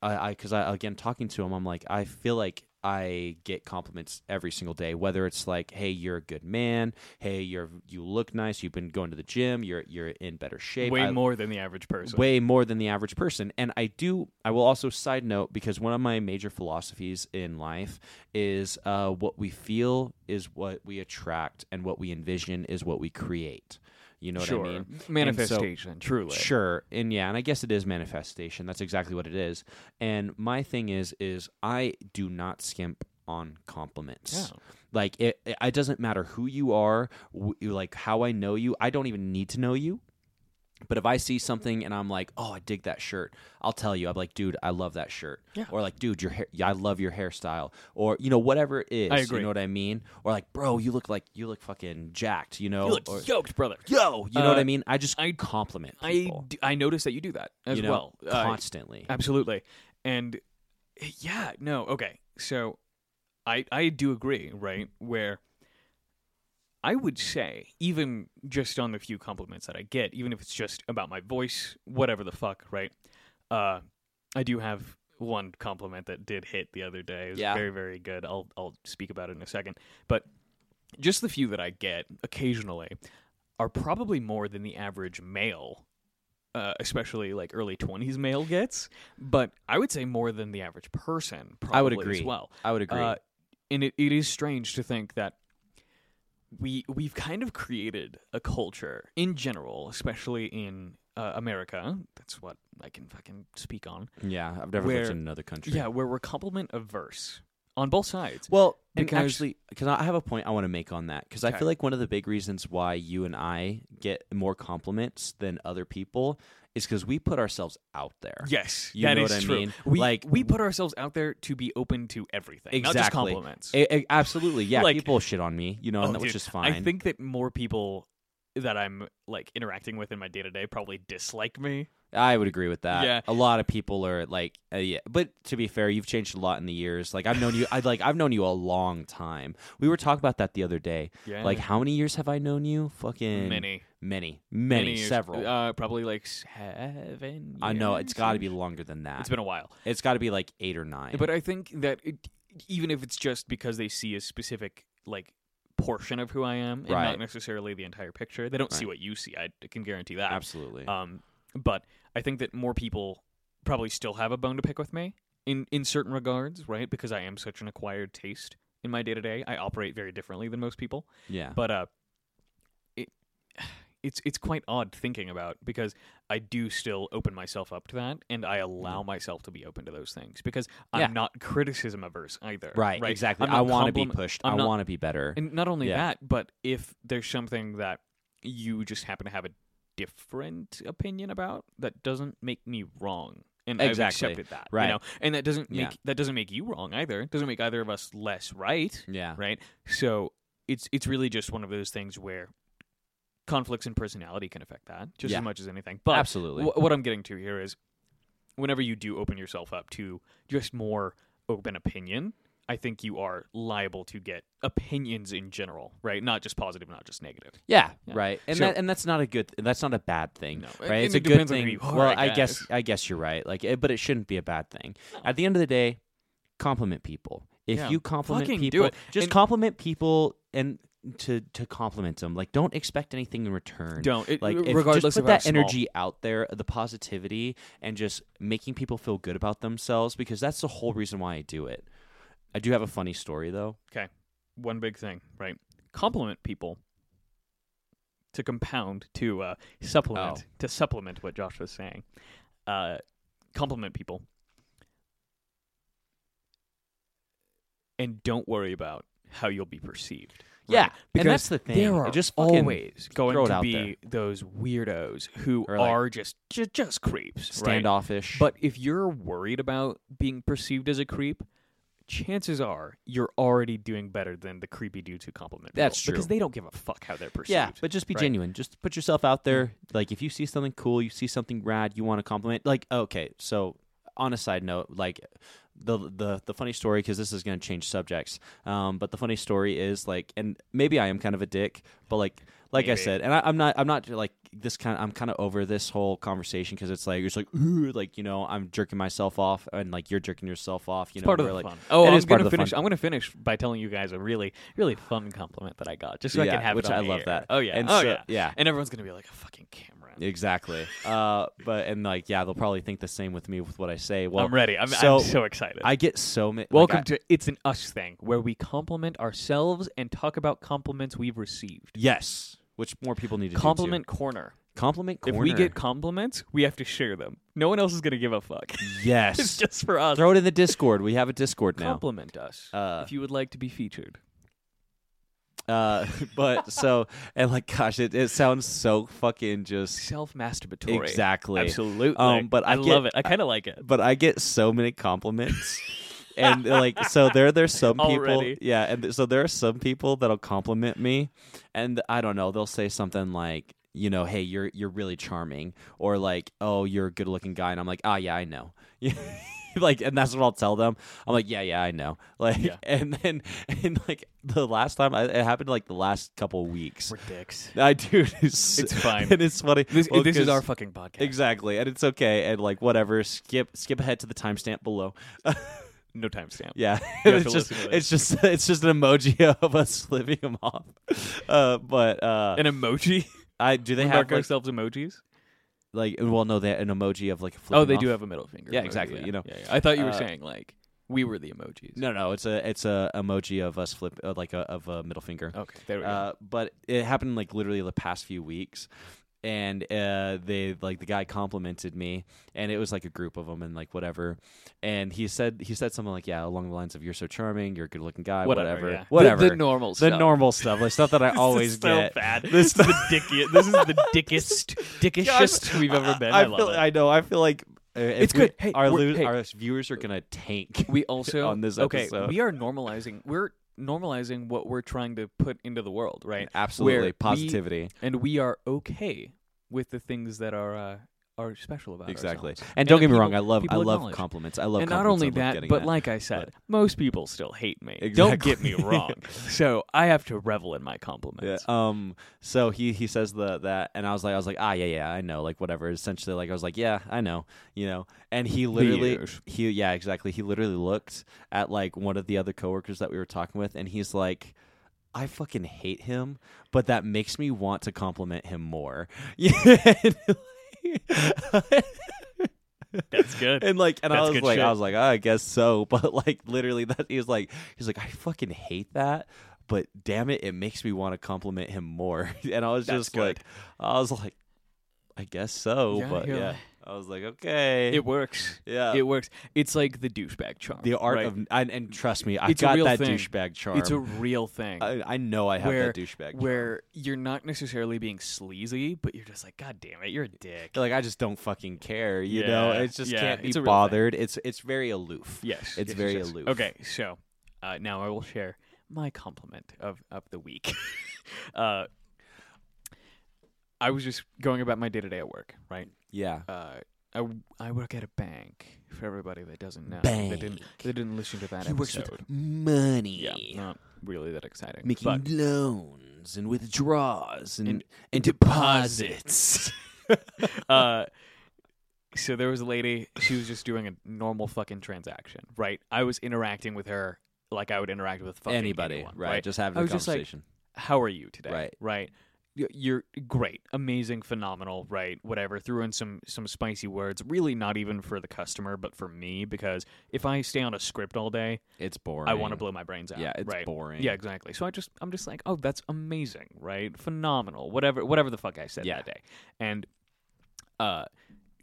Speaker 1: I I cuz I again talking to him, I'm like, "I feel like I get compliments every single day, whether it's like, "Hey, you're a good man. Hey, you're you look nice. You've been going to the gym. You're you're in better shape."
Speaker 2: Way
Speaker 1: I-
Speaker 2: more than the average person.
Speaker 1: way more than the average person. And I do, I will also side note because one of my major philosophies in life is uh, what we feel is what we attract, and what we envision is what we create. You know what
Speaker 2: sure.
Speaker 1: I mean?
Speaker 2: Manifestation. truly.
Speaker 1: Sure. And yeah, and I guess it is manifestation. That's exactly what it is. And my thing is, is I do not skimp on compliments.
Speaker 2: Yeah.
Speaker 1: Like it, it, it doesn't matter who you are, w- like how I know you. I don't even need to know you. But if I see something and I'm like, oh, I dig that shirt, I'll tell you. I'm like, dude, I love that shirt.
Speaker 2: Yeah.
Speaker 1: Or like, dude, your hair, yeah, I love your hairstyle. Or you know, whatever it is.
Speaker 2: I agree.
Speaker 1: You know what I mean? Or like, bro, you look like you look fucking jacked. You know?
Speaker 2: You look
Speaker 1: or,
Speaker 2: yoked, brother.
Speaker 1: yo, you know what
Speaker 2: Uh,
Speaker 1: I mean? I just
Speaker 2: I-
Speaker 1: compliment
Speaker 2: I,
Speaker 1: people.
Speaker 2: d- I noticed that you do that as
Speaker 1: you know,
Speaker 2: well. Uh,
Speaker 1: constantly.
Speaker 2: absolutely. And yeah, no, okay. So I I do agree, right? Where I would say, even just on the few compliments that I get, even if it's just about my voice, whatever the fuck, right? Uh, I do have one compliment that did hit the other day. It was
Speaker 1: Yeah.
Speaker 2: very, very good. I'll I'll speak about it in a second. But just the few that I get occasionally are probably more than the average male, uh, especially like early twenties male gets. But I would say more than the average person. Probably
Speaker 1: I would
Speaker 2: as
Speaker 1: agree.
Speaker 2: well.
Speaker 1: I would agree.
Speaker 2: Uh, and it, it is strange to think that we we've kind of created a culture in general, especially in uh, America. That's what I can fucking speak on.
Speaker 1: yeah, I've never lived
Speaker 2: where-
Speaker 1: in another country.
Speaker 2: Yeah, where we're compliment averse on both sides.
Speaker 1: Well, and
Speaker 2: Because-
Speaker 1: actually, because I have a point I want to make on that, because I
Speaker 2: Okay.
Speaker 1: feel like one of the big reasons why you and I get more compliments than other people is because we put ourselves out there.
Speaker 2: Yes,
Speaker 1: You
Speaker 2: that
Speaker 1: know
Speaker 2: is
Speaker 1: what I
Speaker 2: true.
Speaker 1: mean?
Speaker 2: We
Speaker 1: Like-
Speaker 2: we put ourselves out there to be open to everything, not just
Speaker 1: Exactly.
Speaker 2: compliments.
Speaker 1: A- a- absolutely, yeah.
Speaker 2: Like-
Speaker 1: people shit on me, you know,
Speaker 2: Oh,
Speaker 1: and that,
Speaker 2: dude,
Speaker 1: which is fine.
Speaker 2: I think that more people that I'm like interacting with in my day to day probably dislike me
Speaker 1: I would agree with that.
Speaker 2: Yeah.
Speaker 1: a lot of people are like, uh, yeah. But to be fair, you've changed a lot in the years. Like I've known you, I like I've known you a long time. We were talking about that the other day.
Speaker 2: Yeah.
Speaker 1: Like how many years have I known you? Fucking
Speaker 2: many,
Speaker 1: many, many,
Speaker 2: years.
Speaker 1: several.
Speaker 2: Uh, probably like seven.
Speaker 1: I know it's got to
Speaker 2: to
Speaker 1: be longer than that.
Speaker 2: It's been a while.
Speaker 1: it's got to be like eight or nine.
Speaker 2: But uh, I think that it, even if it's just because they see a specific like portion of who I am, and
Speaker 1: Right.
Speaker 2: not necessarily the entire picture, they don't see
Speaker 1: Right.
Speaker 2: what you see. I can guarantee that.
Speaker 1: absolutely.
Speaker 2: Um, but I think that more people probably still have a bone to pick with me in in certain regards, right? Because I am such an acquired taste in my day to day. I operate very differently than most people.
Speaker 1: yeah.
Speaker 2: But uh, it it's it's quite odd thinking about because I do still open myself up to that, and I allow myself to be open to those things because
Speaker 1: Mm-hmm. Yeah.
Speaker 2: I'm not criticism averse either.
Speaker 1: right, Exactly.
Speaker 2: I'm not
Speaker 1: I want to be
Speaker 2: compliment-
Speaker 1: pushed.
Speaker 2: I'm
Speaker 1: i
Speaker 2: not-
Speaker 1: want to be better.
Speaker 2: And not only
Speaker 1: Yeah.
Speaker 2: that, but if there's something that you just happen to have a different opinion about, that doesn't make me wrong. And
Speaker 1: Exactly.
Speaker 2: I've accepted that.
Speaker 1: Right.
Speaker 2: You know? And that doesn't
Speaker 1: Yeah.
Speaker 2: make that doesn't make you wrong either. It doesn't make either of us less right.
Speaker 1: yeah.
Speaker 2: Right. So it's it's really just one of those things where conflicts in personality can affect that just
Speaker 1: Yeah.
Speaker 2: as much as anything. But
Speaker 1: absolutely.
Speaker 2: wh- what I'm getting to here is whenever you do open yourself up to just more open opinion, I think you are liable to get opinions in general, right? Not just positive, not just negative.
Speaker 1: Yeah,
Speaker 2: Yeah.
Speaker 1: right. And
Speaker 2: So-
Speaker 1: that, and that's not a good. That's not a bad thing,
Speaker 2: No,
Speaker 1: right?
Speaker 2: and
Speaker 1: it's
Speaker 2: it
Speaker 1: a good
Speaker 2: depends on who
Speaker 1: thing.
Speaker 2: you are,
Speaker 1: well, I
Speaker 2: I
Speaker 1: guess.
Speaker 2: guess.
Speaker 1: I guess you're right. Like, it, but it shouldn't be a bad thing. At the end of the day, compliment people. If
Speaker 2: Yeah.
Speaker 1: you compliment
Speaker 2: Fucking do
Speaker 1: people,
Speaker 2: it.
Speaker 1: just
Speaker 2: And-
Speaker 1: compliment people and to to compliment them. Like, don't expect anything in return.
Speaker 2: Don't it,
Speaker 1: Like,
Speaker 2: like
Speaker 1: if,
Speaker 2: regardless
Speaker 1: just put
Speaker 2: of how
Speaker 1: that
Speaker 2: small-
Speaker 1: energy out there, the positivity, and just making people feel good about themselves, because that's the whole reason why I do it. I do have a funny story though.
Speaker 2: One big thing, right? Compliment people to compound to uh, supplement
Speaker 1: Oh.
Speaker 2: to supplement what Josh was saying. Uh, compliment people and don't worry about how you'll be perceived.
Speaker 1: Yeah,
Speaker 2: Right.
Speaker 1: and that's the thing.
Speaker 2: There are
Speaker 1: just fucking
Speaker 2: always
Speaker 1: throw
Speaker 2: going
Speaker 1: it
Speaker 2: to
Speaker 1: out
Speaker 2: be those weirdos who
Speaker 1: Or, like,
Speaker 2: are just just, just creeps. right?
Speaker 1: standoffish.
Speaker 2: But if you're worried about being perceived as a creep, chances are you're already doing better than the creepy dudes who compliment.
Speaker 1: That's
Speaker 2: people, because
Speaker 1: true.
Speaker 2: they don't give a fuck how they're perceived.
Speaker 1: Yeah, but just be
Speaker 2: right? Mm-hmm.
Speaker 1: genuine. Just put yourself out there. Like if you see something cool, you see something rad, you want to compliment. Like okay, so on a side note, like the the the funny story because this is going to change subjects. Um, but the funny story is like, and maybe I am kind of a dick, but like like I
Speaker 2: Maybe.
Speaker 1: said, and I, I'm not I'm not like this kind. I'm kind of over this whole conversation because it's like it's like ooh, like you know I'm jerking myself off and like you're jerking yourself off. You
Speaker 2: It's
Speaker 1: know,
Speaker 2: part of
Speaker 1: we're
Speaker 2: the
Speaker 1: like,
Speaker 2: fun. Oh,
Speaker 1: it
Speaker 2: I'm
Speaker 1: is part
Speaker 2: gonna
Speaker 1: of the fun.
Speaker 2: finish. I'm gonna finish by telling you guys a really, really fun compliment that I got, just so I
Speaker 1: Yeah,
Speaker 2: can have
Speaker 1: which
Speaker 2: it on
Speaker 1: I
Speaker 2: the
Speaker 1: love
Speaker 2: air.
Speaker 1: that.
Speaker 2: Oh yeah,
Speaker 1: And
Speaker 2: oh
Speaker 1: so-
Speaker 2: yeah,
Speaker 1: yeah.
Speaker 2: And everyone's gonna be like a fucking camera.
Speaker 1: Exactly. Uh, but and like yeah, they'll probably think the same with me with what I say. Well,
Speaker 2: I'm ready. I'm
Speaker 1: so-
Speaker 2: I'm so excited.
Speaker 1: I get so many.
Speaker 2: Welcome to It's an Us Thing, where we compliment ourselves and talk about compliments we've received.
Speaker 1: yes, which more people need to do, too.
Speaker 2: Compliment corner.
Speaker 1: compliment corner.
Speaker 2: If we get compliments, we have to share them. No one else is going to give a fuck.
Speaker 1: yes,
Speaker 2: it's just for us.
Speaker 1: throw it in the Discord. We have a Discord now.
Speaker 2: Compliment us
Speaker 1: Uh,
Speaker 2: if you would like to be featured.
Speaker 1: uh, but so and like, gosh, it, it sounds so fucking just
Speaker 2: Self masturbatory.
Speaker 1: exactly.
Speaker 2: Absolutely.
Speaker 1: Um, but I
Speaker 2: I,
Speaker 1: get-
Speaker 2: love it. I kind of like it.
Speaker 1: But I get so many compliments. And like so, there there's some people,
Speaker 2: Already.
Speaker 1: yeah, and th- so there are some people that'll compliment me, and I don't know, they'll say something like, you know, hey, you're you're really charming, or like, oh, you're a good looking guy, and I'm like, ah, yeah, I know, like, and that's what I'll tell them. I'm like, yeah, yeah, I know, like,
Speaker 2: Yeah.
Speaker 1: and then and like the last time I, it happened, like the last couple weeks,
Speaker 2: We're dicks.
Speaker 1: I do, it's,
Speaker 2: It's fine.
Speaker 1: and it's funny.
Speaker 2: This,
Speaker 1: well,
Speaker 2: this is
Speaker 1: 'cause-
Speaker 2: our fucking podcast.
Speaker 1: Exactly, and it's okay, and like whatever. Skip skip ahead to the timestamp below.
Speaker 2: No timestamp.
Speaker 1: yeah,
Speaker 2: You
Speaker 1: it's
Speaker 2: have to
Speaker 1: just
Speaker 2: listen to
Speaker 1: it's just it's just an emoji of us living them off. Uh, but uh,
Speaker 2: An emoji.
Speaker 1: I do they
Speaker 2: we
Speaker 1: have
Speaker 2: mark
Speaker 1: like,
Speaker 2: ourselves emojis.
Speaker 1: like well no they an emoji of like a
Speaker 2: Oh,
Speaker 1: flipping
Speaker 2: they
Speaker 1: off.
Speaker 2: do have a middle finger.
Speaker 1: Yeah,
Speaker 2: emoji,
Speaker 1: exactly,
Speaker 2: yeah.
Speaker 1: you know.
Speaker 2: Yeah, yeah. I thought you were
Speaker 1: Uh,
Speaker 2: saying like we were the emojis.
Speaker 1: no no it's a it's a emoji of us flip uh, like a, of a middle finger.
Speaker 2: Okay. There we go.
Speaker 1: Uh, but it happened like literally the past few weeks, and uh, they like the guy complimented me, and it was like a group of them and like whatever, and he said he said something like yeah along the lines of you're so charming, you're a good looking guy, whatever, whatever,
Speaker 2: yeah. The-
Speaker 1: whatever.
Speaker 2: The, normal
Speaker 1: The
Speaker 2: stuff.
Speaker 1: normal stuff, like stuff that I
Speaker 2: This
Speaker 1: always
Speaker 2: is so
Speaker 1: get.
Speaker 2: Bad. This
Speaker 1: This
Speaker 2: is the dickiest. This is the dickest, dickishest we've ever been. I,
Speaker 1: I,
Speaker 2: love
Speaker 1: feel,
Speaker 2: it.
Speaker 1: I know. I feel like uh, if
Speaker 2: It's
Speaker 1: we-
Speaker 2: good. Hey,
Speaker 1: our,
Speaker 2: we're-
Speaker 1: lo-
Speaker 2: hey.
Speaker 1: our viewers are gonna tank.
Speaker 2: we also
Speaker 1: on this
Speaker 2: okay.
Speaker 1: episode.
Speaker 2: We are normalizing. We're normalizing what we're trying to put into the world, right?
Speaker 1: Absolutely,
Speaker 2: Where we-
Speaker 1: positivity.
Speaker 2: And we are okay with the things that are uh, are special about
Speaker 1: exactly.
Speaker 2: ourselves.
Speaker 1: And, don't
Speaker 2: that
Speaker 1: get me wrong,
Speaker 2: people-
Speaker 1: I love I
Speaker 2: people
Speaker 1: love
Speaker 2: acknowledge.
Speaker 1: compliments. I love
Speaker 2: and not
Speaker 1: compliments.
Speaker 2: only
Speaker 1: I love
Speaker 2: that,
Speaker 1: getting
Speaker 2: but like I said, most people still hate me. Don't get me
Speaker 1: Exactly.
Speaker 2: wrong. so I have to revel in my
Speaker 1: Yeah,
Speaker 2: compliments.
Speaker 1: um. So he he says the that, and I was like, I was like, ah, yeah, yeah, I know, like whatever. Essentially, like I was like, yeah, I know, you know. And he literally,
Speaker 2: Liege.
Speaker 1: he yeah, exactly. He literally looked at like one of the other coworkers that we were talking with, and he's like. I fucking hate him, but that makes me want to compliment him more.
Speaker 2: That's good.
Speaker 1: and like, and I
Speaker 2: That's
Speaker 1: was
Speaker 2: good
Speaker 1: like,
Speaker 2: shit.
Speaker 1: I was like, I guess so, but like, literally, that he was like, he's like, I fucking hate that, but damn it, it makes me want to compliment him more. And I was
Speaker 2: That's
Speaker 1: just
Speaker 2: good.
Speaker 1: like, I was like, I guess so,
Speaker 2: Yeah,
Speaker 1: but
Speaker 2: you're
Speaker 1: yeah,
Speaker 2: like-
Speaker 1: I was like, okay,
Speaker 2: It works.
Speaker 1: yeah,
Speaker 2: it works. It's like the douchebag charm.
Speaker 1: the art
Speaker 2: right?
Speaker 1: of, and, and trust me, I
Speaker 2: It's a
Speaker 1: got
Speaker 2: real
Speaker 1: that
Speaker 2: thing.
Speaker 1: douchebag charm.
Speaker 2: It's a real thing.
Speaker 1: I, I know I have
Speaker 2: where-
Speaker 1: that douchebag. charm.
Speaker 2: where you're not necessarily being sleazy, but you're just like, God damn it, you're a dick.
Speaker 1: like I just don't fucking care, you know.
Speaker 2: Yeah,
Speaker 1: It just
Speaker 2: yeah,
Speaker 1: can't be
Speaker 2: it's a real thing.
Speaker 1: bothered. It's it's very aloof.
Speaker 2: Yes,
Speaker 1: It's
Speaker 2: yes,
Speaker 1: very
Speaker 2: yes, yes.
Speaker 1: aloof.
Speaker 2: Okay, so uh, now I will share my compliment of of the week. uh, I was just going about my day to day at work, right?
Speaker 1: Yeah.
Speaker 2: Uh, I, w- I work at a bank. For everybody that doesn't know, that didn't
Speaker 1: Bank.
Speaker 2: that didn't listen to that
Speaker 1: He works
Speaker 2: episode.
Speaker 1: with money.
Speaker 2: yeah, not really that exciting.
Speaker 1: making
Speaker 2: but
Speaker 1: loans and withdraws and, and,
Speaker 2: And-
Speaker 1: deposits.
Speaker 2: uh, so there was a lady. She was just doing a normal fucking transaction, right? I was interacting with her like I would interact with fucking
Speaker 1: Anybody,
Speaker 2: anyone,
Speaker 1: right, Just having
Speaker 2: I
Speaker 1: a
Speaker 2: was just like,
Speaker 1: conversation.
Speaker 2: how are you today?
Speaker 1: Right.
Speaker 2: Right. Y- You're great, amazing, phenomenal, right? Whatever. Threw in some some spicy words. Really, not even for the customer, but for me, because if I stay on a script all day,
Speaker 1: it's boring.
Speaker 2: I want to blow my brains out.
Speaker 1: Yeah, it's
Speaker 2: right?
Speaker 1: boring.
Speaker 2: Yeah, exactly. So I just I'm just like, oh, that's amazing, right? Phenomenal. Whatever whatever the fuck I said
Speaker 1: Yeah.
Speaker 2: that day. And uh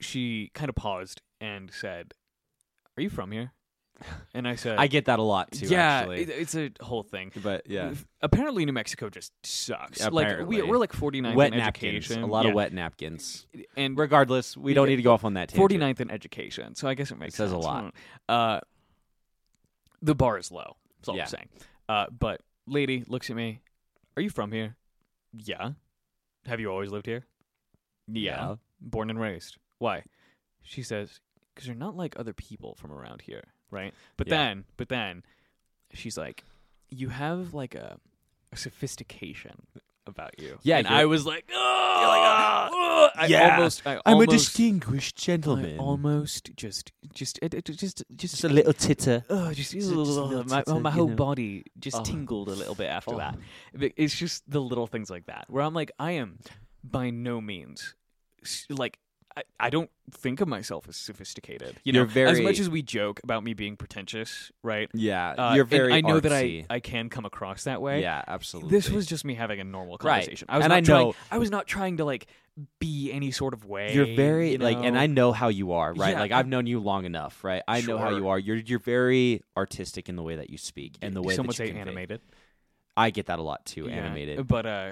Speaker 2: she kind of paused and said, "Are you from here?" And I said,
Speaker 1: I get that a lot too.
Speaker 2: uh, "Yeah,
Speaker 1: actually.
Speaker 2: it- it's a whole thing."
Speaker 1: but yeah,
Speaker 2: F- Apparently, New Mexico just sucks.
Speaker 1: Apparently.
Speaker 2: Like we, we're like 49th
Speaker 1: wet
Speaker 2: in
Speaker 1: napkins.
Speaker 2: education.
Speaker 1: A lot
Speaker 2: Yeah.
Speaker 1: of wet napkins.
Speaker 2: And we're
Speaker 1: Regardless, we don't
Speaker 2: Yeah.
Speaker 1: need to go off on that tangent.
Speaker 2: 49th in education, so I guess it makes
Speaker 1: says a
Speaker 2: sense.
Speaker 1: lot.
Speaker 2: Uh, the bar is low. That's all
Speaker 1: Yeah.
Speaker 2: I'm saying. Uh, but lady looks at me. Are you from here? Yeah. Have you always lived here? Yeah.
Speaker 1: Yeah.
Speaker 2: Born and raised. Why? She says, "Because you're not like other people from around here, right?" But
Speaker 1: Yeah.
Speaker 2: then, but then, she's like, "You have like a, a sophistication about you."
Speaker 1: Yeah,
Speaker 2: and
Speaker 1: you're-
Speaker 2: I was like,
Speaker 1: like,
Speaker 2: "Oh,
Speaker 1: "Ah!"
Speaker 2: oh, I
Speaker 1: yeah.
Speaker 2: almost, I
Speaker 1: I'm a
Speaker 2: almost,
Speaker 1: distinguished
Speaker 2: I
Speaker 1: gentleman.
Speaker 2: almost just, just, it, it, just, just,
Speaker 1: Just a little titter.
Speaker 2: Oh, just,
Speaker 1: a- just a little
Speaker 2: my,
Speaker 1: titter,
Speaker 2: my
Speaker 1: you
Speaker 2: whole
Speaker 1: know.
Speaker 2: body just
Speaker 1: Oh.
Speaker 2: tingled a little bit after
Speaker 1: Oh.
Speaker 2: that. But It's just the little things like that where I'm like, I am by no means s- like. I, I don't think of myself as sophisticated. You
Speaker 1: You're
Speaker 2: know, as
Speaker 1: very-
Speaker 2: much as we joke about me being pretentious, right?
Speaker 1: Yeah,
Speaker 2: Uh,
Speaker 1: you're
Speaker 2: and
Speaker 1: very.
Speaker 2: I know that I,
Speaker 1: artsy.
Speaker 2: I can come across that way.
Speaker 1: Yeah, absolutely.
Speaker 2: This was just me having a normal
Speaker 1: Right.
Speaker 2: conversation. I was
Speaker 1: And
Speaker 2: not
Speaker 1: I
Speaker 2: trying,
Speaker 1: know-
Speaker 2: I was not trying to like be any sort of way.
Speaker 1: You're very
Speaker 2: you
Speaker 1: like, and
Speaker 2: know?
Speaker 1: I know how you are, right?
Speaker 2: Yeah,
Speaker 1: like
Speaker 2: I-
Speaker 1: I've known you long enough, right? I know how
Speaker 2: Sure.
Speaker 1: you are. You're you're very artistic in the way that you speak and the way
Speaker 2: some
Speaker 1: that
Speaker 2: would
Speaker 1: you
Speaker 2: say
Speaker 1: convey.
Speaker 2: animated,
Speaker 1: I get that a lot too.
Speaker 2: Yeah.
Speaker 1: Animated,
Speaker 2: But uh,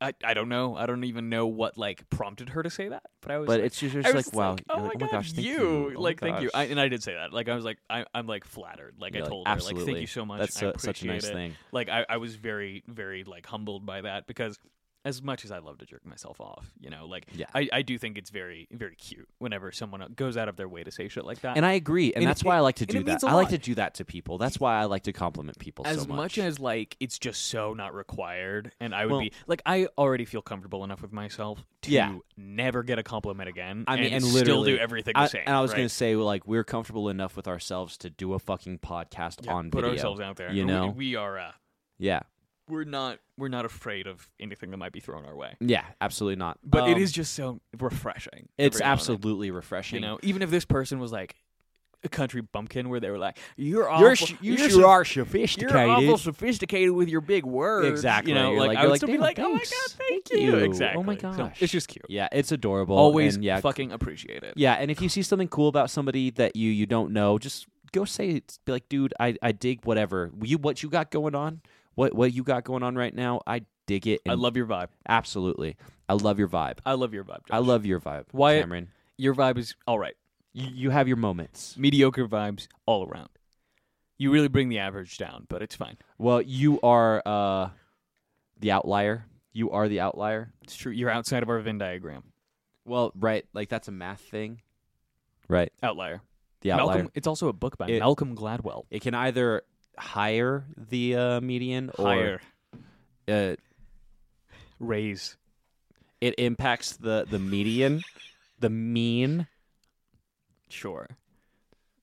Speaker 2: I I don't know. I don't even know what like prompted her to say that. But I was.
Speaker 1: but
Speaker 2: like,
Speaker 1: it's just,
Speaker 2: I
Speaker 1: just
Speaker 2: was
Speaker 1: like, wow,
Speaker 2: oh
Speaker 1: you're
Speaker 2: my,
Speaker 1: like,
Speaker 2: god,
Speaker 1: gosh, thank
Speaker 2: you,
Speaker 1: you, Oh my
Speaker 2: like thank you. I,
Speaker 1: gosh.
Speaker 2: and I did say that. Like I was like I, I'm like flattered. Like
Speaker 1: You're
Speaker 2: I
Speaker 1: like,
Speaker 2: told her like thank
Speaker 1: absolutely.
Speaker 2: you so much.
Speaker 1: That's
Speaker 2: I
Speaker 1: so- such a nice
Speaker 2: appreciate it."
Speaker 1: thing.
Speaker 2: Like I, I was very very like humbled by that because as much as I love to jerk myself off, you know, like
Speaker 1: Yeah.
Speaker 2: I, I do think it's very very cute whenever someone uh, goes out of their way to say shit like that.
Speaker 1: And I agree, and,
Speaker 2: And
Speaker 1: that's
Speaker 2: it-
Speaker 1: why I like to
Speaker 2: and
Speaker 1: do
Speaker 2: it
Speaker 1: that.
Speaker 2: means a
Speaker 1: I like
Speaker 2: lot.
Speaker 1: to do that to people. That's why I like to compliment people
Speaker 2: as
Speaker 1: so
Speaker 2: much.
Speaker 1: much.
Speaker 2: as like it's just so not required and i would
Speaker 1: Well-
Speaker 2: be like i already feel comfortable enough with myself to
Speaker 1: Yeah.
Speaker 2: never get a compliment again
Speaker 1: I mean, and,
Speaker 2: still
Speaker 1: literally-
Speaker 2: do everything
Speaker 1: I-
Speaker 2: the same
Speaker 1: and I was
Speaker 2: right?
Speaker 1: gonna say, like, we're comfortable enough with ourselves to do a fucking podcast
Speaker 2: Yeah,
Speaker 1: on
Speaker 2: put
Speaker 1: video.
Speaker 2: ourselves out there
Speaker 1: you
Speaker 2: We-
Speaker 1: know?
Speaker 2: we, are uh,
Speaker 1: Yeah,
Speaker 2: we're not we're not afraid of anything that might be thrown our way
Speaker 1: yeah, absolutely not.
Speaker 2: but it
Speaker 1: Um,
Speaker 2: is just so refreshing
Speaker 1: It's
Speaker 2: every now and then,
Speaker 1: absolutely refreshing.
Speaker 2: you know even if this person was like a country bumpkin where they were like you're awful,
Speaker 1: You're sh- you sure
Speaker 2: you're so-
Speaker 1: are
Speaker 2: You're
Speaker 1: sophisticated.
Speaker 2: awful sophisticated with your big words.
Speaker 1: Exactly.
Speaker 2: You know,
Speaker 1: You're
Speaker 2: like,
Speaker 1: like-
Speaker 2: I
Speaker 1: you're
Speaker 2: would
Speaker 1: like,
Speaker 2: still be
Speaker 1: "Damn,
Speaker 2: like,
Speaker 1: thanks.
Speaker 2: oh my god, thank,
Speaker 1: Thank you.
Speaker 2: you.
Speaker 1: Oh
Speaker 2: Exactly.
Speaker 1: my
Speaker 2: So,
Speaker 1: gosh.
Speaker 2: it's just cute.
Speaker 1: Yeah, it's adorable.
Speaker 2: Always
Speaker 1: and yeah,
Speaker 2: fucking appreciate it.
Speaker 1: yeah. And if you see something cool about somebody that you you don't know, just go say it. Be like, dude, I I dig whatever you what you got going on. What what you got going on right now? I dig it.
Speaker 2: I
Speaker 1: and
Speaker 2: love your vibe.
Speaker 1: absolutely. I love your vibe.
Speaker 2: I love your vibe. Josh.
Speaker 1: I love your vibe,
Speaker 2: Uh, Wyatt-
Speaker 1: Cameron.
Speaker 2: your vibe is all right.
Speaker 1: You, you have your moments.
Speaker 2: Mediocre vibes all around. You really bring the average down, but it's fine.
Speaker 1: Well, you are uh the outlier. You are the outlier.
Speaker 2: It's true. You're outside of our Venn diagram.
Speaker 1: Well, right, like that's a math thing, right?
Speaker 2: Outlier.
Speaker 1: The outlier.
Speaker 2: Malcolm. It's also a book by
Speaker 1: It-
Speaker 2: Malcolm Gladwell.
Speaker 1: It can either higher the uh, median or
Speaker 2: Higher
Speaker 1: Uh,
Speaker 2: raise.
Speaker 1: it impacts the the median, the mean,
Speaker 2: Sure.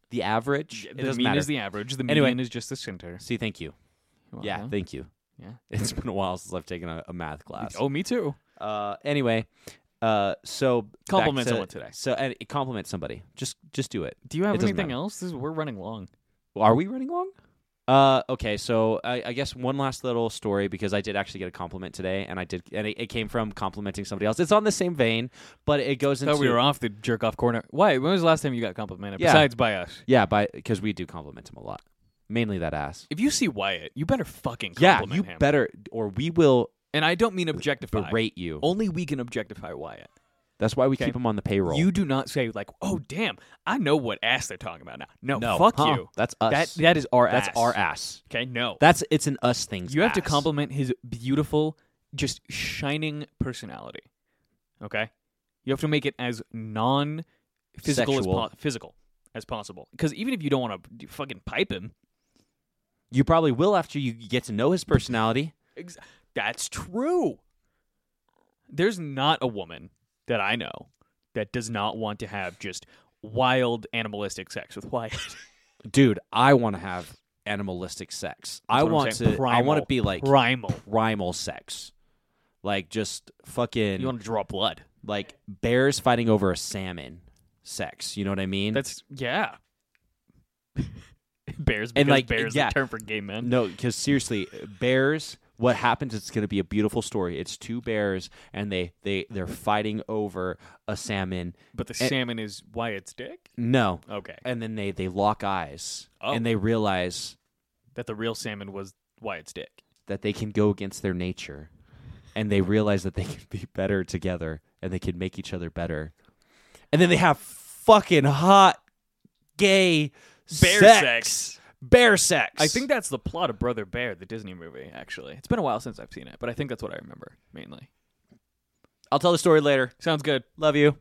Speaker 1: the average. it
Speaker 2: The
Speaker 1: doesn't
Speaker 2: mean
Speaker 1: matter.
Speaker 2: is the average. The
Speaker 1: Anyway.
Speaker 2: median is just the center.
Speaker 1: See, thank you.
Speaker 2: Well,
Speaker 1: yeah, thank you.
Speaker 2: Yeah.
Speaker 1: It's been a while since I've taken a, a math class.
Speaker 2: Oh, me too.
Speaker 1: Uh, anyway, uh, so back
Speaker 2: Compliment
Speaker 1: to-
Speaker 2: someone today.
Speaker 1: So and compliment somebody. Just just do it.
Speaker 2: Do you have
Speaker 1: It doesn't
Speaker 2: anything
Speaker 1: matter.
Speaker 2: else? This is, we're running long.
Speaker 1: Are we running long? Uh, okay, so I, I guess one last little story because I did actually get a compliment today, and I did, and it, it came from complimenting somebody else. It's on the same vein, but it goes into
Speaker 2: Thought we were off the jerk off corner. Why? When was the last time you got complimented?
Speaker 1: Yeah.
Speaker 2: Besides by us.
Speaker 1: yeah, by because we do compliment him a lot, mainly that ass.
Speaker 2: If you see Wyatt, you better fucking
Speaker 1: Yeah,
Speaker 2: compliment
Speaker 1: you
Speaker 2: him.
Speaker 1: better, or we will
Speaker 2: And I don't mean objectify.
Speaker 1: berate you.
Speaker 2: Only we can objectify Wyatt.
Speaker 1: That's why we
Speaker 2: Oh, Okay.
Speaker 1: keep him on the payroll.
Speaker 2: You do not say like, "Oh damn, I know what ass they're talking about now." No,
Speaker 1: no,
Speaker 2: fuck
Speaker 1: uh-uh.
Speaker 2: you.
Speaker 1: That's us.
Speaker 2: That that is our
Speaker 1: That's
Speaker 2: ass.
Speaker 1: our ass.
Speaker 2: Okay, no.
Speaker 1: That's it's an us thing.
Speaker 2: you have to compliment his beautiful, just shining personality. Okay, you have to make it as non physical as
Speaker 1: Sexual.
Speaker 2: po- physical as possible. Because even if you don't want to fucking pipe him,
Speaker 1: You probably will after you get to know his personality.
Speaker 2: Ex- That's true. There's not a woman that I know that does not want to have just wild animalistic sex with Wyatt.
Speaker 1: dude, I want to have animalistic sex. I
Speaker 2: what I'm
Speaker 1: want
Speaker 2: saying.
Speaker 1: to. I want to
Speaker 2: Primal.
Speaker 1: be like
Speaker 2: Primal.
Speaker 1: primal sex, like just fucking
Speaker 2: You want to draw blood.
Speaker 1: like bears fighting over a salmon. Sex, you know what I mean?
Speaker 2: That's yeah. bears because
Speaker 1: And, like,
Speaker 2: bears
Speaker 1: yeah.
Speaker 2: the term for gay men.
Speaker 1: no, because seriously, bears. What happens? It's going to be a beautiful story. It's two bears, and they they they're fighting over a salmon.
Speaker 2: But the salmon is Wyatt's dick?
Speaker 1: No,
Speaker 2: Okay.
Speaker 1: and then they they lock eyes,
Speaker 2: Oh.
Speaker 1: and they realize
Speaker 2: That the real salmon was Wyatt's dick.
Speaker 1: that they can go against their nature and they realize that they can be better together and they can make each other better. And then they have fucking hot gay sex.
Speaker 2: Bear sex.
Speaker 1: Bear sex.
Speaker 2: I think that's the plot of Brother Bear, the Disney movie, actually. It's been a while since I've seen it, but I think that's what I remember mainly.
Speaker 1: I'll tell the story later.
Speaker 2: Sounds good.
Speaker 1: Love you.